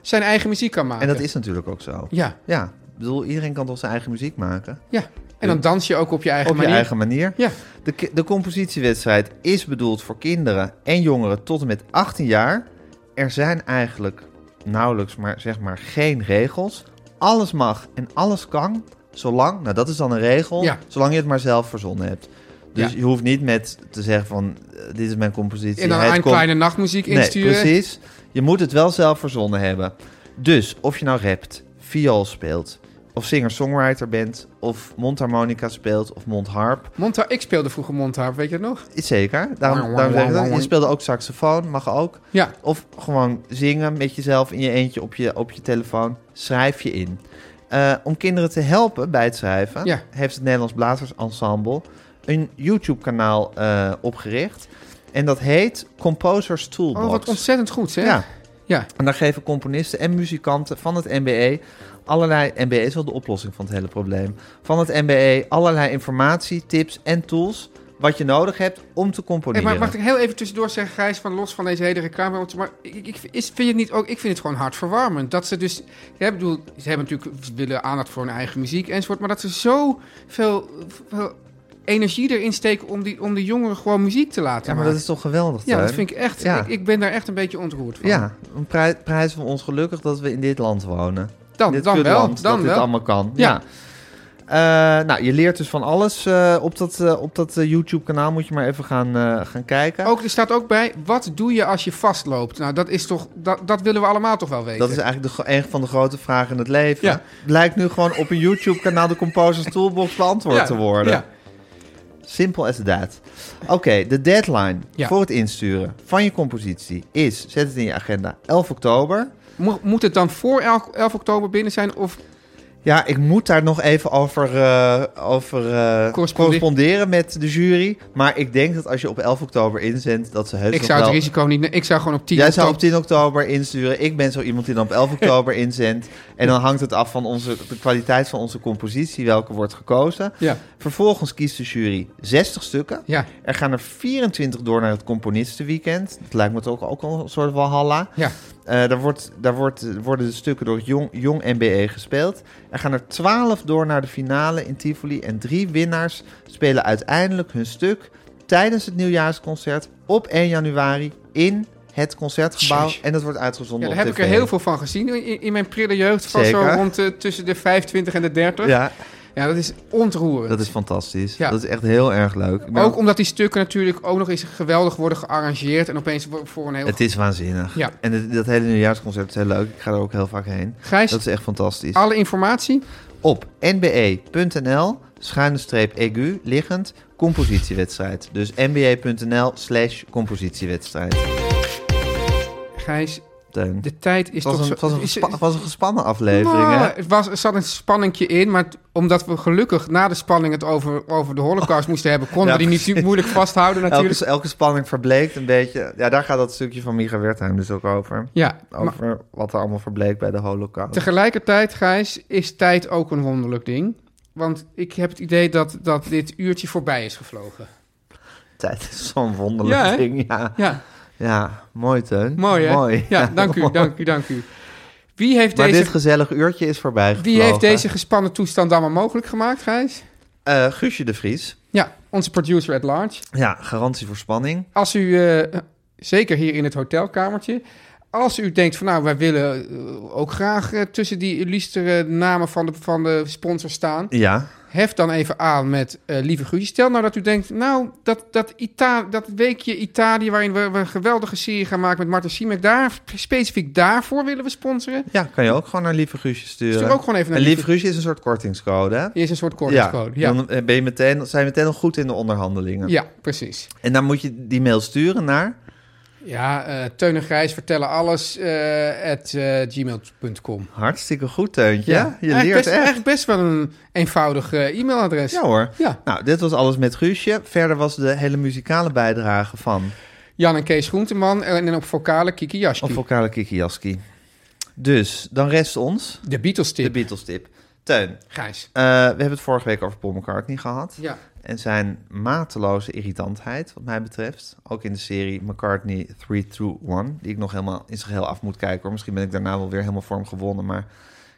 Speaker 3: zijn eigen muziek kan maken.
Speaker 2: en dat is natuurlijk ook zo.
Speaker 3: Ja,
Speaker 2: Ja, ik bedoel, iedereen kan toch zijn eigen muziek maken?
Speaker 3: ja. En dan dans je ook op je eigen
Speaker 2: Op je
Speaker 3: manier.
Speaker 2: eigen Dus manier.
Speaker 3: Ja.
Speaker 2: De, ki- de compositiewedstrijd is bedoeld voor kinderen en jongeren tot en met 18 jaar. Er zijn eigenlijk nauwelijks, maar zeg maar geen regels. Alles mag en alles kan, zolang, nou dat is dan een regel,
Speaker 3: Ja.
Speaker 2: zolang je het maar zelf verzonnen hebt. Dus
Speaker 3: Ja.
Speaker 2: je hoeft niet met te zeggen van, eh, dit is mijn compositie.
Speaker 3: En dan
Speaker 2: het
Speaker 3: een
Speaker 2: komt-
Speaker 3: kleine nachtmuziek insturen.
Speaker 2: Nee, precies. Je moet het wel zelf verzonnen hebben. Dus of je nou rapt, viool speelt, of singer-songwriter bent, of mondharmonica speelt, of mondharp.
Speaker 3: Monta ik speelde vroeger mondharp, weet je dat nog?
Speaker 2: Is zeker. Daarom, daarom zeg ik dat. Je speelde ook saxofoon, mag ook.
Speaker 3: Ja.
Speaker 2: Of gewoon zingen met jezelf in je eentje op je, op je telefoon. Schrijf je in. Eh, om kinderen te helpen bij het schrijven,
Speaker 3: Ja.
Speaker 2: heeft het Nederlands Blazers Ensemble een YouTube-kanaal eh, opgericht. En dat heet Composer's Toolbox.
Speaker 3: Oh, wat ontzettend goed, hè?
Speaker 2: Ja.
Speaker 3: Ja.
Speaker 2: En daar geven componisten en muzikanten van het MBE allerlei... MBE is wel de oplossing van het hele probleem. Van het MBE allerlei informatie, tips en tools... wat je nodig hebt om te
Speaker 3: Hey,
Speaker 2: componeren.
Speaker 3: maar mag ik heel even tussendoor zeggen, Gijs, van los van deze hele reclame. want- Maar ik, ik is, vind het niet ook, ik vind het gewoon hartverwarmend. Dat ze dus, ja, bedoel, ze hebben natuurlijk ze willen aandacht voor hun eigen muziek enzovoort. Maar dat ze zo veel, veel energie erin steken om, die, om de jongeren gewoon muziek te laten
Speaker 2: Ja, maar
Speaker 3: maken.
Speaker 2: dat is toch geweldig,
Speaker 3: ja, dat
Speaker 2: Teun?
Speaker 3: vind ik echt,
Speaker 2: Ja.
Speaker 3: ik, ik ben daar echt een beetje ontroerd van.
Speaker 2: Ja, een prij prijs van ons gelukkig dat we in dit land wonen.
Speaker 3: Oh, dan,
Speaker 2: dit
Speaker 3: dan wel,
Speaker 2: kutland, dat
Speaker 3: dan
Speaker 2: dit
Speaker 3: wel.
Speaker 2: allemaal kan. Ja.
Speaker 3: Ja.
Speaker 2: Eh, nou, je leert dus van alles eh, op dat, eh, op dat eh, YouTube-kanaal. Moet je maar even gaan, eh, gaan kijken.
Speaker 3: Ook, er staat ook bij, wat doe je als je vastloopt? Nou, dat is toch, dat, dat willen we allemaal toch wel weten.
Speaker 2: Dat is eigenlijk de, gro- een van de grote vragen in het leven.
Speaker 3: Ja.
Speaker 2: Blijkt nu gewoon op een YouTube-kanaal de Composers Toolbox beantwoord
Speaker 3: Ja,
Speaker 2: te worden.
Speaker 3: ja.
Speaker 2: Simpel as that. Oké, de deadline
Speaker 3: Ja.
Speaker 2: voor het insturen van je compositie is, zet het in je agenda, 11 oktober.
Speaker 3: Mo- moet het dan voor 11, 11 oktober binnen zijn of
Speaker 2: Ja, ik moet daar nog even over, eh, over eh, corresponderen met de jury. Maar ik denk dat als je op 11 oktober inzendt, dat ze heus
Speaker 3: Ik
Speaker 2: nog
Speaker 3: zou het
Speaker 2: wel...
Speaker 3: risico niet. ne- Ik zou gewoon op 10
Speaker 2: Jij zou op
Speaker 3: oktober-
Speaker 2: 10 oktober insturen. Ik ben zo iemand die dan op 11 oktober inzendt. En dan hangt het af van onze, de kwaliteit van onze compositie, welke wordt gekozen.
Speaker 3: Ja.
Speaker 2: Vervolgens kiest de jury 60 stukken.
Speaker 3: Ja.
Speaker 2: Er gaan er 24 door naar het componistenweekend. Dat lijkt me toch ook al een soort van halla.
Speaker 3: Ja.
Speaker 2: Eh, daar wordt, daar wordt, worden de stukken door het jong, jong MBE gespeeld. Er gaan er 12 door naar de finale in Tivoli. En drie winnaars spelen uiteindelijk hun stuk tijdens het nieuwjaarsconcert op 1 januari in het concertgebouw.
Speaker 3: Tjie.
Speaker 2: En dat wordt uitgezonden
Speaker 3: Ja, daar
Speaker 2: op
Speaker 3: heb ik
Speaker 2: tv.
Speaker 3: er heel veel van gezien in, in mijn prille jeugd. Van zo
Speaker 2: Zeker.
Speaker 3: rond eh, tussen de 25 en de 30. Ja,
Speaker 2: Ja,
Speaker 3: dat is ontroerend.
Speaker 2: dat is fantastisch.
Speaker 3: Ja.
Speaker 2: Dat is echt heel erg leuk. Ik ben
Speaker 3: ook omdat die stukken natuurlijk ook nog eens geweldig worden gearrangeerd. En opeens wo- voor een heel...
Speaker 2: Het is waanzinnig.
Speaker 3: Ja.
Speaker 2: En het- dat hele nieuwjaarsconcept is heel leuk. Ik ga er ook heel vaak heen.
Speaker 3: Gijs,
Speaker 2: Dat is echt fantastisch.
Speaker 3: alle informatie?
Speaker 2: Op E nbe.nl schuine streep egu liggend compositiewedstrijd. Dus nbe.nl slash compositiewedstrijd.
Speaker 3: Gijs,
Speaker 2: Teun.
Speaker 3: de tijd is
Speaker 2: Het was
Speaker 3: toch
Speaker 2: een,
Speaker 3: zo...
Speaker 2: het was een,
Speaker 3: is-
Speaker 2: gespa- het was een gespannen
Speaker 3: Nou,
Speaker 2: aflevering, hè?
Speaker 3: het was, er zat een spanningje in, maar t- omdat we gelukkig na de spanning het over, over de holocaust moesten hebben, konden
Speaker 2: Ja,
Speaker 3: we die niet
Speaker 2: precies.
Speaker 3: moeilijk vasthouden natuurlijk.
Speaker 2: Elke, elke spanning verbleekt een beetje. Ja, daar gaat dat stukje van Micha Wertheim dus ook over.
Speaker 3: Ja, maar-
Speaker 2: Over wat er allemaal verbleek bij de holocaust.
Speaker 3: Tegelijkertijd, Gijs, is tijd ook een wonderlijk ding. Want ik heb het idee dat, dat dit uurtje voorbij is gevlogen.
Speaker 2: Tijd is zo'n wonderlijk
Speaker 3: Ja, hè?
Speaker 2: ding, ja.
Speaker 3: Ja,
Speaker 2: Ja, mooi, Teun.
Speaker 3: mooi hè?
Speaker 2: Mooi.
Speaker 3: Ja, dank u, dank u, dank u. Wie heeft,
Speaker 2: Maar
Speaker 3: deze,
Speaker 2: dit gezellig uurtje is voorbij
Speaker 3: wie heeft
Speaker 2: gevlogen.
Speaker 3: deze gespannen toestand allemaal mogelijk gemaakt, Gijs?
Speaker 2: Eh, Guusje de Vries.
Speaker 3: Ja, onze producer at large.
Speaker 2: Ja, garantie voor spanning.
Speaker 3: Als u, eh, zeker hier in het hotelkamertje... Als u denkt van nou, wij eh, willen eh, ook graag eh, tussen die illustere namen van de, van de sponsors staan...
Speaker 2: Ja.
Speaker 3: Hef dan even aan met eh, Lieve Guusje. Stel nou dat u denkt, nou, dat, dat, Ita dat weekje Italië... waarin we, we een geweldige serie gaan maken met Marten Siemek... Daar, specifiek daarvoor willen we sponsoren.
Speaker 2: Ja, kan je ook gewoon naar Lieve Guusje sturen.
Speaker 3: Stuur ook gewoon even naar
Speaker 2: en Lieve
Speaker 3: Lieve-
Speaker 2: Guusje is een soort kortingscode, hè?
Speaker 3: Hier is een soort kortingscode. Ja, ja.
Speaker 2: Dan eh, ben je meteen, zijn we meteen al goed in de onderhandelingen.
Speaker 3: precies.
Speaker 2: En dan moet je die mail sturen naar...
Speaker 3: Ja, eh Teun en Grijs vertellen alles eh, at eh, gmail.com.
Speaker 2: Hartstikke goed, Teuntje. Ja, je
Speaker 3: eigenlijk
Speaker 2: leert
Speaker 3: best,
Speaker 2: echt.
Speaker 3: eigenlijk best wel een eenvoudig eh, e-mailadres.
Speaker 2: Ja hoor.
Speaker 3: Ja.
Speaker 2: Nou, dit was alles met Guusje. Verder was de hele muzikale bijdrage van...
Speaker 3: Jan en Kees Groenteman eh, en, en op vocale Kiki Jaski.
Speaker 2: Of vocale Kikiaski. Dus, dan rest ons
Speaker 3: De Beatles
Speaker 2: de
Speaker 3: tip.
Speaker 2: Beatles tip. Teun,
Speaker 3: Grijs.
Speaker 2: eh, we hebben het vorige week over Paul McCartney gehad.
Speaker 3: Ja.
Speaker 2: En zijn mateloze irritantheid, wat mij betreft. Ook in de serie McCartney 3 to 1, die ik nog helemaal in zijn geheel af moet kijken. Hoor. Misschien ben ik daarna wel weer helemaal voor hem gewonnen, maar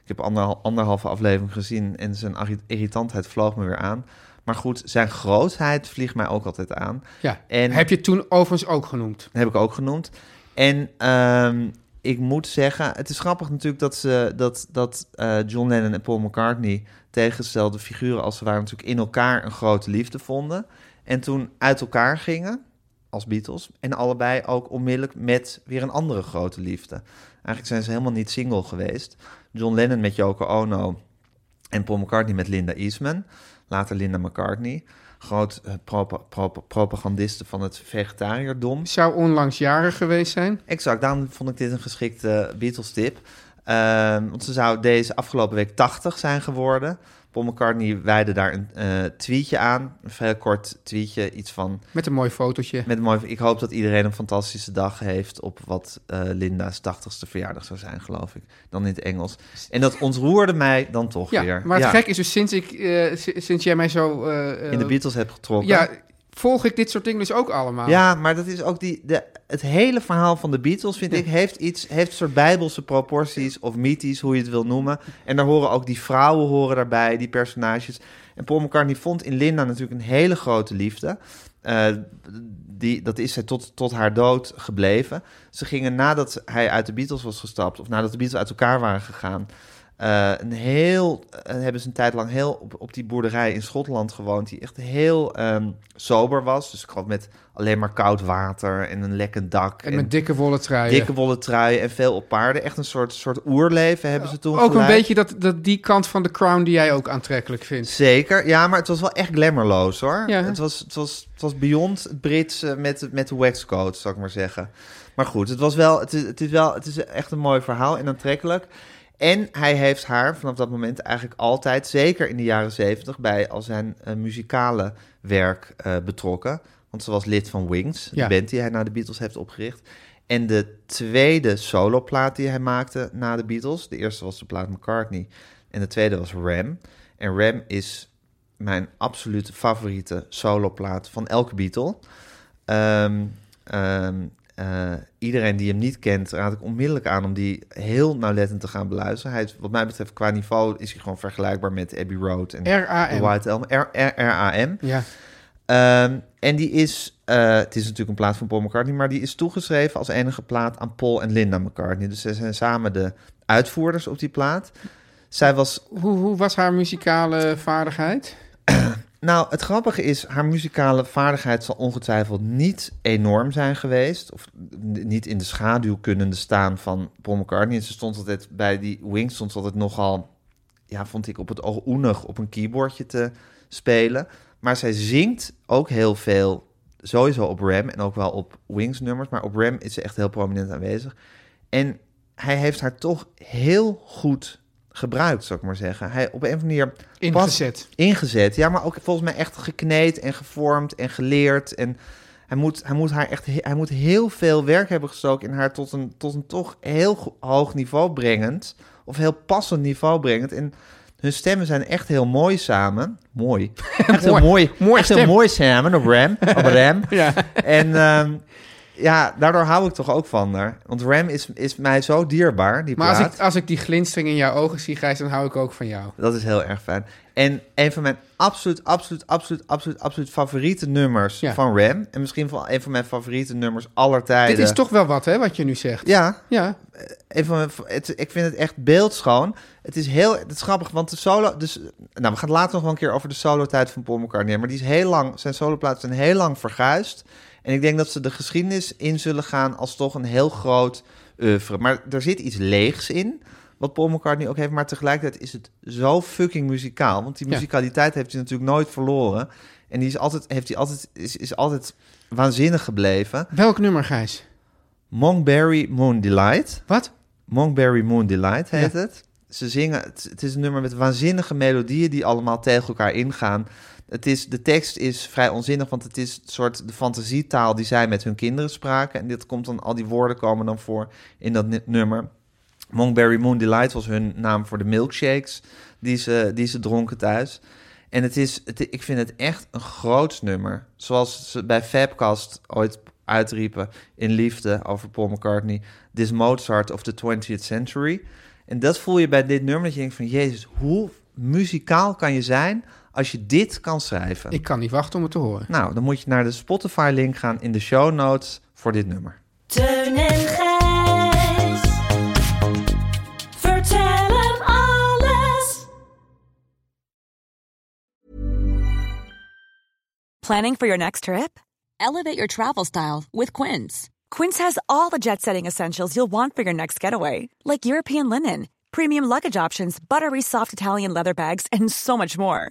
Speaker 2: ik heb anderhal- anderhalve aflevering gezien en zijn arri- irritantheid vloog me weer aan. Maar goed, zijn grootheid vliegt mij ook altijd aan.
Speaker 3: Ja.
Speaker 2: En-
Speaker 3: Heb je het toen overigens ook genoemd.
Speaker 2: Dat heb ik ook genoemd. En ehm, ik moet zeggen, het is grappig natuurlijk dat, ze, dat, dat eh, John Lennon en Paul McCartney tegengestelde figuren als ze waren natuurlijk in elkaar een grote liefde vonden. En toen uit elkaar gingen als Beatles en allebei ook onmiddellijk met weer een andere grote liefde. Eigenlijk zijn ze helemaal niet single geweest. John Lennon met Yoko Ono en Paul McCartney met Linda Eastman. Later Linda McCartney. Groot eh, propa- propa- propagandiste van het vegetariërdom.
Speaker 3: Zou onlangs jarig geweest zijn.
Speaker 2: Exact, daarom vond ik dit een geschikte eh, Beatles-tip. Ehm, want ze zou deze afgelopen week 80 zijn geworden. Paul McCartney wijde daar een eh, tweetje aan. Een vrij kort tweetje, iets van...
Speaker 3: Met een mooi fotootje.
Speaker 2: Met een mooi, ik hoop dat iedereen een fantastische dag heeft... op wat eh, Linda's 80ste verjaardag zou zijn, geloof ik. Dan in het Engels. En dat ontroerde mij dan toch
Speaker 3: Ja,
Speaker 2: weer.
Speaker 3: maar het
Speaker 2: Ja,
Speaker 3: gek is dus sinds, ik, eh, si- sinds jij mij zo... eh, eh,
Speaker 2: In de Beatles heb getrokken.
Speaker 3: Ja, volg ik dit soort dingen dus ook allemaal.
Speaker 2: Ja, maar dat is ook die, de, het hele verhaal van de Beatles, vind ik, heeft iets, heeft een soort bijbelse proporties of mythisch, hoe je het wil noemen. En daar horen ook die vrouwen horen daarbij, die personages. En Paul McCartney vond in Linda natuurlijk een hele grote liefde. Eh, die, dat is zij tot, tot haar dood gebleven. Ze gingen nadat hij uit de Beatles was gestapt, of nadat de Beatles uit elkaar waren gegaan, eh, een heel, eh, hebben ze een tijd lang heel op, op die boerderij in Schotland gewoond, die echt heel ehm, sober was. Dus ik had met alleen maar koud water en een lekkend dak.
Speaker 3: En met dikke wollen truien.
Speaker 2: dikke wollen truien en veel op paarden. Echt een soort, soort oerleven hebben ze toen
Speaker 3: ook een
Speaker 2: geleid.
Speaker 3: beetje dat, dat die kant van de crown die jij ook aantrekkelijk vindt.
Speaker 2: Zeker, ja, maar het was wel echt glamourloos hoor.
Speaker 3: Ja.
Speaker 2: Het, was, het, was, het was beyond het Britse met, met de waxcoat, zou ik maar zeggen. Maar goed, het, was wel, het, is, het, is wel, het is echt een mooi verhaal en aantrekkelijk. En hij heeft haar vanaf dat moment eigenlijk altijd, zeker in de jaren zeventig, bij al zijn eh, muzikale werk eh, betrokken. Want ze was lid van Wings,
Speaker 3: Ja.
Speaker 2: de band die hij na de Beatles heeft opgericht. En de tweede soloplaat die hij maakte na de Beatles, de eerste was de plaat McCartney en de tweede was Ram. En Ram is mijn absolute favoriete soloplaat van elke Beatle. Ehm, ehm, eh, iedereen die hem niet kent, raad ik onmiddellijk aan om die heel nauwlettend te gaan beluisteren. Hij is, wat mij betreft, qua niveau is hij gewoon vergelijkbaar met Abbey Road en The
Speaker 3: RAM.
Speaker 2: White Elm. R- R- RAM.
Speaker 3: Ja.
Speaker 2: Ehm, en die is, eh, het is natuurlijk een plaat van Paul McCartney, maar die is toegeschreven als enige plaat aan Paul en Linda McCartney. Dus zij zijn samen de uitvoerders op die plaat. Zij was
Speaker 3: Hoe, hoe was haar muzikale vaardigheid?
Speaker 2: Nou, het grappige is, haar muzikale vaardigheid zal ongetwijfeld niet enorm zijn geweest. Of n- niet in de schaduw kunnen staan van Paul McCartney. En ze stond altijd bij die Wings, stond ze altijd nogal, ja, vond ik op het oog oenig op een keyboardje te spelen. Maar zij zingt ook heel veel, sowieso op Ram en ook wel op Wings nummers. Maar op Ram is ze echt heel prominent aanwezig. En hij heeft haar toch heel goed gebruikt, zou ik maar zeggen. Hij op een of andere manier
Speaker 3: Ingezet.
Speaker 2: ingezet. Ja, maar ook volgens mij echt gekneed en gevormd en geleerd. En hij moet, hij moet, haar echt, he- hij moet heel veel werk hebben gestoken in haar tot een, tot een toch heel go- hoog niveau brengend. Of heel passend niveau brengend. En hun stemmen zijn echt heel mooi samen. Mooi. Echt heel
Speaker 3: Mooi.
Speaker 2: mooi.
Speaker 3: Mooie
Speaker 2: echt heel
Speaker 3: stem.
Speaker 2: mooi samen op Ram. Op Ram.
Speaker 3: Ja.
Speaker 2: En ehm, ja, daardoor hou ik toch ook van haar. Want Ram is, is mij zo dierbaar, die
Speaker 3: Maar
Speaker 2: plaat.
Speaker 3: als ik, als ik die glinstering in jouw ogen zie, Gijs, dan hou ik ook van jou.
Speaker 2: Dat is heel erg fijn. En een van mijn absoluut, absoluut, absoluut, absoluut, absoluut favoriete nummers
Speaker 3: Ja.
Speaker 2: van Ram. En misschien wel een van mijn favoriete nummers aller tijden.
Speaker 3: Dit is toch wel wat, hè, wat je nu zegt.
Speaker 2: Ja,
Speaker 3: Ja.
Speaker 2: een van mijn, het, ik vind het echt beeldschoon. Het is heel het is grappig, want de solo... Dus, nou, we gaan het later nog wel een keer over de solo-tijd van Paul McCartney. hebben, Maar die is heel lang, zijn soloplaten zijn heel lang verguisd. En ik denk dat ze de geschiedenis in zullen gaan als toch een heel groot oeuvre. Maar er zit iets leegs in, wat Paul McCartney ook heeft. Maar tegelijkertijd is het zo fucking muzikaal. Want die
Speaker 3: Ja.
Speaker 2: muzikaliteit heeft hij natuurlijk nooit verloren. En die is altijd, heeft hij altijd, is, is altijd waanzinnig gebleven.
Speaker 3: Welk nummer, Gijs?
Speaker 2: Monkberry Moon Delight.
Speaker 3: Wat?
Speaker 2: Monkberry Moon Delight heet het. Ze zingen, het, het is een nummer met waanzinnige melodieën die allemaal tegen elkaar ingaan. Het is, de tekst is vrij onzinnig, want het is een soort de fantasietaal die zij met hun kinderen spraken. En dit komt dan, al die woorden komen dan voor in dat ni- nummer. Monkberry Moon Delight was hun naam voor de milkshakes die ze, die ze dronken thuis. En het is, het, ik vind het echt een groots nummer. Zoals ze bij Fabcast ooit uitriepen in liefde over Paul McCartney. This Mozart of the 20th century. En dat voel je bij dit nummer, dat je denkt van... Jezus, hoe muzikaal kan je zijn als je dit kan schrijven?
Speaker 3: Ik kan niet wachten om het te horen.
Speaker 2: Nou, dan moet je naar de Spotify-link gaan in de show notes voor dit nummer.
Speaker 6: Teun en Gijs. Vertel hem alles.
Speaker 8: Planning for your next trip? Elevate your travel style with Quince. Quince has all the jet setting essentials you'll want for your next getaway, like European linen, premium luggage options, buttery soft Italian leather bags, and so much more.